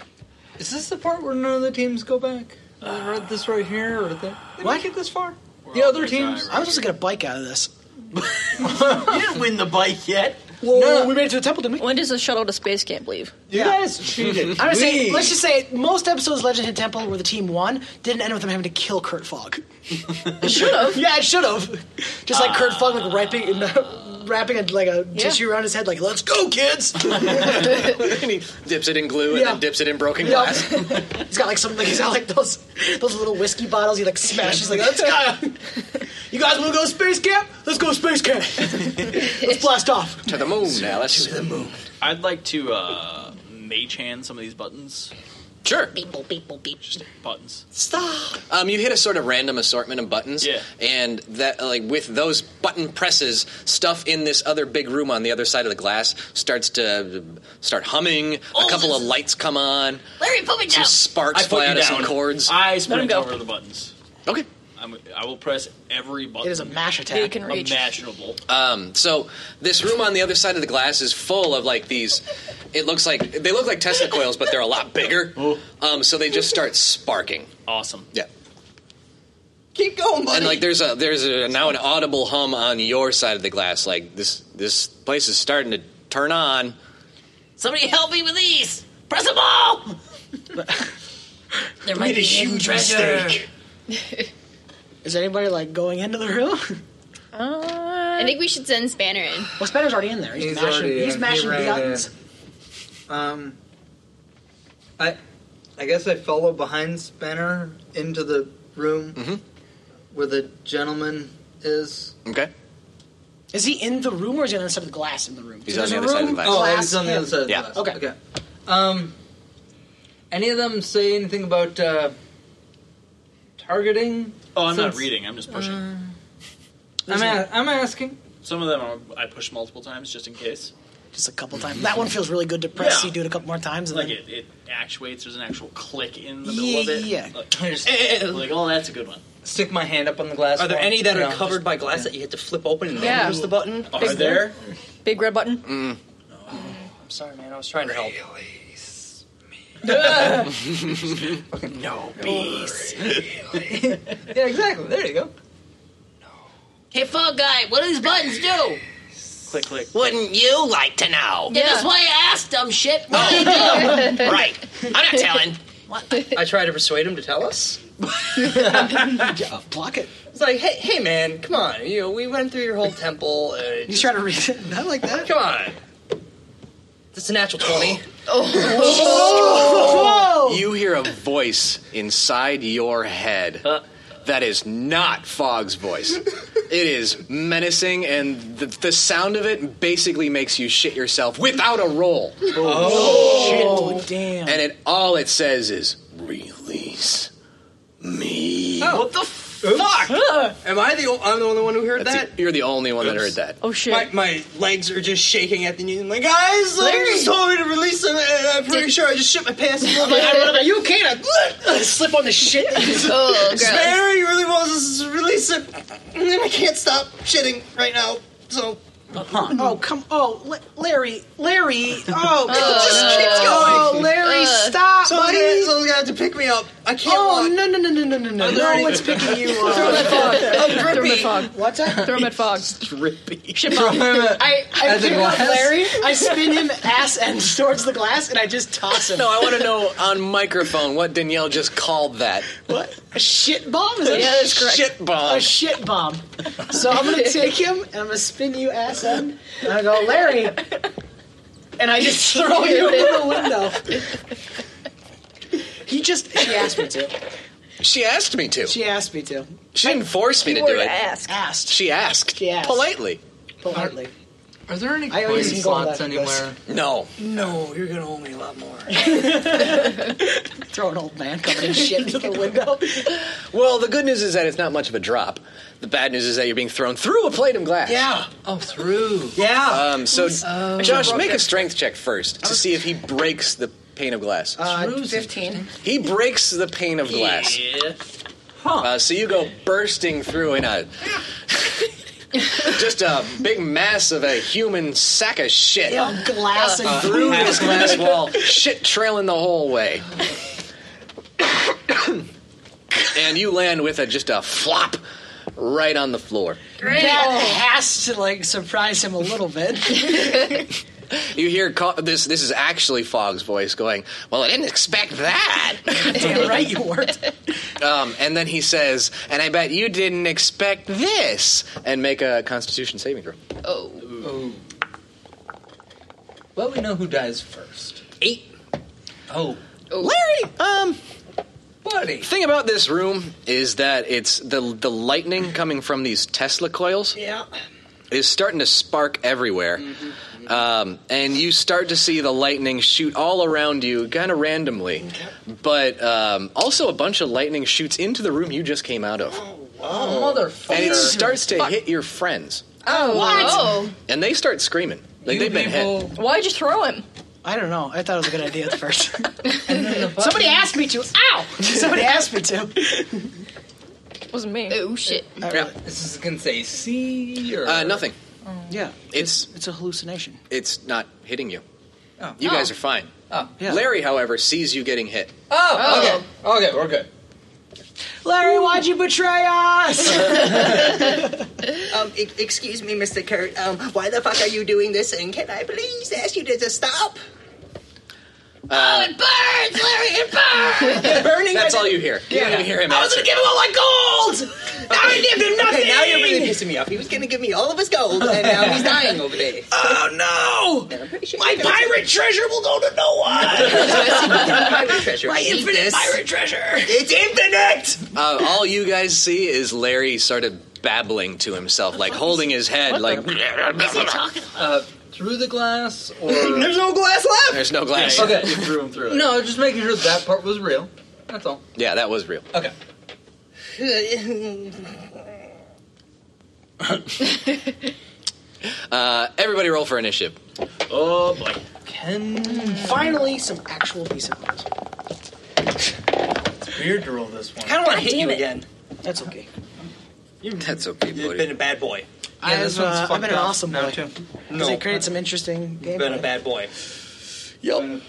F: Is this the part where none of the teams go back? I read this right here. Or did they, they
E: What?
F: make it this far? the other teams.
E: I was supposed to get a bike out of this.
F: you didn't win the bike yet.
E: Well, no, we made it to the temple, didn't we?
I: When does the shuttle to space camp leave?
E: Yeah. I'm gonna say, let's just say most episodes of Legend of Temple where the team won didn't end with them having to kill Kurt Fogg. it should have. Yeah, it should have. Just like Kurt Fogg, like wrapping, wrapping a, like a tissue around his head, like "Let's go, kids."
B: and he dips it in glue and
E: Yeah.
B: then dips it in broken
E: Yep.
B: glass.
E: he's got like something. Like, he's got like those those little whiskey bottles. He like smashes like, "Let's go." You guys want to go to space camp? Let's go to space camp. Let's blast off.
B: To the moon, Alice. To the
E: moon.
D: I'd like to uh mage hand some of these buttons.
B: Sure.
D: Beep boop beep boop beep. Just buttons.
B: Stop. Um, you hit a sort of random assortment of buttons, yeah. and that like with those button presses, stuff in this other big room on the other side of the glass starts to start humming.
E: Oh,
B: a couple of lights come on.
G: Larry, put me
B: Some
G: down.
B: sparks
D: I put
B: fly
D: you
B: out of some
D: down.
B: cords.
D: I
B: sprint
D: sprint over the buttons.
B: Okay.
D: I'm, I will press every button.
E: It is a mash attack. It can reach.
D: Imaginable.
B: Um, so this room on the other side of the glass is full of like these. It looks like they look like Tesla coils, but they're a lot bigger. Um, so they just start sparking.
D: Awesome.
B: Yeah.
L: Keep going, buddy.
B: And like there's a there's a, now an audible hum on your side of the glass. Like this this place is starting to turn on.
G: Somebody help me with these. Press them all. there might
E: Made a
G: be hidden
E: huge
G: treasure.
E: mistake. Is anybody like going into the room?
I: Uh,
J: I think we should send Spanner in.
E: Well, Spanner's already in there. He's,
F: He's
E: mashing.
F: already in.
E: he's
F: He
E: mashing
F: ran
E: buttons.
F: Um, I, I guess I follow behind Spanner into the room
E: Mm-hmm.
F: where the gentleman is.
B: Okay.
E: Is he in the room or is he on the other side of the glass in the room?
F: He's
E: So
F: on the
E: there's
F: other
E: a
F: side of the
E: room,
F: glass. Oh,
E: glass,
F: he's on the
E: and-
F: other side of the
E: yeah.
F: glass.
E: Okay.
F: Okay. Um, any of them say anything about uh, targeting?
D: Oh, I'm not
F: Since-
D: reading. I'm just pushing.
E: Mm.
F: I'm, a- I'm asking.
D: Some of them are, I push multiple times just in case.
E: Just a couple times. That one feels really good to press.
D: Yeah.
E: You do it a couple more times. And
D: Like
E: then,
D: it, it actuates. There's an actual click in the middle
E: yeah,
D: of it.
E: yeah.
D: Like, like, oh, that's a good one.
F: Stick my hand up on the glass.
D: Are there
F: wall.
D: any that are
F: No,
D: covered
F: by glass that you have to flip open
L: and
D: then Yeah.
L: Press the button.
D: Are there?
I: Big red button.
E: Mm.
L: I'm sorry, man. I was trying to help.
F: Fucking
E: Oh,
F: no
G: peace.
F: yeah, exactly. There you go.
G: Hey, Fog Guy, what do these buttons do?
D: Click, click.
G: Wouldn't you like to know? Yeah, that's why I asked dumb shit. What do they do?
L: right. I'm not telling.
G: What?
L: I try to persuade him to tell us.
E: block it.
L: It's like, hey, hey, man, come on. You know, we went through your whole temple. Uh, you
E: try to read it, not like that.
L: Come on. It's a natural twenty.
B: You hear a voice inside your head. That is not Fogg's voice. It is menacing, and the, the sound of it basically makes you shit yourself without a roll.
E: Oh, shit. Damn.
B: And it all it says is release me.
F: what the fuck? Am I the o- I'm the only one who heard
B: That's
F: that?
B: the- you're the only one that heard that.
I: Oh shit!
F: My, my legs are just shaking at the news. I'm like, guys, they just told me to release them, and I'm pretty sure I just shit my pants. I'm like, I don't know about you, Kate. I slip on the shit.
I: Oh, gross.
F: Sperry really wants us to release it, and I can't stop shitting right now. So,
E: Oh come! Oh, La- Larry, Larry! Oh,
F: Oh,
E: just
F: no.
E: keeps going. Oh, Larry,
F: Uh.
E: stop,
F: Someone's
E: buddy!
F: gonna- someone's gonna have to pick me up. I can't
E: Oh
F: walk.
E: no no no no no no no!
F: I'm
E: No
F: learning.
E: one's picking you up.
F: Throw that fog.
I: Oh,
F: I'm
E: Throw
F: grippy.
E: that fog. What's that?
I: Throw him at fog.
E: Drippy.
F: Throw him at-
E: I, I
F: at the
E: pick up
F: glass.
E: Larry. I spin him ass end towards the glass, and I just toss him.
B: No, I want to know on microphone what Danielle just called that.
E: What? A shit bomb? Is that-
B: Yeah, that's correct. Shit bomb.
E: A shit bomb. So I'm gonna take him and I'm gonna spin you ass end, and I go, Larry, and I just throw you in the window. He just he asked me to.
B: She asked me to.
E: She asked me to.
B: She didn't force me to do
E: Keyword
B: it.
E: ask. Asked.
B: She asked.
E: She asked.
B: Politely.
E: Politely.
F: Are there any
E: I always
F: coin
E: go on
F: slots
E: that list.
F: anywhere?
B: No.
E: No, you're gonna owe me a lot more. Throw an old man coming in shit to the window.
B: Well, the good news is that it's not much of a drop. The bad news is that you're being thrown through a plate of glass.
E: Yeah.
F: Oh, through.
E: Yeah.
B: Um, so,
E: Oh.
B: Josh, make a strength check first to see if he breaks the pane of glass.
E: Uh,
K: Fifteen.
B: he breaks the pane of glass.
D: Yeah.
B: Uh, so you go bursting through in a just a big mass of a human sack of shit
E: Yeah, glass and
B: Uh, through
E: food.
B: this glass wall, shit trailing the whole way. and you land with a just a flop right on the floor.
E: That has to like surprise him a little bit.
B: You hear co- this. This is actually Fogg's voice going. Well, I didn't expect that.
E: Damn right you weren't.
B: Um, and then he says, "And I bet you didn't expect this." And make a Constitution saving throw.
J: Oh.
F: Well, we know who dies first.
B: Eight.
F: Oh.
B: Larry, um,
F: buddy.
B: Thing about this room is that it's the the lightning coming from these Tesla coils
E: Yeah.
B: is starting to spark everywhere.
F: Mm-hmm,
B: Um, and you start to see the lightning shoot all around you, kind of randomly. But um, also, a bunch of lightning shoots into the room you just came out of.
F: Oh. Motherfucker.
B: And it starts to hit your friends.
I: Oh,
B: What?
I: Oh.
B: And they start screaming. Like, they've been hit.
I: Why'd you throw him?
E: I don't know. I thought it was a good idea at first. Somebody asked me to. Ow! Somebody asked me to.
I: Wasn't me.
J: Oh shit.
B: Yeah.
F: This is gonna say C or
B: Uh, nothing.
E: Yeah.
B: It's
E: it's a hallucination.
B: It's not hitting you.
F: Oh.
B: You guys are fine.
F: Oh.
B: Larry, however, sees you getting hit.
F: Oh, okay. Okay, we're good.
E: Larry, why'd you betray us?
K: um, e- excuse me, Mr. Kurt. Um, why the fuck are you doing this? And can I please ask you to just stop?
B: Uh,
K: burns, Larry. It burns. burning.
B: That's all you hear. You don't even hear him.
K: I was
B: answer.
K: gonna give him all my gold. Now he gave him nothing.
M: Okay, now you're really pissing me off.
K: He was gonna give me all of his gold, and now he's dying over there.
F: Uh,
M: Oh
K: no!
M: My pirate treasure will go to no
K: Pirate
M: one.
K: treasure.
M: My
K: Eat
M: infinite
K: this.
M: pirate treasure.
K: It's infinite.
B: Uh, all you guys see is Larry sort of babbling to himself, like holding his head, like.
F: Uh, through the glass or
B: There's
M: no glass left.
B: There's no glass.
F: Okay.
D: You threw him through it.
F: No, just making sure that part was real. That's all.
B: Yeah, that was real.
F: Okay.
B: Uh, everybody roll for initiative.
D: Oh boy.
E: Can finally some actual decent ones.
F: It's weird to roll this one.
M: I don't want
E: God
M: to hit
E: damn
M: you
E: it.
M: again.
E: That's okay.
B: That's okay, buddy.
M: You've been a bad boy.
E: I have, uh, I've been an awesome boy.
M: No.
E: Because it created some interesting
M: You've
E: game.
M: been a bad boy.
B: Yep.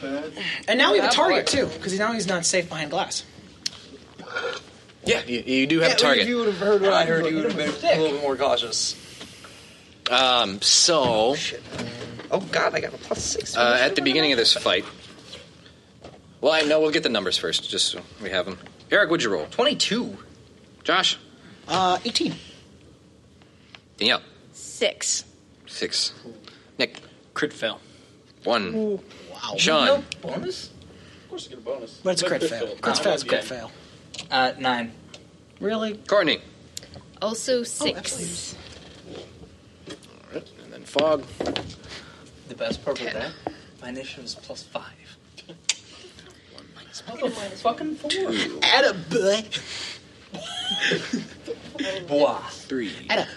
E: And now we have a
M: Bad
E: target too, because now he's not safe behind glass.
B: Yeah, you, you do have a target.
M: would have heard what I heard, you would have been a little bit more cautious.
B: Um, so.
M: Oh God, I got a plus six.
B: Uh, at the beginning of this fight. Well, I know we'll get the numbers first, just so we have them. Eric, what'd you roll?
M: Twenty-two.
B: Josh,
E: Uh, 18.
B: Danielle,
I: Six.
B: six. Nick,
D: crit fail.
B: One.
E: Wow.
B: Sean.
F: No bonus?
D: Of course, you get a bonus.
E: But it's a crit fail. Crit fail is a crit fail.
F: Uh, nine.
E: Really?
B: Courtney,
J: Also six.
B: and then Fog.
F: The best part of that, my initiative is plus five. Fucking four.
E: Add a boy.
F: Bois.
B: Three.
E: Add a.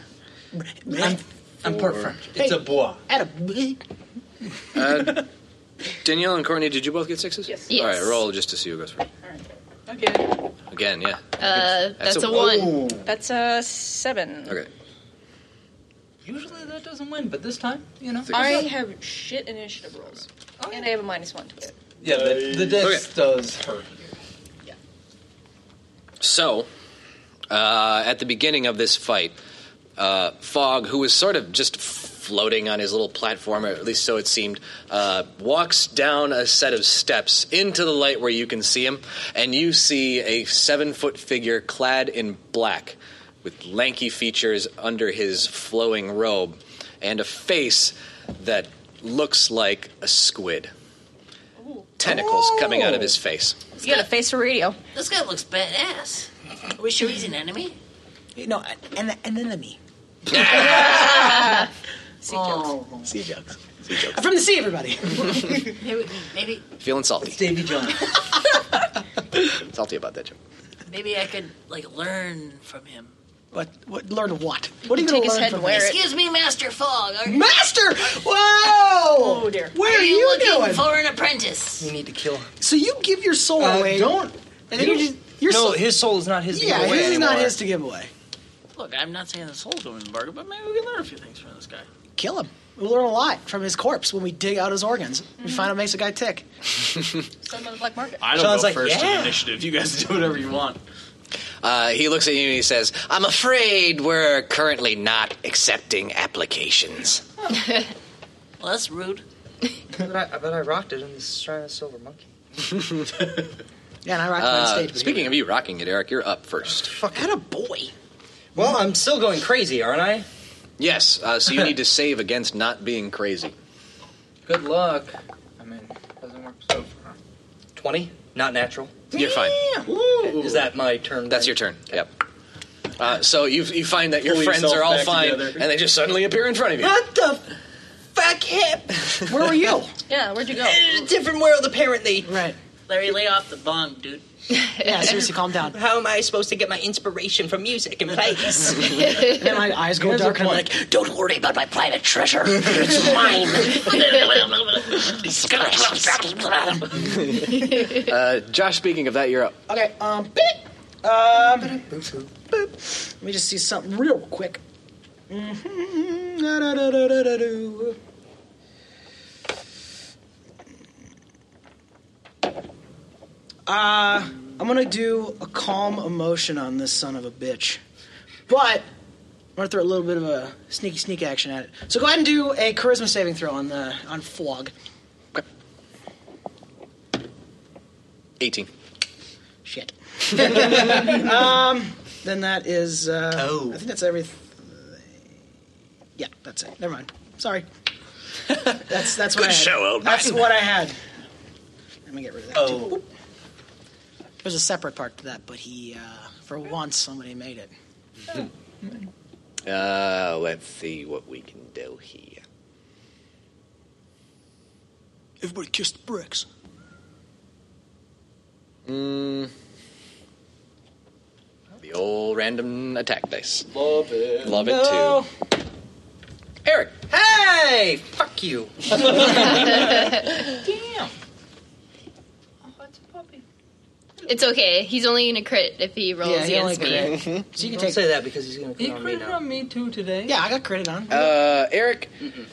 F: I'm, I'm part
E: Four.
F: French. It's a bois.
E: Add a eh, boy.
B: Uh, Danielle and Courtney, did you both get sixes? Yes.
J: Yes.
B: All right, roll just to see who goes first.
I: Okay.
B: Again, yeah.
I: Uh,
B: That's
I: that's,
B: a
I: a,
B: one.
I: one. That's a seven.
B: Okay.
F: Usually that doesn't win, but this time, you know.
I: I have shit initiative rolls, and I have a minus one to it.
F: Yeah, the, the dex does hurt.
B: So, uh, at the beginning of this fight, uh, Fogg, who was sort of just floating on his little platform, or at least so it seemed, uh, walks down a set of steps into the light where you can see him, and you see a seven foot figure clad in black with lanky features under his flowing robe and a face that looks like a squid. Tentacles coming out of his face.
I: He's got a face for radio.
G: This guy looks badass. Are we sure he's an enemy?
K: No, an, an enemy.
G: sea jokes.
K: Sea jokes.
E: From the sea, everybody.
G: maybe, maybe,
B: Feeling salty.
F: Davy Jones.
B: salty about that joke.
G: maybe I could like learn from him.
E: What? What? Learn what? What are you going to learn from this?
G: Excuse me, Master Fog. Are
E: Master! Whoa! Oh dear. Where
G: are
E: are
G: you,
E: you
G: looking
E: doing?
G: for an apprentice?
M: You need to kill him.
E: So you give your soul
M: Uh,
E: away.
M: don't.
E: And then you just, your
M: no,
E: soul,
M: his soul is not his. to
E: Yeah,
M: give away
E: his is not
M: anymore.
E: his to give away.
D: Look, I'm not saying this whole going to bargain, but maybe we can learn a few things from this guy.
E: Kill him. We'll learn a lot from his corpse when we dig out his organs. We find out what makes a guy tick.
I: Sell him on the black market.
D: I don't go first in initiative. You guys do whatever you want.
B: Uh, he looks at you and he says, I'm afraid we're currently not accepting applications.
G: Well, that's rude.
M: I bet I, I bet I rocked it in this shrine of silver monkey.
E: yeah, and I rocked
B: Uh, speaking of you rocking it, Eric, you're up first.
E: Fucking a boy.
M: Well, I'm still going crazy, aren't I?
B: Yes, uh, so you need to save against not being crazy.
M: Good luck. I mean, doesn't work so far. Twenty, not natural.
B: You're fine.
M: Is that my turn?
B: That's your turn. Yep. Uh, so you you find that your
M: Pull
B: friends
M: yourself
B: are all
M: back
B: fine,
M: together.
B: and they just suddenly appear in front of you.
M: What the
L: fuck happened?
E: Where were you?
I: Yeah, where'd you go?
L: In a different world, apparently.
E: Right.
L: Larry, lay off the bomb, dude.
E: Yeah, seriously, calm down.
L: How am I supposed to get my inspiration from music and plays?
E: and my eyes go dark and I'm like,
L: don't worry about my private treasure.
E: It's
B: uh, Josh, speaking of that, you're up.
E: Okay, um, beep. Um, boop. Let me just see something real quick. Mhm. Da-da-da-da-da-da-do. Uh, I'm gonna do a calm emotion on this son of a bitch, but I'm gonna throw a little bit of a sneaky sneak action at it. So go ahead and do a charisma saving throw on the on flog.
B: 18.
E: Shit. um, then that is. Uh,
B: Oh.
E: I think that's everything. Yeah, that's it. Never mind. Sorry. That's that's what
H: Good
E: I had.
H: show, old
E: That's
H: man.
E: what I had. Let me get rid of that. Oh. There's a separate part to that, but he, uh, for once, somebody made it.
B: Uh, let's see what we can do here.
E: Everybody kissed the bricks.
B: Mm. The old random attack dice.
M: Love it.
B: Love it
M: No.
B: too. Eric.
M: Hey, fuck you.
J: Damn. It's okay. He's only gonna crit if he rolls
M: Yeah, he only
J: against
E: So
J: me.
E: you
M: can
J: can
M: Don't
J: take-
M: say that because he's going to crit on me now.
F: me too today.
E: Yeah, I got critted on.
B: Uh, Eric,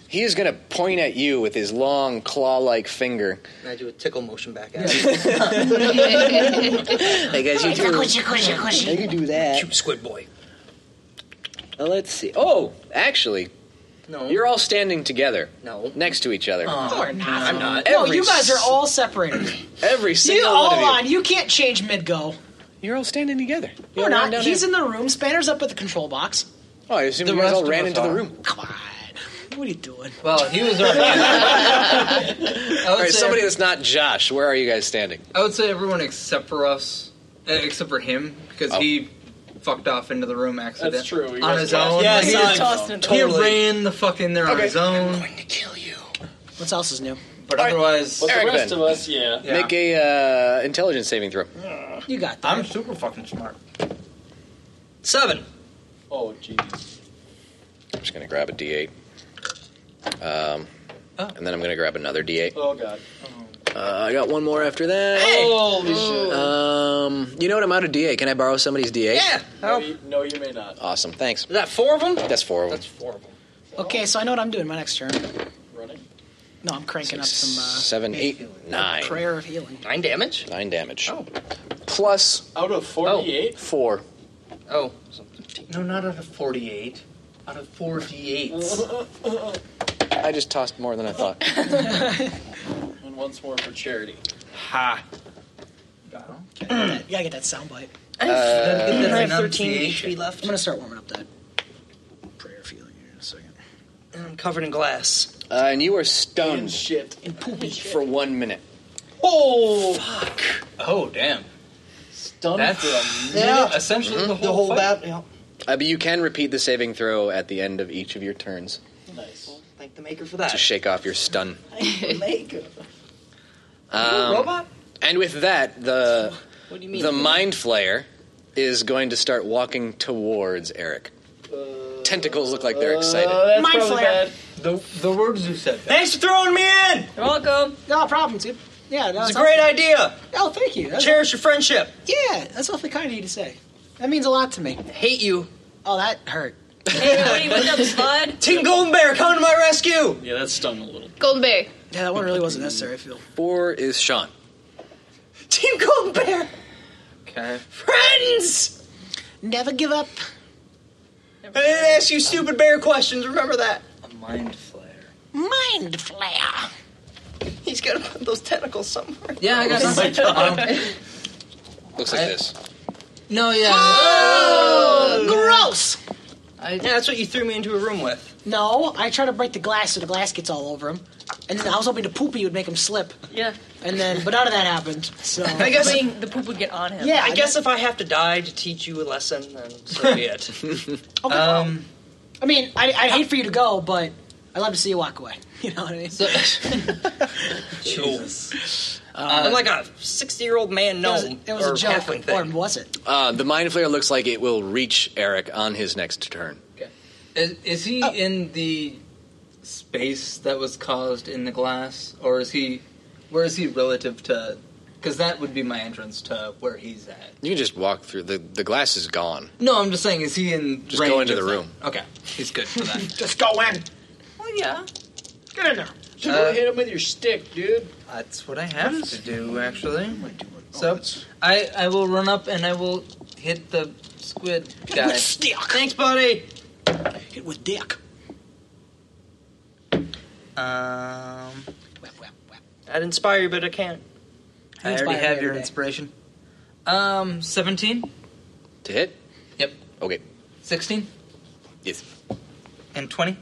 B: he is going to point at you with his long claw-like finger.
M: And I do a tickle motion back at
B: Hey guys, you too.
M: Cushy, cushy, cushy.
B: You can do that. Cute
M: squid boy.
B: let's see. Oh, actually,
M: no.
B: You're all standing together.
M: No.
B: Next to each other.
M: Oh,
E: we're not.
B: I'm not.
E: No,
B: Every
E: you guys are
B: s-
E: all separated.
B: Every
E: you,
B: single
E: hold
B: one of you.
E: on. You can't change mid go.
B: You're all standing together.
E: We're
B: Yeah,
E: not.
B: down
E: He's
B: here.
E: in the room. Spanner's up at the control box.
B: Oh, I assume
E: the
B: you guys all
E: rest of
B: ran
E: us
B: into the
E: are.
B: room.
E: Come on. What are you doing?
M: Well, he was already.
B: All right, somebody that's not Josh. Where are you guys standing?
F: I would say everyone except for us, uh, except for him, because
B: Oh.
F: he fucked off into the room accidentally.
D: That's true. He
F: on
D: was
F: his
D: tossed.
F: own.
D: Yes,
F: he,
D: I-
F: just-
D: tossed into
F: he
D: totally.
F: ran the fuck in there on
D: Okay.
F: his own.
E: What else is new?
F: But otherwise,
B: But the Eric rest
F: rest
B: then.
F: of us, yeah.
B: Make a uh, intelligence saving throw.
E: You got
F: I'm super fucking smart.
M: Seven.
D: Oh, jeez.
B: I'm just gonna grab a D8, um, and then I'm gonna grab another D8.
D: Oh, God.
B: Uh, I got one more after that.
D: Holy shit.
B: Um, you know what? I'm out of D8. Can I borrow somebody's D8? Yeah.
D: No, you, no, you may not.
B: Awesome. Thanks. Is
M: that four of them?
B: That's four of them. That's
M: four of them.
E: Okay, so I know what I'm doing my next turn.
D: Running.
E: No, I'm cranking up some uh,
B: Seven, eight, nine.
E: prayer of healing.
M: Nine damage.
B: Nine damage. Oh. Plus.
D: Out of 48?
B: Four.
M: Oh. No, not out of 48. Out of 48s.
B: I just tossed more than I thought.
D: And once more for charity.
B: ha.
E: You gotta get that sound bite.
D: I have-
E: Uh,
D: I have 13
M: HP left.
E: I'm gonna start warming up that prayer of healing here in a second.
M: I'm covered in glass.
B: Uh, and you are stunned shit. for one minute.
F: Oh fuck! Oh damn! Stunned
B: That's-
F: for a minute,
B: Yeah.
F: essentially
L: Mm-hmm.
B: Mhm.
F: the whole,
B: The whole
F: fight.
B: bat- Uh, but you can repeat the saving throw at the end of each of your turns
K: Nice. thank the maker for
B: to shake off your stun.
K: maker.
B: Um,
K: robot?
B: And with that, the
K: What do you mean?
B: the mind flayer is going to start walking towards Eric. Tentacles look like they're excited.
L: Oh,
E: that's Mind probably flayer. bad.
B: The the words you said.
E: Thanks for throwing me in. You're welcome. No problem, dude. Yeah, no,
L: It's a
E: awful-
L: great idea.
E: Oh, thank you. That's
L: Cherish your friendship.
E: Yeah, that's awfully kind of you to say. That means a lot to me.
L: Hate you.
E: Oh, that hurt.
L: Hey,
E: what up,
L: bud? Team Golden Bear, come to my rescue.
D: Yeah, that stung a little.
J: Golden Bear.
E: Yeah, that one really wasn't necessary. I feel.
B: Four is Sean.
E: Team Golden Bear.
F: Okay.
L: Friends.
E: Never give up.
L: I didn't ask you stupid bear questions. Remember that.
F: Mind
L: Mind flare. He's gonna put those tentacles somewhere.
F: Yeah, I got
L: Oh my
F: nothing.
L: God.
B: Looks like this.
L: No, yeah. Ah!
E: Oh, gross.
L: yeah, that's what you threw me into a room with.
E: No, I try to break the glass so the glass gets all over him, and then I was hoping the poopy would make him slip.
L: Yeah.
E: And then, but none of that happened. So
L: I guess- Hoping
E: the poop would get on
L: Yeah,
E: Yeah,
L: I guess if I have to die to teach you a lesson, then so be it. Um,
E: I mean, I, I'd hate for you to go, but I'd love to see you walk away. You know what I mean?
L: Jesus.
F: Uh,
L: I'm like a 60 year old man
E: It was-
L: gnome.
E: it was a
L: or
E: joke,
L: halfling thing.
E: Or was it?
B: Uh, the mind flayer looks like it will reach Eric on his next turn.
F: Is, is he
K: Oh.
F: in the space that was caused in the glass, or is he? Where is he relative to? Because that would be my entrance to where he's at.
B: You can just walk through. the The glass is gone.
F: No, I'm just saying, is he in?
B: Just go
F: range
B: into
F: of
B: the
F: that?
B: room.
F: Okay, he's good for that.
E: Just go in.
K: Oh yeah.
E: Get in there.
K: Should
F: Uh,
K: go hit him with your stick, dude.
F: That's what I have to do, actually. So I I will run up and I will hit the squid guy.
E: with stick.
F: Thanks, buddy.
E: Hit with dick.
F: Um,
L: I'd inspire you, but I can't.
F: I already
L: Inspire
F: have
L: me
F: your
L: today.
F: inspiration. Um, seventeen.
B: To hit?
F: Yep.
B: Okay.
F: Sixteen.
B: Yes.
F: And twenty.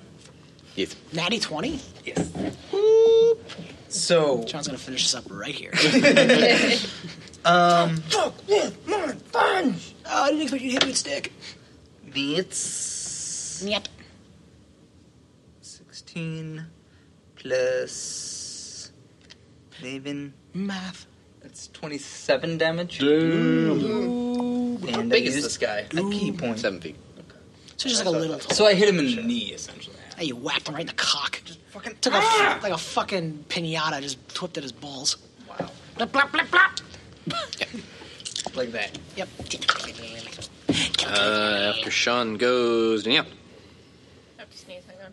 B: Yes.
E: Natty twenty.
F: Yes. So
E: John's gonna finish this up right here. Oh,
F: um,
E: Fuck with my friends. Oh, I didn't expect you to hit me with stick.
F: it's yep. Sixteen plus Maven
E: math.
F: That's twenty-seven damage.
L: How
F: And
L: big
F: I
L: is
F: used
L: this guy?
F: A key point.
B: Seven feet.
E: So just like a little.
F: So I hit him in the knee, essentially.
E: Hey, you whacked him right in the cock. Just
F: fucking
E: took a, like a fucking pinata, just whipped at his balls. Wow. Blap blap blap blap.
F: Like that.
E: Yep.
B: Uh, after Sean goes, Danielle.
I: I have to sneeze. Hang on.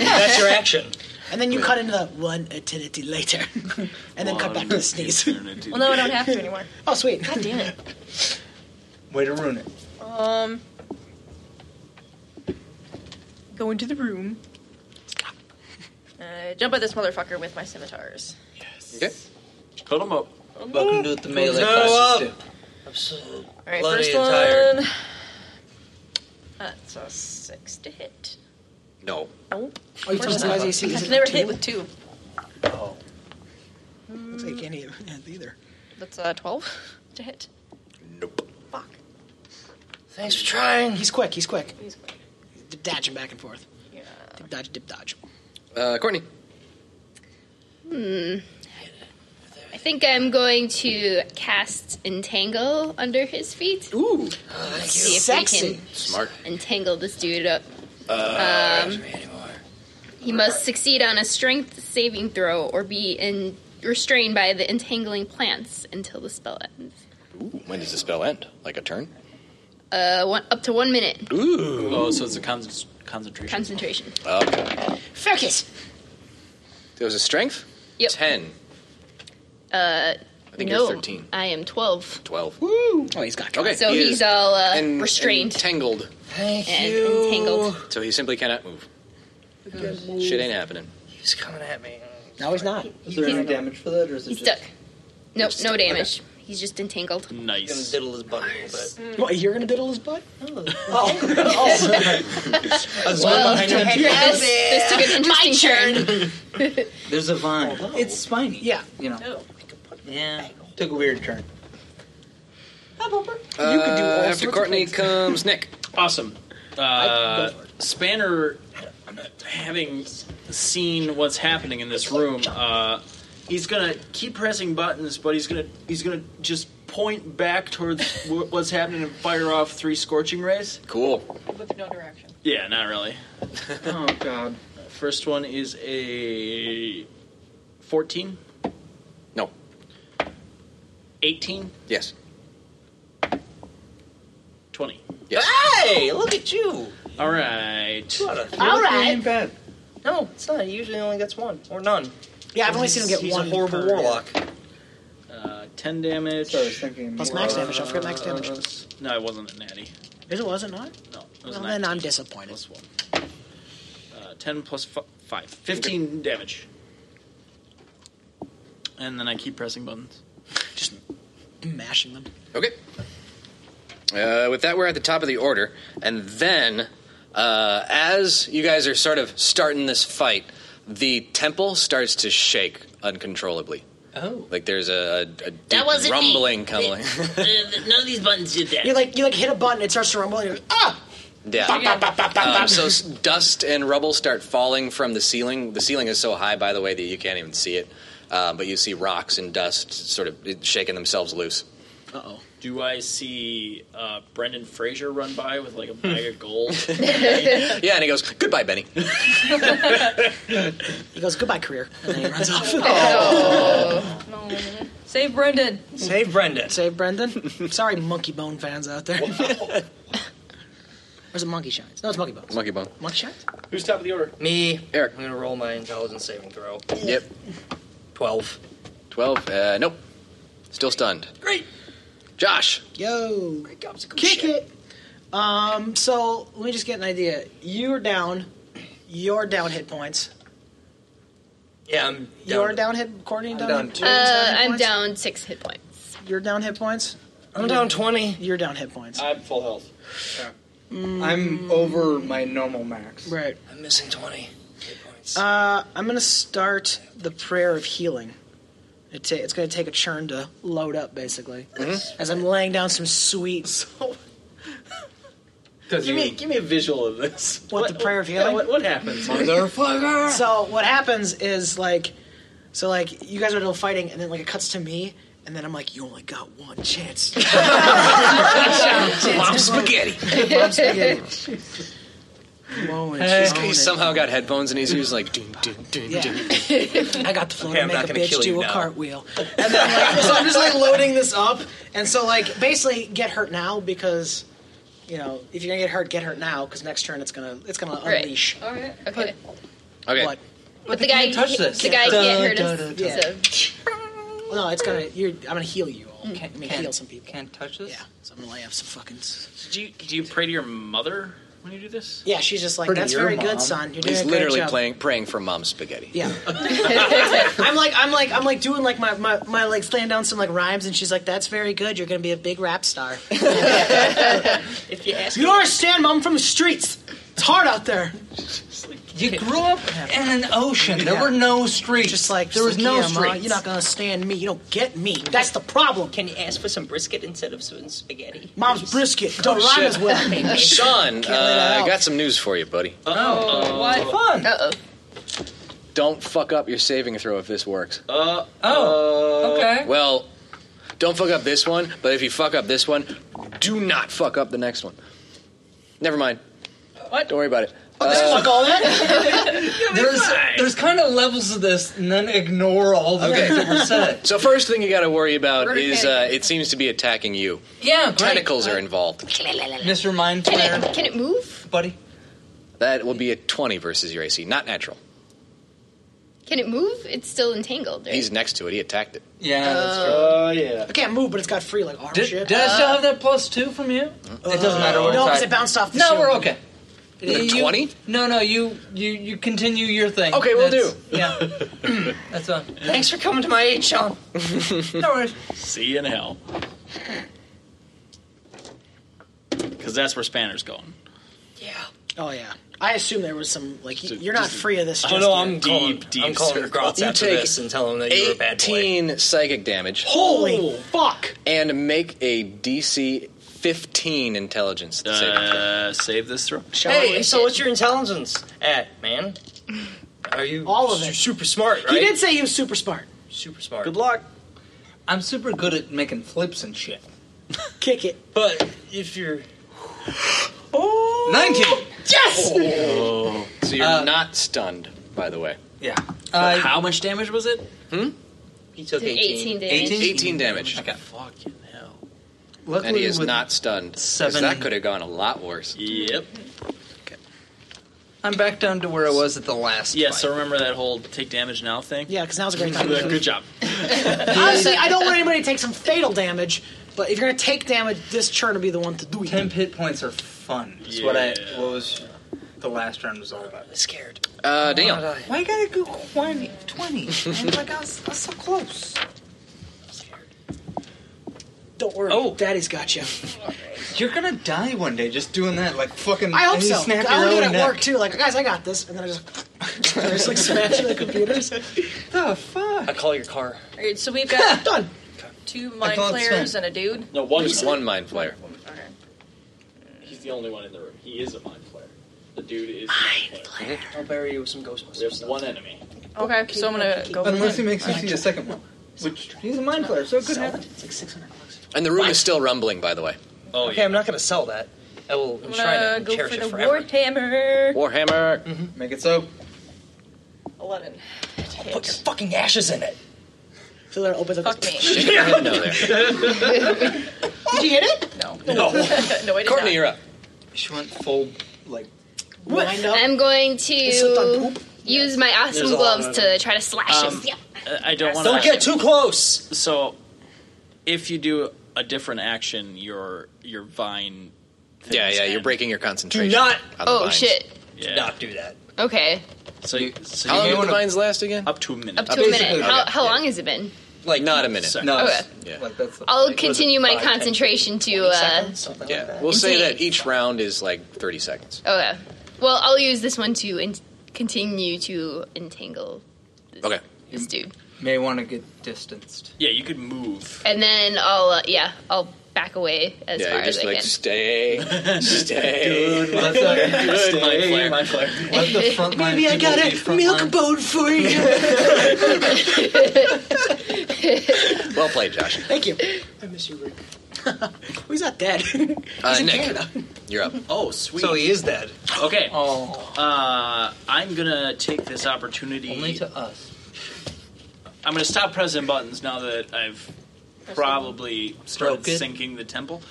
L: That's your action.
E: And then you cut into the one eternity later, and then cut back to the sneeze.
I: Well, no, I don't have to anymore.
E: Oh, sweet.
I: God damn it.
F: Way to ruin it.
I: Um, go into the room. Uh, jump at this motherfucker with my scimitars.
B: Okay.
D: Cut him up.
F: Welcome to the melee
I: Cut
F: classes,
L: Absolutely.
I: All right,
F: Bloody
I: first
F: and tired.
I: one. That's a six to hit.
B: No.
I: Nope.
E: Oh, you told us the guy's AC
I: Because
E: is
I: they were
E: two?
I: hit with two.
E: Looks like you can't eat it either.
I: That's uh, twelve to hit.
E: Thanks for trying. He's quick. He's quick. He's quick. Dodging back and forth.
I: Yeah.
E: Dip dodge. Dip dodge.
B: Uh, Courtney.
J: Hmm. I think I'm going to cast Entangle under his feet.
E: Ooh.
J: See if we
B: Sexy.
J: can
B: Smart.
J: entangle this dude up.
B: Uh,
J: um, he must succeed on a strength saving throw or be in, restrained by the entangling plants until the spell ends.
B: When does the spell end? Like a turn?
J: Uh, one, up to one minute.
B: Ooh.
D: Oh, so it's a con- concentration.
J: Concentration.
B: Okay.
J: Focus.
B: There was a strength?
J: Yep.
B: Ten.
J: Uh,
B: I think
J: no,
B: you're 13.
J: I am twelve.
B: Twelve. Woo! Oh, he's got Okay.
J: So
B: he
J: he's
B: is
J: all, uh,
B: en-
J: restrained.
B: Entangled.
J: Thank and you. Entangled.
B: So he simply cannot move. Shit ain't happening. He's coming at me.
E: No, he's not.
F: Is there any damage for that, or is it
J: He's
F: just
J: stuck. Nope, no damage. He's just entangled.
D: Nice.
J: He's
M: gonna diddle his butt a little bit.
E: Mm. What, you're gonna diddle his butt?
J: Oh.
M: Well,
J: this, this took an interesting turn.
F: There's a vine.
E: Oh,
F: It's spiny. Yeah. You know. Yeah. Took a weird turn. Uh,
D: You could do all sorts
B: after
D: of
B: Courtney
D: things.
B: comes Nick.
D: Awesome. Uh, Spanner, having seen what's happening in this room, uh, he's gonna keep pressing buttons, but he's gonna he's gonna just point back towards wh- what's happening and fire off three scorching rays.
B: Cool.
I: With no direction.
D: Yeah, not really. oh god. First one is a fourteen.
B: No.
D: Eighteen.
B: Yes.
D: Twenty.
B: Yes.
J: Ah!
L: Hey, look at you.
D: All right.
L: All
F: right.
L: No, it's not. He usually only gets one or none.
E: Yeah, I've only seen him get
L: he's
E: one
L: a horrible
E: per-
L: warlock.
D: Uh, ten damage.
E: Plus max damage. Don't forget max damage.
D: No, it wasn't a natty.
E: Is it was it not?
D: No. It was
E: Well,
D: a
E: then
D: 19.
E: I'm disappointed.
D: Uh, 10 plus f- 5. 15 damage. And then I keep pressing buttons.
E: Just mashing them.
B: Okay. Uh, with that, we're at the top of the order, and then uh, as you guys are sort of starting this fight, the temple starts to shake uncontrollably.
L: Oh.
B: Like there's a, a, a deep
L: That wasn't me.
B: rumbling coming.
L: None of these buttons did that.
E: You like you like hit a button, it starts to rumble, and you're like, ah!
B: Yeah. Um, so s- dust and rubble start falling from the ceiling. The ceiling is so high, by the way, that you can't even see it. Um, but you see rocks and dust sort of shaking themselves loose.
D: Uh oh. Do I see uh, Brendan Fraser run by with like a bag of gold?
B: yeah, and he goes, "Goodbye, Benny."
E: He goes, goodbye, career. And then he runs off.
I: Oh. Save Brendan.
E: Save Brendan. Save Brendan. Sorry, Monkey Bone fans out there. Where's a Monkey Shines? No, it's Monkey Bones.
B: Monkey bone.
E: Monkey Shines?
D: Who's top of the order?
L: Me,
B: Eric.
L: I'm gonna roll my intelligence saving throw.
B: Yep.
L: Twelve.
B: Twelve. Uh, nope. Still stunned.
L: Great.
B: Josh.
E: Yo. Kick it. Um, so let me just get an idea. You're down. You're down hit points.
L: Yeah, I'm down.
E: You're down hit. Courtney down.
L: down
E: hit-
L: two.
E: Jordan's
J: Uh,
E: hit
J: I'm
E: points?
J: down six hit points.
E: You're down hit points.
L: I'm down twenty.
E: You're down hit points.
F: I'm full health. I'm over my normal max.
E: Right.
L: I'm missing twenty.
E: Uh, I'm gonna start the prayer of healing. It ta- it's gonna take a churn to load up, basically. As I'm laying down some sweets.
D: give, me, give me a visual of this.
E: What, the prayer of
D: yeah,
E: healing?
D: what, what happens?
E: So what happens is like, so like you guys are still fighting, and then like it cuts to me, and then I'm like, you only got one chance.
B: Mom spaghetti.
E: Mom spaghetti. Whoa, and she's
B: He's-
E: going
B: he
E: in.
B: somehow got headphones and he's using like doom doom doom
E: Yeah.
B: doom.
E: I got the floor
B: Okay,
E: to
B: I'm
E: make
B: not
E: a
B: gonna
E: bitch
B: kill
E: do
B: you
E: a
B: now.
E: cartwheel. And then like, so I'm just like loading this up, and so like basically get hurt now because you know if you're gonna get hurt, get hurt now because next turn it's gonna it's gonna
J: Right.
E: unleash.
J: All right. Okay.
B: Okay.
E: What?
J: But the guy,
E: touch this.
J: the guy
E: Yeah.
J: can't hurt
E: Da,
J: us.
E: da, da,
J: so-
E: Well, no, it's gonna. You're, I'm gonna heal you all. I'm gonna
D: can't-
E: heal some people.
L: Can't touch this.
E: Yeah, so I'm gonna lay up some fucking. s-
D: do, you, do you pray to your mother when you do this?
E: Yeah, she's just like
D: Pretty
E: that's
D: your
E: very
D: mom.
E: good, son. You're doing
B: He's
E: a great
B: literally
E: job."
B: playing, praying for mom spaghetti.
E: Yeah. I'm like I'm like I'm like doing like my, my my like slaying down some like rhymes, and she's like, "That's very good. You're gonna be a big rap star."
K: If you ask
E: you don't understand, mom. I'm from the streets. It's hard out there.
F: You grew up in an ocean. There
E: Yeah.
F: were no streets.
E: Just like
F: there was
E: just like,
F: no
E: yeah, Ma,
F: streets.
E: you're not gonna stand me. You don't get me. That's the problem.
K: Can you ask for some brisket instead of some spaghetti?
E: Mom's brisket don't rhyme as well.
B: Sean,
K: Can't
B: uh,
K: lay that
B: I
K: out.
B: got some news for you, buddy.
E: Uh.
D: Oh,
J: what
F: fun!
J: Uh
B: Don't fuck up your saving throw if this works.
D: Uh,
F: oh, okay.
B: Well, don't fuck up this one, but if you fuck up this one, do not fuck up the next one. Never mind.
K: What?
B: Don't worry about it.
E: oh. Fuck all that.
F: There's there's kind of levels of this, and then ignore all the things that were said.
B: So first thing you got to worry about
F: Vertical.
B: is uh, it seems to be attacking you.
F: Yeah,
B: Tentacles are involved.
F: Mr. Mind
J: Can
F: Flayer,
J: it, can it move?
F: buddy.
B: That will be a 20 versus your AC, not natural.
J: Can it move? It's still entangled. Right?
B: He's next to it. He attacked it.
F: Yeah, that's
J: Uh,
F: true.
D: Oh, yeah.
E: I can't move, but it's got free like arm
F: Did,
E: shit.
F: did I still have that plus two from you? it doesn't matter what it's
E: no, because
F: at.
E: it bounced off the
F: No,
E: shield.
F: we're okay. You-
B: Twenty.
F: No, no, you you you continue your thing.
B: Okay, we'll do.
F: Yeah, that's all.
L: Thanks for coming to my aid, Sean.
F: no worries.
D: See you in hell. Because that's where Spanner's going.
E: Oh yeah. I assume there was some like y- you're not free of this.
D: Oh,
E: just
D: no,
E: yet.
D: I'm
E: deep,
D: deep I'm calling circle. Grotz
B: You
D: after
B: take
D: this and tell him that you were a bad boy.
B: eighteen psychic damage.
F: Oh!
E: Holy fuck!
B: And make a DC fifteen intelligence saving
D: Uh, save this throw.
L: Hey, so what's your intelligence at, man? Are you all of it? Super smart, right?
E: He did say he was super smart.
L: Super smart.
F: Good luck. I'm super good at making flips and shit.
E: Kick it.
F: But if you're oh, 19.
E: Yes.
B: So you're
D: uh,
B: not stunned, by the way.
F: Oh. Yeah.
B: Uh,
D: How much damage was it?
B: Hmm?
L: He took
J: Did 18 18 damage.
B: 18, damage. Okay.
D: Fucking hell.
B: and he is
F: with
B: not stunned. 'cause
F: seven-
B: That could have gone a lot worse.
D: Yep.
F: I'm back down to where I was at the last.
D: Yeah, so remember that whole take damage now thing?
E: Yeah, because now's a great time.
D: Good job.
E: Honestly, I don't want anybody to take some fatal damage, but if you're gonna take damage, this churn will be the one to do it.
F: Temp hit points are fun. That's what I what was the last round was all about. I'm scared.
B: Uh, damn.
F: Why you gotta go 20? 20? And like, I was, I was so close.
E: Don't worry. Oh, Daddy's got you.
F: You're gonna die one day just doing that, like fucking.
E: I hope
F: and you
E: so.
F: Snap
E: I
F: your
E: would do it
F: own
E: at
F: neck.
E: work too. Like, guys, I got this, and then I just, I just like smashing the computers.
F: The fuck!
L: I call your car.
I: All right, so we've got
E: done.
I: Two mind
B: thought it's
I: flayers
B: fine.
I: and a dude.
D: No, one
B: There's one mind flayer.
D: He's the only one in the room. He is a mind player. The dude is mind player.
L: I'll bury you with some Ghostbusters.
D: There's one enemy.
I: Okay, so I'm gonna go. with
F: Unless he
I: him.
F: makes you see a second one. Which he's a mind player, so it could happen.
E: It's like six hundred.
B: And the room is still rumbling, by the way.
D: Oh,
L: okay, I'm not gonna sell that. I will
I: I'm
L: enshrine it
I: gonna
L: and
I: go
L: cherish
I: for
L: it
I: the
L: forever.
I: warhammer.
B: Warhammer.
J: Mm-hmm.
F: Make it so.
I: Eleven.
L: Put your fucking ashes in it.
E: So they're open.
I: Fuck me.
E: Did you hit it?
I: No.
B: No.
I: no, I did
B: Courtney,
I: not.
B: you're up.
F: She went full like.
J: I'm going to use my
D: There's
J: awesome
D: a lot
J: gloves
D: of
J: to try to slash
D: Um,
J: him. Yeah.
D: I- I don't want
L: Don't get too close.
D: So, if you do a different action, your your vine.
B: Yeah, yeah, you're breaking your concentration. on the
J: Oh
B: vines.
J: shit.
D: Yeah.
L: Not do that.
J: Okay.
D: So, so
B: How long
D: you may
B: did the
D: wanna-
B: vines last again?
D: Up to a minute.
J: Up to a minute. How, how long has it been?
B: Like not a minute.
J: No, it's-
B: Yeah.
J: I'll continue my concentration to. Uh,
B: yeah. We'll say that each round is like 30 seconds.
J: okay. oh, Well, I'll use this one to in- continue to entangle Oh,
B: Okay.
J: this dude,
F: May want to get distanced.
D: Yeah, you could move.
J: and then I'll uh, yeah I'll back away as
B: yeah,
J: far
B: you're just
J: as I
B: like
J: can.
B: stay, stay.
F: Good, let the,
B: Good mind flayer.
F: mind player. Let the front line
E: Maybe I
F: people
E: got
F: be
E: a
F: front
E: milk
F: line.
E: bone for you.
B: Well played, Josh.
E: Thank you. I miss you, Rick. He's not dead. He's
B: Uh,
E: in
B: Nick.
E: Canada.
B: You're up.
D: Oh, sweet.
F: So he is dead.
D: Okay.
F: Oh,
D: Uh, I'm gonna take this opportunity.
F: only to us.
D: I'm gonna stop pressing buttons now that I've probably started
F: Broken.
D: sinking the temple.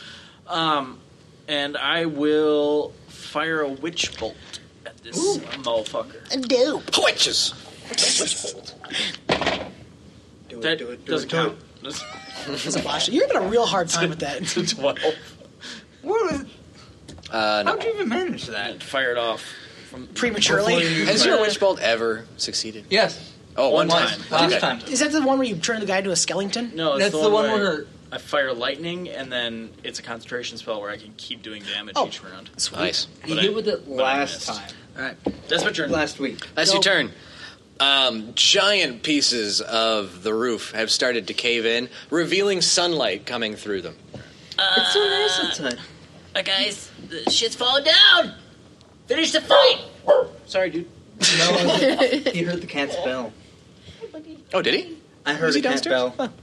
D: Um, and I will fire a witch bolt at this motherfucker.
E: Dope.
B: Witches.
F: Do
D: that doesn't count.
E: It's a blast. You're having a real hard time with that.
D: It's a 12.
F: What was,
B: Uh, no.
F: how'd you even manage that?
D: It fired off from
E: Prematurely.
F: Before you-
B: Has your witch bolt ever succeeded?
F: Yes.
B: Oh, one
D: One
B: time.
D: time.
F: Last
B: Okay.
F: time.
E: Is that the one where you turn the guy into a skeleton?
D: No, it's
F: That's the one where
D: I fire lightning, and then it's a concentration spell where I can keep doing damage
E: Oh.
D: each round.
B: Nice.
F: he
D: But I-
F: hit with it
D: but I
F: last
D: missed.
F: time.
B: All right.
D: That's what you're.
F: Last week.
B: That's
E: Nope.
B: your turn. Um, giant pieces of the roof have started to cave in, revealing sunlight coming through them.
F: it's so nice outside.
G: Uh, guys, the shit's falling down. Finish the fight.
D: Sorry, dude.
F: No, he heard the cat's bell.
B: Oh, did he?
F: I heard
B: Was he
F: a cat's
B: downstairs?
F: bell.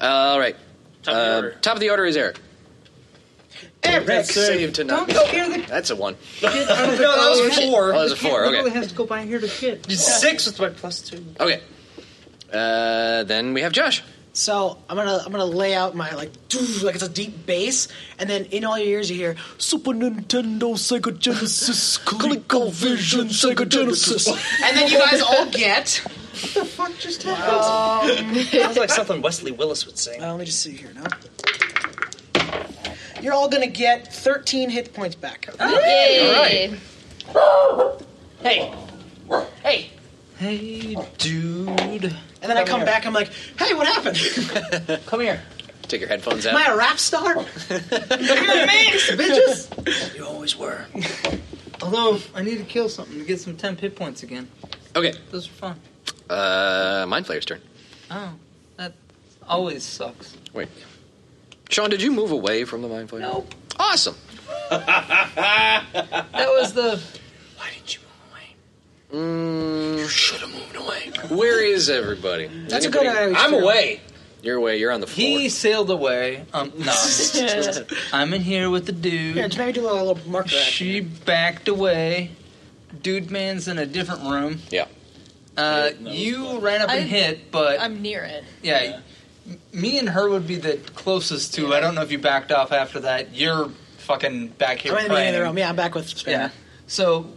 B: All right.
D: Top of the
B: Uh,
D: order.
B: top of the order is Eric.
E: Eric.
B: Save to
F: Don't
B: none.
F: go near the kid.
B: That's a one.
F: No, that was four.
B: Oh, that was a
F: The cat
B: four, okay.
F: literally has to go by and hear the kid.
L: Six with my plus two.
B: Okay. Uh, then we have Josh.
E: So I'm gonna I'm gonna lay out my like doof, like it's a deep bass, and then in all your ears you hear Super Nintendo, Sega Genesis, ColecoVision, Sega Genesis, and then you guys all get.
F: the fuck just happened?
L: Sounds like something Wesley Willis would sing.
E: Uh, let me just see here now. You're all going to get 13 hit points back.
H: Yay.
E: All right. Hey. Hey.
F: Hey, dude.
E: And then I come back, I'm like, hey, what happened?
B: Come here. Take your headphones out.
E: Am I a rap star?
F: bitches!
B: You always were.
F: Although, I need to kill something to get some temp hit points again.
B: Okay.
F: Those are fun.
B: Uh, Mind Flayer's turn.
F: Oh, that always sucks.
B: Wait. Sean, did you move away from the Mind Flayer? No. Awesome.
F: That was the.
B: Mm, should have moved away. Where is everybody?
F: That's a good idea.
B: I'm away. You're away. You're on the floor.
F: He sailed away. Um, no. I'm in here with the dude.
E: Here, just maybe do a little marker.
F: She backed away. Dude man's in a different room.
B: Yeah.
F: Uh, you ran up and
I: I-
F: hit, but
I: I'm near it.
F: yeah, m- me and her would be the closest to. I don't know if you backed off after that. You're fucking back here.
E: I'm in the beginning of the
F: praying.
E: room. Yeah, I'm back with Spanner.
F: Yeah. So,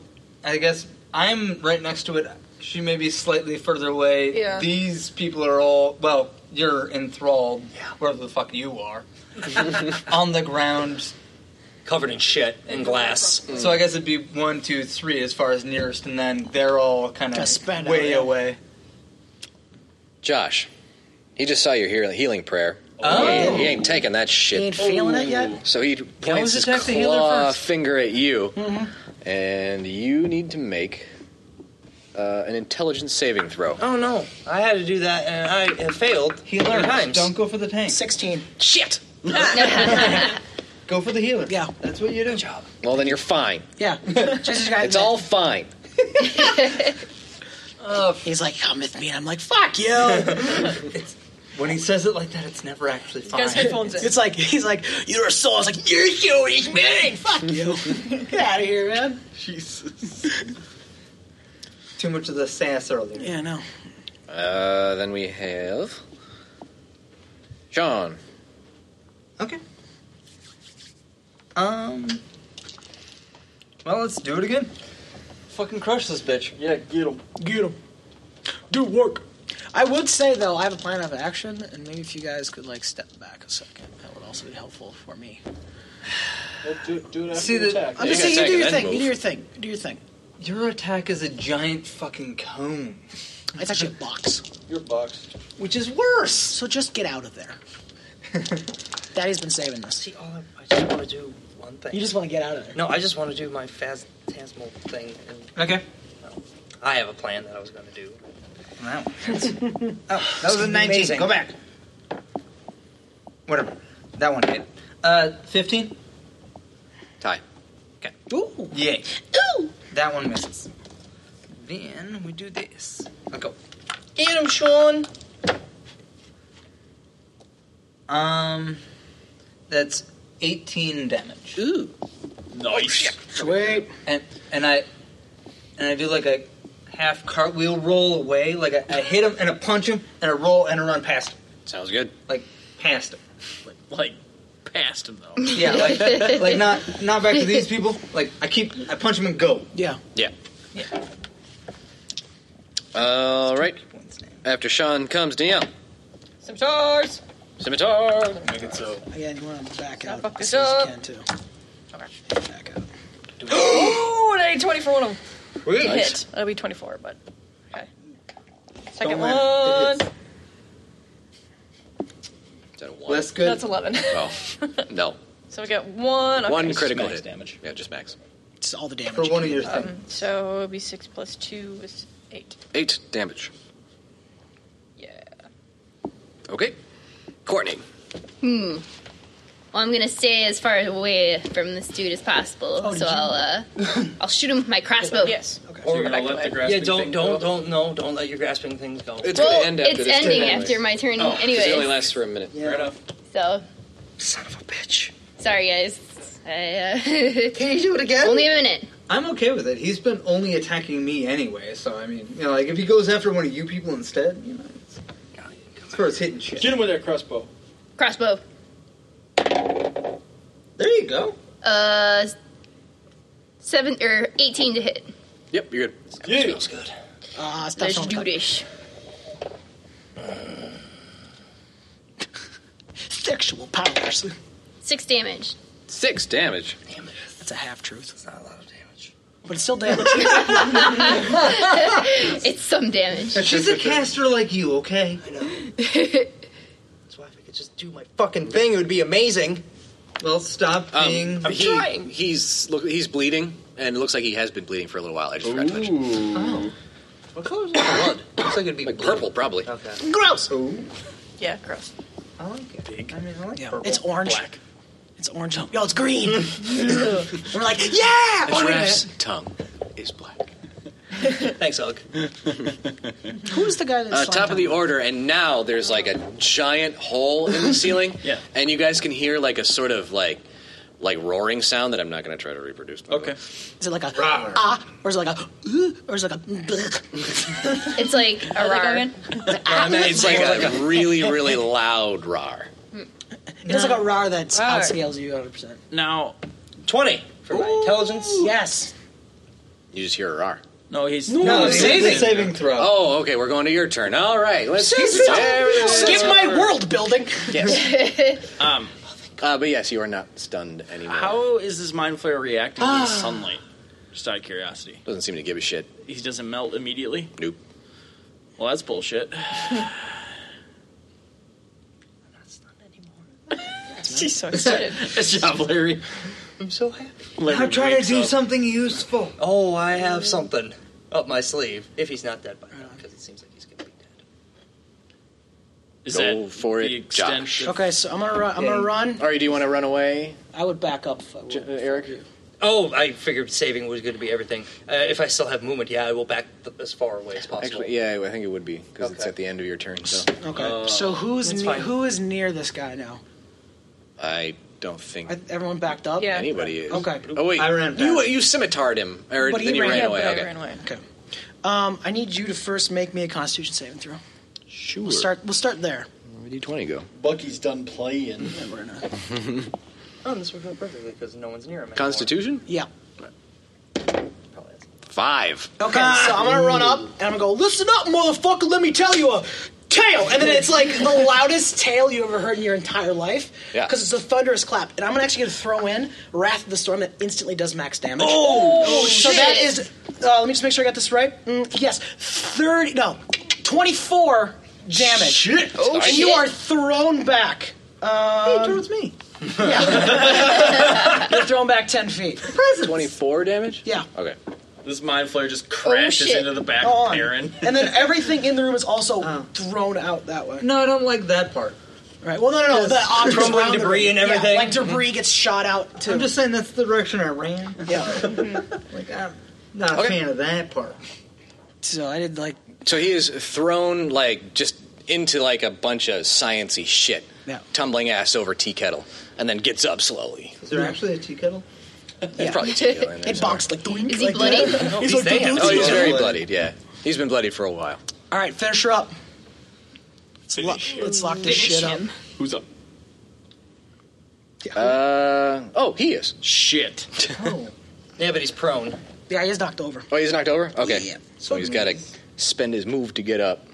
F: I guess I'm right next to it. She may be slightly further away.
E: Yeah.
F: These people are all well. You're enthralled, wherever the fuck you are, on the ground,
M: covered in shit and glass.
F: So I guess it'd be one, two, three as far as nearest, and then they're all kind
E: Just
F: of
E: spread
F: way
E: out, yeah.
F: away.
B: Josh, he just saw your healing, healing prayer.
F: Oh.
B: He, ain't, he ain't taking that shit.
E: He ain't
M: Oh.
E: feeling it yet?
B: So he points
E: always
B: his
E: attack the healer
B: claw
E: first.
B: finger at you,
E: Mhm.
B: and you need to make uh, an intelligence saving throw.
M: Oh no, I had to do that and I have failed. He
F: learned.
M: Times.
F: Don't go for the tank.
E: 16.
M: Shit.
F: go for the healer.
E: Yeah.
F: That's what you do. job.
B: Well, then you're fine.
E: Yeah.
B: it's all fine.
E: He's like, come with me. And I'm like, fuck you.
F: When he says it like that, it's never actually fine.
E: Guys, It's like he's like, you're a soul. It's like you're Jewish, man. Fuck you. Get out of here, man.
F: Jesus. Too much of the sass earlier.
E: Yeah, no.
B: Uh, then we have John.
F: Okay. Um. Well, let's do it again. Fucking crush this bitch. Yeah, get him.
E: Get him. Do work. I would say though, I have a plan of action, and maybe if you guys could like step back a second, that would also be helpful for me.
D: do, do it after
F: See,
D: you
F: the-
D: attack.
E: I'm just saying, you do your thing. You do your thing. You do your thing.
F: Your attack is a giant fucking cone.
E: It's actually a box.
D: Your box.
E: Which is worse. So just get out of there. Daddy's been saving this.
L: See, all I, I just want to do one thing.
E: You just want to get out of there.
L: No, I just want to do my phantasmal thing. And
F: Okay.
L: I have a plan that I was going to do.
F: Wow.
L: oh,
F: That was a 19. Go back. Whatever. That one hit. Uh, 15?
B: Tie.
F: Okay.
E: Ooh.
F: Yay. Ooh. That one misses. Then we do this. I'll go.
L: Get him, Sean.
F: Um, that's 18 damage.
E: Ooh.
D: Nice.
E: Sweet.
F: And, and I, and I do like a half cartwheel roll away. Like I, I hit him and I punch him and I roll and I run past him.
B: Sounds good.
F: Like past him.
D: Like, past him though.
F: Yeah, like, like not not back to these people. Like I keep I punch him and go.
E: Yeah.
B: Yeah.
F: Yeah.
B: All right. After Sean comes, Danielle.
L: Sometimes.
B: Scimitar.
D: Make it so.
E: Again, you want to back out
L: fuck this
E: as soon as
L: up.
E: you can too.
I: Ooh, and I need 24 one of them.
F: Sweet.
I: Hit.
F: Nice.
I: That'll be 24, but okay.
F: Don't
I: Second one.
F: matter. It
B: Less
F: good.
I: That's 11.
B: Oh no,
I: So we got one. Okay.
B: one critical hit. Damage. Yeah, just max.
E: It's all the damage
F: For one of your things.
I: Um, so it'll be 6 plus 2 is 8.
B: Eight damage.
I: Yeah.
B: Okay. Courtney.
J: Hmm. Well, I'm gonna stay as far away from this dude as possible, so I'll uh, I'll shoot him with my crossbow. Yes.
D: So you're gonna let the grasping
L: yeah, don't,
D: thing
L: don't,
D: go?
L: don't, no, don't let your grasping things go.
B: It's
J: Well,
B: gonna end after
J: it's
B: this
J: ending
B: turn.
J: after my turn
B: Oh, 'cause
J: anyways.
B: It only lasts for a minute.
L: Yeah. Fair
D: enough.
J: So
L: Son of a bitch.
J: sorry, guys. I, uh,
F: Can you do it again?
J: Only a minute.
F: I'm okay with it. He's been only attacking me anyway, so I mean, you know, like if he goes after one of you people instead, you know, it's, as far as hitting shit.
D: Get him with that crossbow.
J: Crossbow.
F: There you go.
J: Uh, seven or eighteen to hit.
B: Yep, you're good.
D: Yeah.
B: Smells good.
E: Ah, stop
J: Let's
E: showing
J: do this.
E: Sexual powers.
J: Six damage.
B: Six damage.
E: That's a half truth. It's not a lot of
L: damage.
E: But it's still damage.
J: it's some damage.
L: She's a caster like you, okay? I know. That's why if I could just do my fucking thing, it would be amazing. Well, stop
B: Um,
L: being.
B: he- He's look. He's bleeding, and it looks like he has been bleeding for a little while. I just forgot to mention.
L: Oh. What color is that blood? Looks like it'd be
B: Like purple, probably.
L: Okay.
E: Gross.
C: Yeah, gross.
L: I like it.
E: Big.
L: I mean, I like
E: Yeah,
L: purple.
E: it's orange.
L: Black.
E: It's orange. Yo, it's green.
L: And
E: we're like, yeah.
B: A giraffe's tongue is black.
L: Thanks, Hug.
E: Who's the guy that's
B: Uh, top of the order, and now there's like a giant hole in the ceiling.
D: Yeah.
B: And you guys can hear like a sort of like like roaring sound that I'm not going to try to reproduce. Okay.
E: Is it like a ah, or is it like a ooh, or is it like a? blech?
J: It's like a rar.
B: it's like a really really loud roar.
E: It is like a rar that
D: Rar.
E: outscales you 100. percent
D: Now,
L: twenty for my intelligence.
E: Yes.
B: You just hear a roar.
D: No, he's
L: No, No, he's saving. saving.
F: Saving throw.
B: Oh, okay. We're going to your turn. All right. Let's
E: Skip-
B: There it is.
E: Skip my world building.
B: Yes.
D: um,
B: uh, but yes, you are not stunned anymore.
D: how is this mind flare reacting
B: Ah.
D: to sunlight? Just out of curiosity.
B: Doesn't seem to give a shit.
D: He doesn't melt immediately.
B: Nope.
D: Well, that's bullshit.
C: She's so excited.
D: It's job, Larry.
L: I'm so happy.
D: Larry
L: I'm trying
D: wakes
L: to do
D: up.
L: something useful. Oh, I have something up my sleeve. If he's not dead by now, because it seems like he's going to be dead.
D: Is
B: Go
D: that
B: for
D: the
B: it, Josh.
E: Okay, so I'm gonna run. I'm gonna run.
B: Or do you want to run away? uh,
E: I would back up, if I were
B: Eric.
L: Oh, I figured saving was going to be everything. Uh, if I still have movement, yeah, I will back th- as far away as possible.
B: Actually, yeah, I think it would be because it's at the end of your turn. So
E: Okay.
B: uh,
E: so who's
L: that's
E: ne-
L: fine.
E: who is near this guy now?
B: I don't think
E: I, everyone backed up.
B: anybody is.
E: Okay.
B: Oh wait,
E: I ran
B: You
E: past.
B: you scimitarred him, or
E: But he
B: then you
E: ran-
B: ran,
E: yeah,
B: away.
E: but I
B: okay.
E: ran away. Okay. Um, I need you to first make me a Constitution saving throw.
B: Sure.
E: We'll start. We'll start there.
B: Where did twenty go?
D: Bucky's done playing.
L: Oh, this worked out perfectly because no one's near him. anymore.
B: Constitution
E: Yeah.
B: five.
E: Okay, so I'm gonna run up and I'm gonna go, listen up, motherfucker, let me tell you a tale. And then it's like the loudest tale you ever heard in your entire life.
B: Yeah.
E: Because it's a thunderous clap. And I'm gonna actually gonna throw in Wrath of the Storm that instantly does max damage.
H: Oh,
E: So
H: shit.
E: that is, uh, let me just make sure I got this right. Mm, yes, 30, no, 24 damage.
H: Shit. Oh,
E: and you
H: shit.
E: are thrown back.
L: Uh,
E: Um, hey, towards me. Yeah. You're thrown back 10 feet.
B: Twenty-four damage.
E: Yeah.
B: Okay.
D: This mind flare just crashes
E: shit.
D: into the back
E: Go
D: of
E: on.
D: Perrin.
E: and then everything in the room is also
H: Oh.
E: thrown out that way.
L: No, I don't like that part.
E: Right. Well, no, no, no. The
L: Yes.
E: objects
L: Crumbling
E: around the
L: debris
E: room.
L: and everything.
E: Yeah, like debris gets shot out. To,
L: I'm just saying that's the direction I ran.
E: Yeah.
L: like I'm not a fan of that part.
E: So I did like.
B: So he is thrown like just into like a bunch of sciency shit.
E: Yeah.
B: Tumbling ass over tea kettle, and then gets up slowly.
L: Is there actually a tea kettle?
B: There's probably a tea kettle in there.
E: It bonks like doink.
J: Is he
E: like
J: bloody?
E: that.
B: Oh,
E: He's like, "Doo-doo-doo."
B: oh, he's very bloodied. Yeah, he's been bloodied for a while.
E: All right, finish her up. Let's, lo- let's lock this
B: Finish
E: shit up.
D: Who's up?
B: Uh, oh, he is.
D: Shit.
L: Yeah, but he's prone.
E: Yeah, he's knocked over.
B: Oh, he's knocked over? Okay. So he's got to spend his move to get up.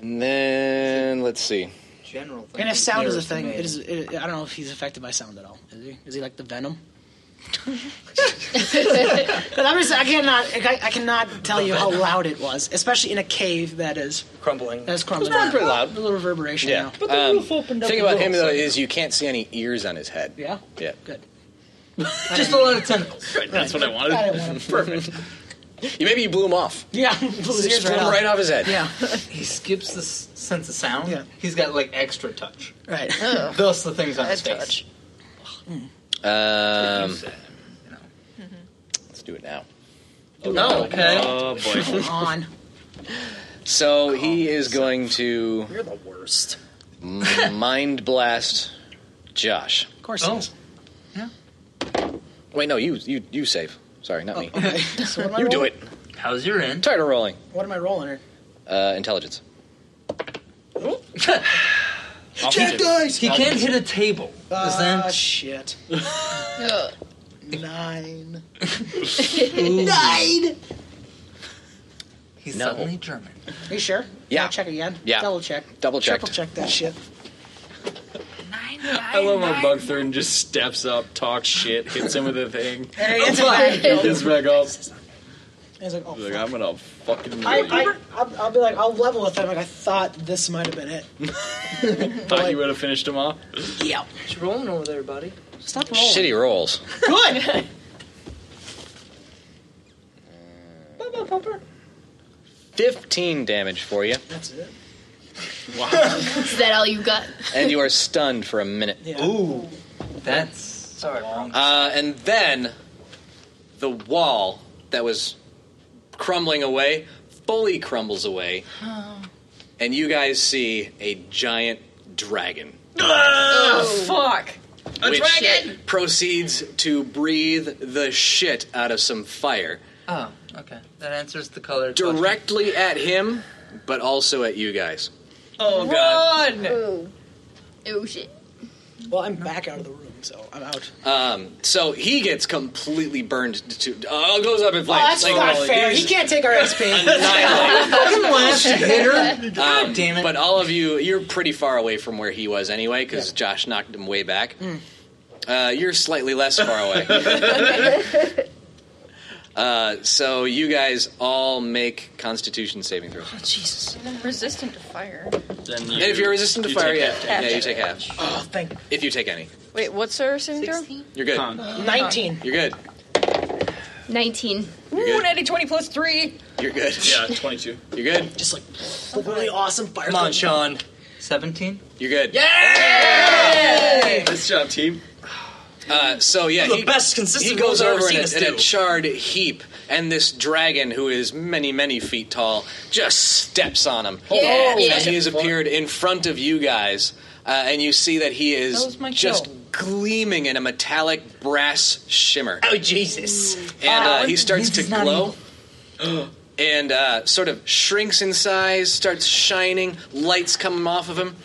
B: And then, let's see.
L: General. Thing
E: And if
L: is
E: sound is a
L: nearest
E: thing,
L: man.
E: it is. It, I don't know if he's affected by sound at all. Is he? Is he like the venom? 'Cause I'm just, I cannot. I, I cannot tell you how loud it was, especially in a cave that is
L: crumbling.
E: That's crumbling.
B: It's not pretty loud.
E: A little reverberation.
B: Yeah.
E: Now.
B: Um, thing about him, though, is you can't see any ears on his head.
E: Yeah.
B: Yeah.
E: Good.
L: Just a lot of tentacles.
D: Right, that's what I wanted.
E: I didn't want
D: Perfect.
B: You, maybe you blew him off.
E: Yeah. blew his
B: Just
E: ears
B: blew him
E: off.
B: right off his head.
E: Yeah.
L: He skips the s- sense of sound. Yeah. He's got like extra touch.
E: Right.
L: Thus, the things on his face.
B: Um, let's do it now.
L: No, okay.
D: Oh, boy.
E: Come on.
B: So he is going to
E: Oh, You're the worst.
B: mind blast Josh.
E: Of course. Oh.
B: Wait, no, you you you save. Sorry, not me.
E: Okay. So what am I
B: You do
E: rolling?
B: it.
L: How's your end?
B: Tired of rolling.
E: What am I rolling here?
B: Uh, intelligence.
D: Jack
E: dies.
L: He can't hit a table. Is
E: Ah,
L: that?
E: shit.
J: Oh,
E: Nine.
L: Nine. He's
B: No.
L: suddenly German.
E: Are you sure?
B: Yeah.
E: Check again.
B: Yeah.
E: Double check.
B: Double checked.
E: Triple check that shit.
L: Nine.
B: I love how Bugthorn just steps up, talks shit, hits him with a thing.
E: Hey, it's fine.
B: Gets back up.
E: He's like, oh,
B: He's like, I'm gonna fucking.
E: I,
B: kill you."
E: I, I'll, I'll be like, I'll level with him. Like, I thought this might have been it.
B: Thought you would have finished him off.
E: Yeah.
L: What you rolling over there, buddy?
E: Stop
L: rolling.
B: Shitty rolls.
E: Good.
L: Bumper, bumper.
B: Fifteen damage for you,
E: That's it.
B: Wow.
J: Is that all you got?
B: and you are stunned for a minute.
E: Ooh,
B: that's
L: Sorry, wrong.
B: Uh, and then the wall that was crumbling away fully crumbles away, and you guys see a giant dragon.
C: Oh, fuck. A
B: which
C: dragon!
B: proceeds to breathe the shit out of some fire
L: Oh, okay. That answers the color.
B: directly at him, but also at you guys.
L: Oh god.
J: Oh. Oh shit.
E: Well, I'm back out of the room, so I'm out.
B: Um, so he gets completely burned to uh, goes up in flames.
E: that's not fair. He can't take our XP. Come on, hitter.
L: Um,
B: God damn it! But all of you, you're pretty far away from where he was anyway, because Josh knocked him way back. Uh, you're slightly less far away. uh, so you guys all make Constitution saving throws.
I: Jesus. And I'm resistant to fire.
B: and if you're resistant to fire, yeah,
I: half.
B: yeah, you take half. Oh,
E: thank.
B: If you take any,
I: Wait, what's our saving throw?
B: you're good.
I: Nineteen.
B: You're good.
J: 19.
I: Ooh, natty 20 plus 3.
B: You're good.
D: Yeah, 22.
B: You're good.
E: Just like really awesome fire.
L: Come on, Sean. Seventeen.
B: You're good.
L: Yay!
B: Nice job, team. Uh, so yeah,
L: You're the
B: he,
L: best consistent
B: he
L: rolls
B: goes
L: I've ever
B: over in
L: seen
B: a,
L: us
B: in a
L: do.
B: charred heap, and this dragon, who is many many feet tall, just steps on him.
L: Yeah.
B: and
L: Yeah.
B: he has appeared in front of you guys, uh, and you see that he is
L: was my
B: just
L: kill.
B: gleaming in a metallic brass shimmer.
K: Oh Jesus!
B: and
K: Wow.
B: uh, he starts
K: This
B: to
K: is not
B: glow and uh, sort of shrinks in size starts shining lights come off of him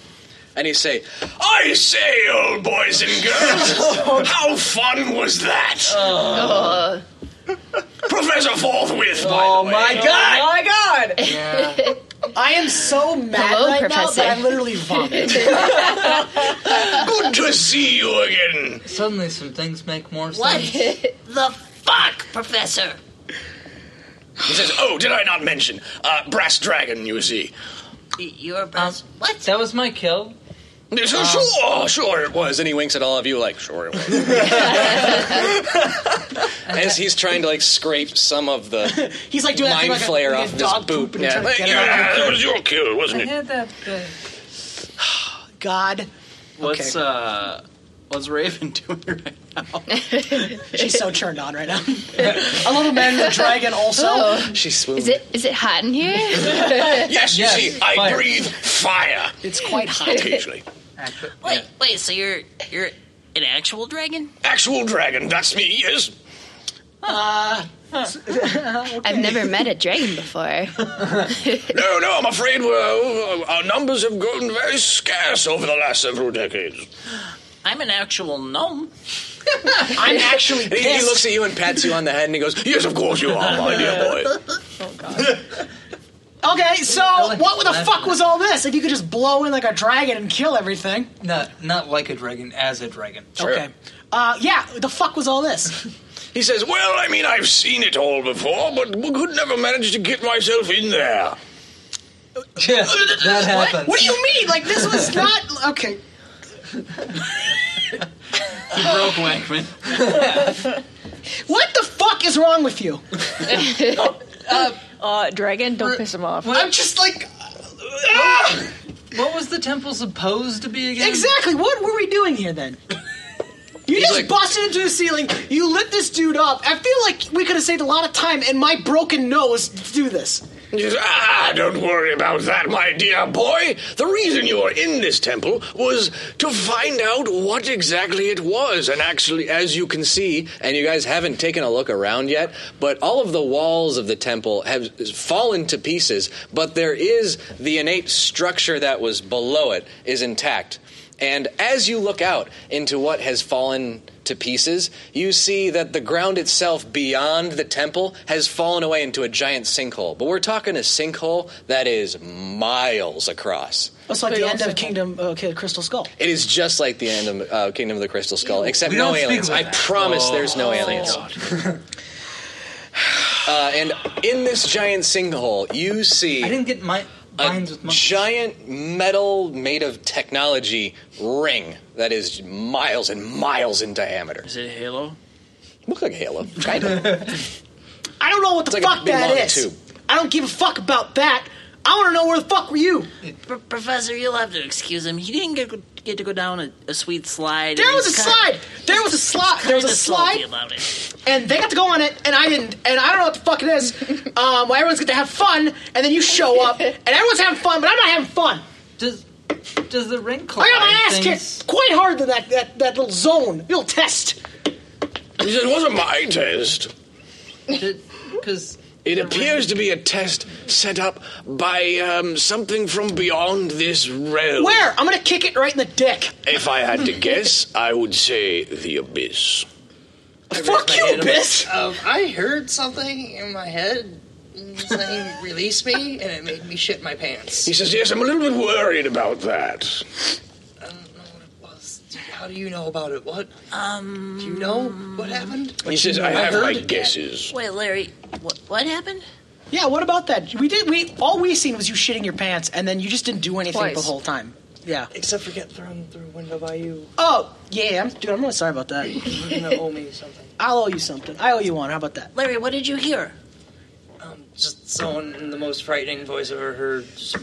B: and he say i say old boys and girls how fun was that
H: Oh.
B: professor forthwith by
K: Oh,
B: the way
E: my god! I am so mad
H: Hello,
E: right
H: Professor.
E: now that I literally vomit.
B: Good to see you again.
L: Suddenly, some things make more
G: What
L: sense.
G: the fuck, Professor?
B: he says oh did i not mention uh, brass dragon you see
G: You're a brass. what?
L: That was my kill.
B: He says, sure Oh, sure it was and he winks at all of you like sure it was As he's trying to like scrape some of the
E: He's like doing that
B: mind
E: thing like a-
B: flare
E: like a
B: off his
E: dog
B: boot.
E: pooping, trying to get it out.
B: that was your kill, wasn't
E: Uh-huh.
B: it?
L: that good.
E: God,
D: What's uh, what's Raven doing right
E: she's so turned on right now. I love a man with a dragon. Also,
F: Oh.
B: She's swooned.
J: Is it is it hot in here?
B: yes,
J: Yes,
B: you see, I
J: fire.
B: breathe fire. It's
E: quite
J: hot.
B: Occasionally.
G: Wait, wait. So you're you're an actual dragon?
B: Actual dragon, that's me, yes.
E: Uh,
J: I've never met a dragon before.
B: No, no, I'm afraid we're, our numbers have grown very scarce over the last several decades.
G: I'm an actual gnome.
E: I'm actually
B: He, he looks at you and pats you on the head and he goes, Yes, of course you are, my dear boy.
C: Oh,
E: okay. So what the fuck was all this? If you could just blow in like a dragon and kill everything.
F: Not not like a dragon, as a dragon.
E: Okay. Uh, yeah. The fuck was all this?
B: He says, Well, I mean, I've seen it all before, but could never manage to get myself in there.
F: Yeah, that happens.
E: What do you mean? Like this was not okay.
D: He broke Wackman.
E: What the fuck is wrong with you?
C: Uh, uh, dragon, don't piss him off.
E: I'm just like. ah!
L: What was the temple supposed to be again?
E: Exactly. What were we doing here then? You just busted into the ceiling. You lit this dude up. I feel like we could have saved a lot of time and my broken nose to do this.
B: He says, ah, don't worry about that, my dear boy. The reason you were in this temple was to find out what exactly it was. And actually, as you can see, and you guys haven't taken a look around yet, but all of the walls of the temple have fallen to pieces, but there is the innate structure that was below it is intact. And as you look out into what has fallen to pieces, you see that the ground itself beyond the temple has fallen away into a giant sinkhole. But we're talking a sinkhole that is miles across.
E: That's like the end of Kingdom uh, Ki- Crystal Skull.
B: It is just like the end of uh, Kingdom of the Crystal Skull, except
E: We don't
B: no
E: speak
B: aliens.
E: with
B: I
E: that.
B: promise there's no
E: Oh.
B: aliens. uh, and in this giant sinkhole, you see. I didn't
F: get my.
B: A giant metal made of technology ring that is miles and miles in diameter. Is
D: it a halo?
B: Look like a halo, kind of.
E: I don't know what the
B: It's like a
E: fuck
B: big
E: that
B: long
E: is.
B: tube.
E: I don't give a fuck about that. I want to know where the fuck were you.
G: P- Professor, you'll have to excuse him. He didn't get, get to go down a, a sweet slide.
E: There
G: and
E: was a
G: he's
E: slide. There was a slide. There was a
G: kinda salty
E: slide.
G: About it.
E: and they got to go on it, and I didn't, and I don't know what the fuck it is. Um, well, everyone's got to have fun, and then you show up, and everyone's having fun, but I'm not having fun.
F: Does does the ring
E: I got my ass
F: collide
E: kicked quite hard to that that, that little zone, little test.
N: It wasn't my test.
F: Because
N: it appears to be a test set up by um, something from beyond this realm.
E: Where? I'm gonna kick it right in the dick.
N: If I had to guess, I would say the abyss.
E: Fuck you,
N: abyss.
K: Um, I heard something in my head saying "release me," and it made me shit my pants.
N: He says, "Yes, I'm a little bit worried about that."
K: How do you know about it? What? Um. Do you know what happened?
N: He says, "I have my guesses."
E: Wait, Larry, what, what happened? Yeah, what about that? We did. We all we seen was you shitting your pants, and then you just didn't do anything
K: Twice.
E: the whole time. Yeah.
K: Except for getting thrown through a window by you.
E: Oh yeah, I'm, dude, I'm really sorry about that.
K: You're gonna owe me something.
E: I'll owe you something. I owe you one. How about that?
G: Larry, what did you hear?
M: Um, Just someone in the most frightening voice I've ever heard. Just,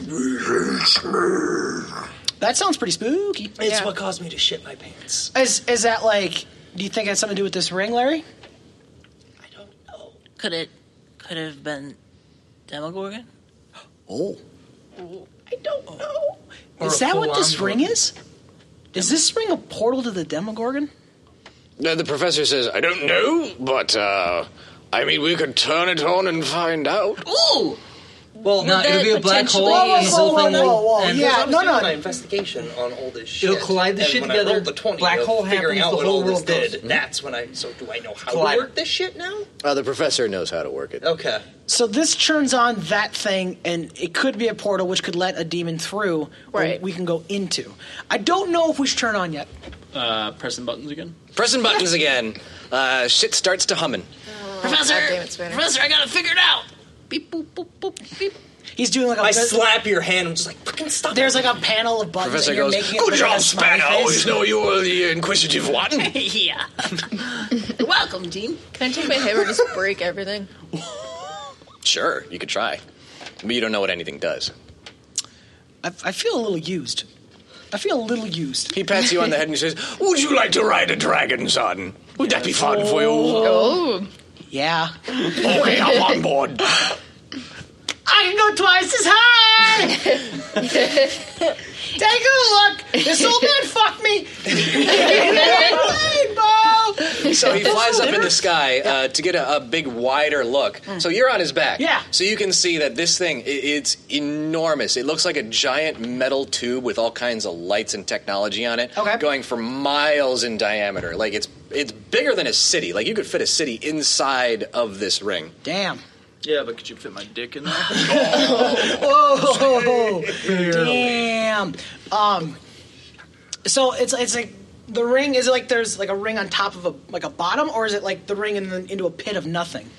E: That sounds pretty spooky. It's
M: what caused me to shit my pants.
E: Is is that like? Do you think it has something to do with this ring, Larry?
G: Could it could have been Demogorgon?
E: Oh.
G: I don't know.
E: Is that what this ring is? Is this ring a portal to the Demogorgon?
N: Now, the professor says, "I don't know, but uh, I mean, we could turn it on and find out."
G: Ooh.
M: Well,
N: no, it'll be a black hole,
M: potentially-
N: this whole thing will- and-
M: Because I
N: Yeah,
M: was
N: no,
M: doing
N: no.
M: My investigation on all this shit.
F: It'll collide the
M: and
F: shit
M: when I
F: together,
M: rolled the 20
F: black
M: of
F: hole
M: figuring
F: happens,
M: out
F: the
M: what
F: whole
M: all this
F: world
M: did.
F: goes.
M: That's when I. So do I know how
F: Collide.
M: to work this shit now?
B: Uh, the professor knows how to work it.
M: Okay.
E: So this turns on that thing, and it could be a portal which could let a demon through, or we can go into. I don't know if we should turn on yet.
D: Uh, pressing buttons again.
B: Pressing buttons again. Uh, shit starts to humming.
G: Professor, Professor, I got it figured out.
E: He's doing like a.
M: I slap your hand. I'm just like, fucking stop.
E: There's like a panel of buttons.
N: Professor
E: and you're
N: goes,
E: making it
N: "Good
E: look like
N: job,
E: a smiley
N: Spanner. I
E: face."
N: always know you were the inquisitive one."
G: yeah.
I: Welcome, team. Can I take my hammer and just break everything?
B: Sure, you could try, but you don't know what anything does.
E: I, I feel a little used. I feel a little used.
B: He pats you on the head and he says,
N: "Would you like to ride a dragon, son? Would that be fun for you?"
E: Oh. Yeah.
N: Okay, I'm on board.
E: I can go twice as high. Take a look. This old man fucked me. Rainbow.
B: So he flies up in the sky uh, to get a, a big wider look. So you're on his back. Hmm. Yeah. So you can see that this thing i it's enormous. It looks like a giant metal tube with all kinds of lights and technology on it. Okay. Going for miles in diameter. Like it's it's bigger than a city. Like you could fit a city inside of this ring.
E: Damn.
D: Yeah, but could you fit my dick in there?
E: Whoa! Oh, Damn. Um. So it's it's like the ring. Is it like there's like a ring on top of a like a bottom, or is it like the ring in the, into a pit of nothing?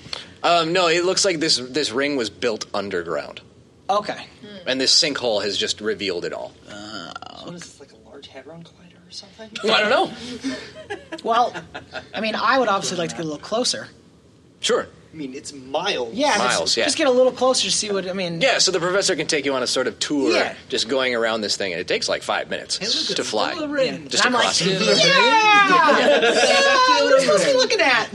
B: Um, no, it looks like this this ring was built underground,
E: Okay.
B: and this sinkhole has just revealed it all.
M: What is Oh, this, like a large hadron collider or something?
B: I don't know.
E: Well, I mean, I would obviously like to get a little closer.
B: Sure.
L: I mean, it's miles.
E: Yeah. just-
B: Miles, yeah.
E: Just get a little closer to see what I mean.
B: Yeah, so the professor can take you on a sort of tour,
E: Yeah.
B: just going around this thing, and it takes like five minutes to fly,
E: ring.
B: just
E: I'm
B: across.
E: like, yeah,
B: it.
E: yeah. What am I supposed to be looking at?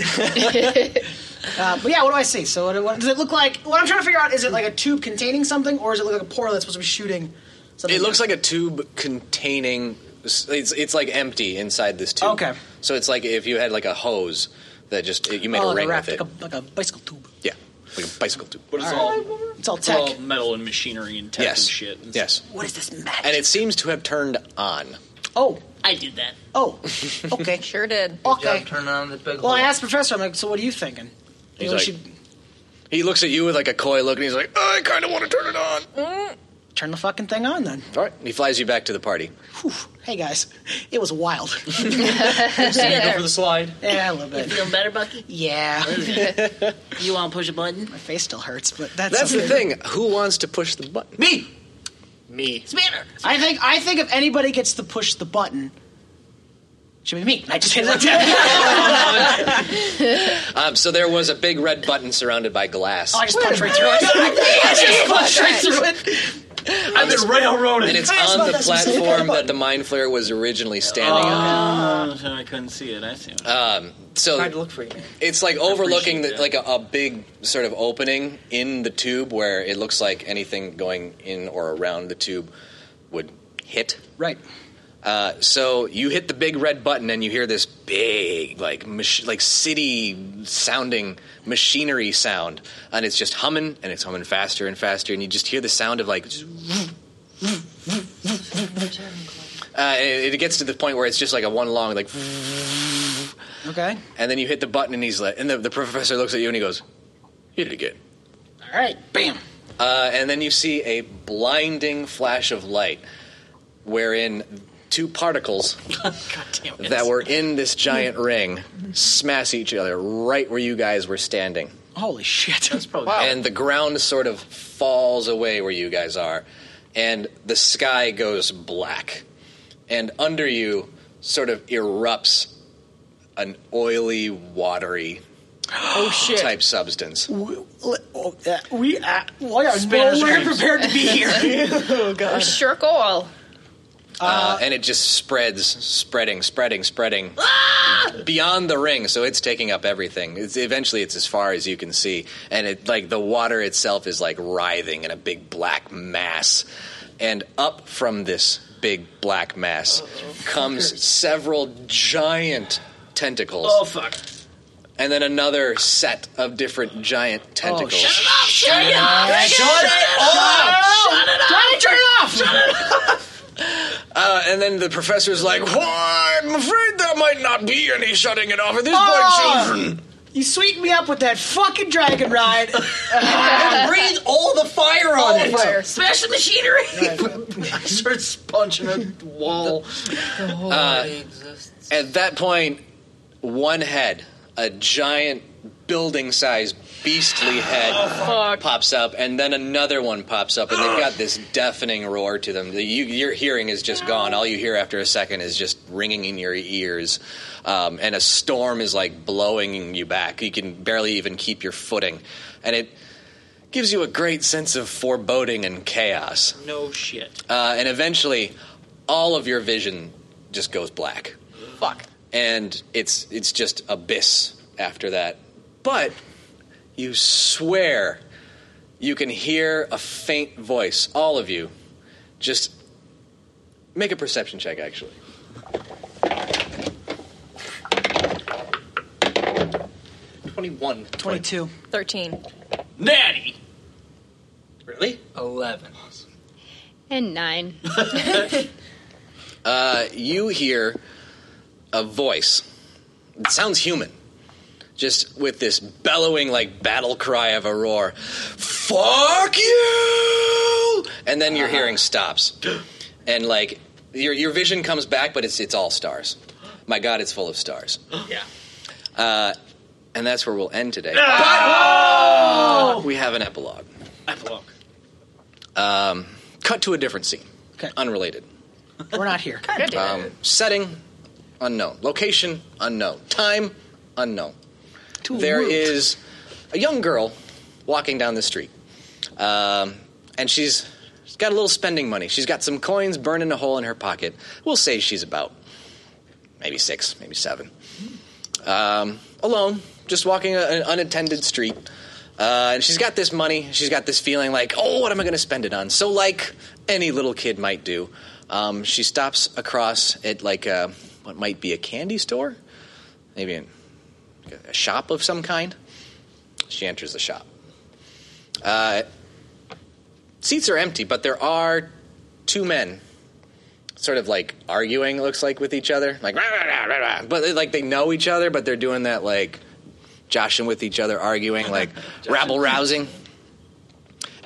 E: uh, but yeah, what do I see? So what, what does it look like? What I'm trying to figure out is it like a tube containing something, or is it like a portal that's supposed to be shooting? something?
B: It looks like a tube containing. It's it's like empty inside this tube.
E: Okay.
B: So it's like if you had like a hose that just you made
E: Oh,
B: a
E: like
B: ring
E: raft,
B: with it.
E: like a, like a bicycle tube.
B: yeah, like a bicycle tube.
D: But it's
E: All
D: all,
E: right. It's all tech.
D: all metal and machinery and tech
B: Yes.
D: and shit.
B: Yes.
E: What is this magic?
B: And it seems to have turned on.
H: Oh,
G: I did that.
E: Oh, okay.
I: sure did.
E: Okay.
F: Turn on the big
E: Well, I asked Professor, I'm like, so what are you thinking?
B: He's
E: we
B: like-
E: should
B: He looks at you with like a coy look, and he's like, "I kind of want to turn it on."
E: turn the fucking thing on then.
B: All right, he flies you back to the party.
E: Hey guys, it was wild.
G: the
E: slide. Yeah, a little
G: You
E: bit.
G: feeling better, Bucky?
E: Yeah.
G: you want to push a button?
E: My face still hurts, but that's
B: That's, the
E: okay.
B: thing. Who wants to push the button?
E: Me.
B: Me.
G: Spanner.
E: I think I think if anybody gets to push the button, it should be me. I just hit it like that.
B: Um, so there was a big red button surrounded by glass.
E: oh, I just punched right through it. I just punched right through it.
B: I've been railroaded. And it's
E: I just
B: on the
E: thought that's what she said.
B: platform that the mind flayer was originally standing
D: Oh, I couldn't see it. I see. It.
B: on. Um, so
D: Tried Oh, to look for you.
B: It's like overlooking the, like a, a big sort of opening in the tube where it looks like anything going in or around the tube would hit.
E: Right.
B: Uh, so you hit the big red button and you hear this big like mach- like city sounding machinery sound and it's just humming and it's humming faster and faster and you just hear the sound of like uh, it, it gets to the point where it's just like a one long like
E: Okay.
B: and then you hit the button and he's like and the, the professor looks at you and he goes hit it again
E: All right. Bam.
B: uh, and then you see a blinding flash of light wherein two particles that were in this giant ring smash each other right where you guys were standing.
E: Holy shit. That's
D: probably
B: And the ground sort of falls away where you guys are, and the sky goes black. And under you sort of erupts an oily, watery
E: Oh shit.
B: type substance.
E: Oh, uh, we uh, we are
B: Spanners
E: nowhere
B: dreams.
E: prepared to be here. oh
J: Oh, sure, all.
B: Uh, and it just spreads, spreading, spreading, spreading beyond the ring. So it's taking up everything. It's, eventually, it's as far as you can see, and it like the water itself is like writhing in a big black mass. And up from this big black mass comes several giant tentacles.
D: Oh fuck!
B: And then another set of different giant tentacles.
H: shut it up!
B: Shut it up!
H: Shut it up! Johnny, turn it off!
B: Uh, and then the professor's like, "Why? I'm afraid there might not be any shutting it off at this
E: Oh!
B: point, children."
E: You sweeten me up with that fucking dragon ride.
H: And breathe
E: all the fire
H: on it.
G: Smash the machinery!
E: I start punching a wall.
B: Uh, at that point, one head, a giant building-sized beastly head,
D: Oh,
B: pops up, and then another one pops up, and they've got this deafening roar to them. The- you, your hearing is just gone. All you hear after a second is just ringing in your ears, um, and a storm is like blowing you back. You can barely even keep your footing, and it gives you a great sense of foreboding and chaos.
D: No shit.
B: Uh, and eventually, all of your vision just goes black. Fuck. And it's it's just abyss after that. But you swear you can hear a faint voice. All of you, just make a perception check. Actually, twenty-one.
E: 22.
I: 13.
D: Natty.
B: Really?
M: Eleven.
J: And nine.
B: Uh, you hear a voice. It sounds human. Just with this bellowing, like, battle cry of a roar. Fuck you! And then your hearing stops. And, like, your, your vision comes back, but it's, it's all stars. My God, it's full of stars.
D: Yeah.
B: Uh, and that's where we'll end today. But we have an epilogue.
D: Epilogue.
B: Um, cut to a different scene.
E: Okay.
B: Unrelated.
E: We're not here.
B: Um, setting, unknown. Location, unknown. Time, unknown.
E: To a
B: There
E: world.
B: is a young girl walking down the street, um, and she's, she's got a little spending money. She's got some coins burning a hole in her pocket. We'll say she's about maybe six, maybe seven. Um, alone, just walking a, an unattended street. Uh, and she's got this money. She's got this feeling like, oh, what am I going to spend it on? So, like any little kid might do, um, she stops across at like a, what might be a candy store, maybe an, a shop of some kind. She enters the shop. Uh, seats are empty, but there are two men sort of like arguing, it looks like, with each other. Like, rah, rah, rah, rah, rah. but they, like they know each other, but they're doing that like joshing with each other, arguing, like rabble rousing.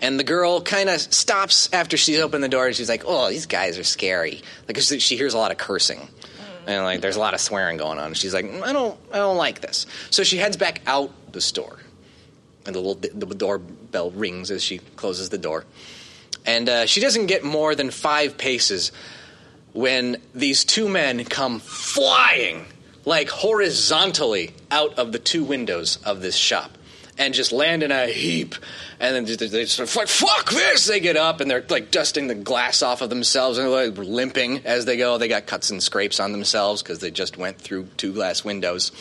B: And the girl kind of stops after she's opened the door and she's like, oh, these guys are scary. Like, 'cause she hears a lot of cursing. And like, there's a lot of swearing going on. And she's like, "Mm, I don't, I don't like this. So she heads back out the store, and the little the doorbell rings as she closes the door. And uh, she doesn't get more than five paces when these two men come flying, like horizontally, out of the two windows of this shop and just land in a heap. And then they- they sort of like, fuck this! They get up and they're like dusting the glass off of themselves and they're like limping as they go. They got cuts and scrapes on themselves because they just went through two glass windows.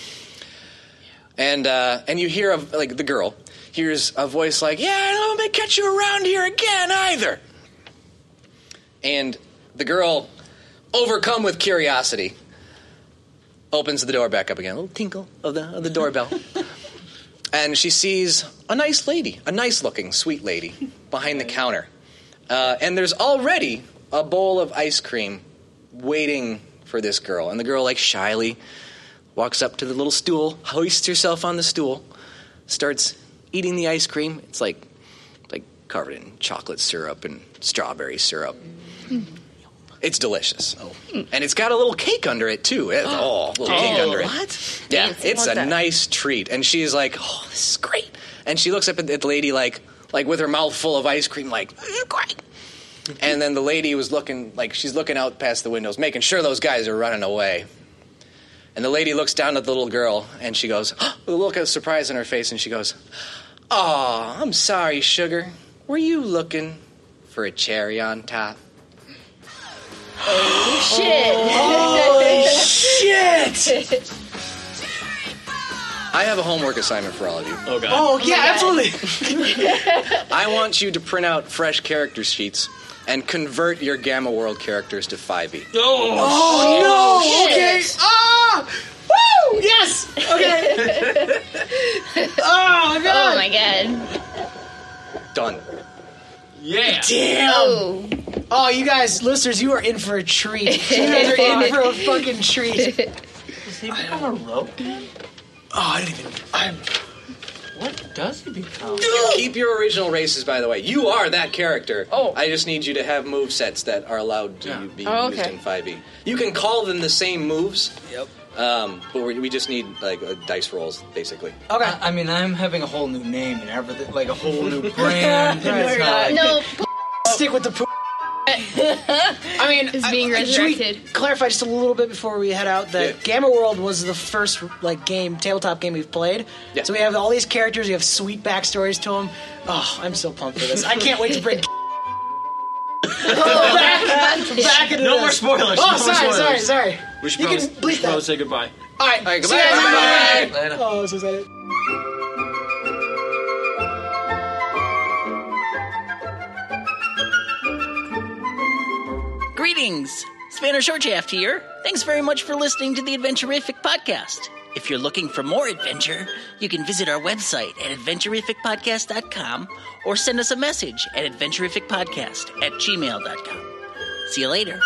B: And uh, and you hear of like the girl hears a voice like, yeah, I don't make catch you around here again either. And the girl, overcome with curiosity, opens the door back up again. A little tinkle of the, of the doorbell. and she sees a nice lady, a nice looking, sweet lady, behind the counter. Uh, and there's already a bowl of ice cream waiting for this girl. And the girl, like shyly, walks up to the little stool, hoists herself on the stool, starts eating the ice cream. It's like, like covered in chocolate syrup and strawberry syrup. It's delicious. And it's got a little cake under it too. It's, oh, a little cake
H: Oh,
B: under it.
H: what?
B: Yeah,
H: Fancy.
B: it's
H: Love
B: a
H: that.
B: nice treat. And she's like, "Oh, this is great." And she looks up at at the lady like like with her mouth full of ice cream like, "Mm, "Great." And then the lady was looking like she's looking out past the windows making sure those guys are running away. And the lady looks down at the little girl and she goes, with a look of surprise on her face and she goes, "Oh, I'm sorry, sugar. Were you looking for a cherry on top?"
H: Shit.
B: Oh, shit. I have a homework assignment for all of you. Oh god.
E: Oh, yeah, absolutely.
B: I want you to print out fresh character sheets and convert your Gamma World characters to E. 5e.
H: Oh, no!
E: Oh,
H: Okay.
E: shit.
H: Ah! Woo! Yes! Okay. oh, God.
J: Oh my god.
B: Done.
D: Yeah.
E: Damn. Oh. you guys, listeners, you are in for a treat. You guys are in for a fucking treat.
F: he become a rope?
E: Oh, I didn't even. I'm.
F: What does he become?
B: You keep your original races, by the way. You are that character. Oh. I just need you to have move sets that are allowed to be
H: Oh,
B: used
H: okay.
B: in 5e. You can call them the same moves. Yep. Um, but we, we just need like uh, dice rolls, basically.
F: Okay. I, I mean, I'm having a whole new name and everything, like a whole new brand.
E: No,
F: and it's
E: you're
F: not
E: not.
J: Oh.
F: like-
E: No. Stick with the poop. I mean,
J: Is being
E: I- should we
J: resurrected.
E: clarify just a little bit before we head out that
J: Yeah.
E: Gamma World was the first like game, tabletop game we've played. So we have all these characters. We have sweet backstories to them. Oh, I'm so pumped for this! I can't wait to bring back, back into
D: No
E: this.
D: more spoilers,
E: Oh,
D: no more
E: sorry, sorry,
D: spoilers.
E: sorry.
D: We should
E: You
D: probably,
E: can
D: we
E: bleep
D: should probably say goodbye.
E: All right, all right,
D: goodbye, everybody.
E: Oh, so excited.
G: Greetings! Spanner Shortshaft here. Thanks very much for listening to the Adventurific Podcast. If you're looking for more adventure, you can visit our website at adventurificpodcast.com or send us a message at adventurificpodcast at gmail.com. See you later.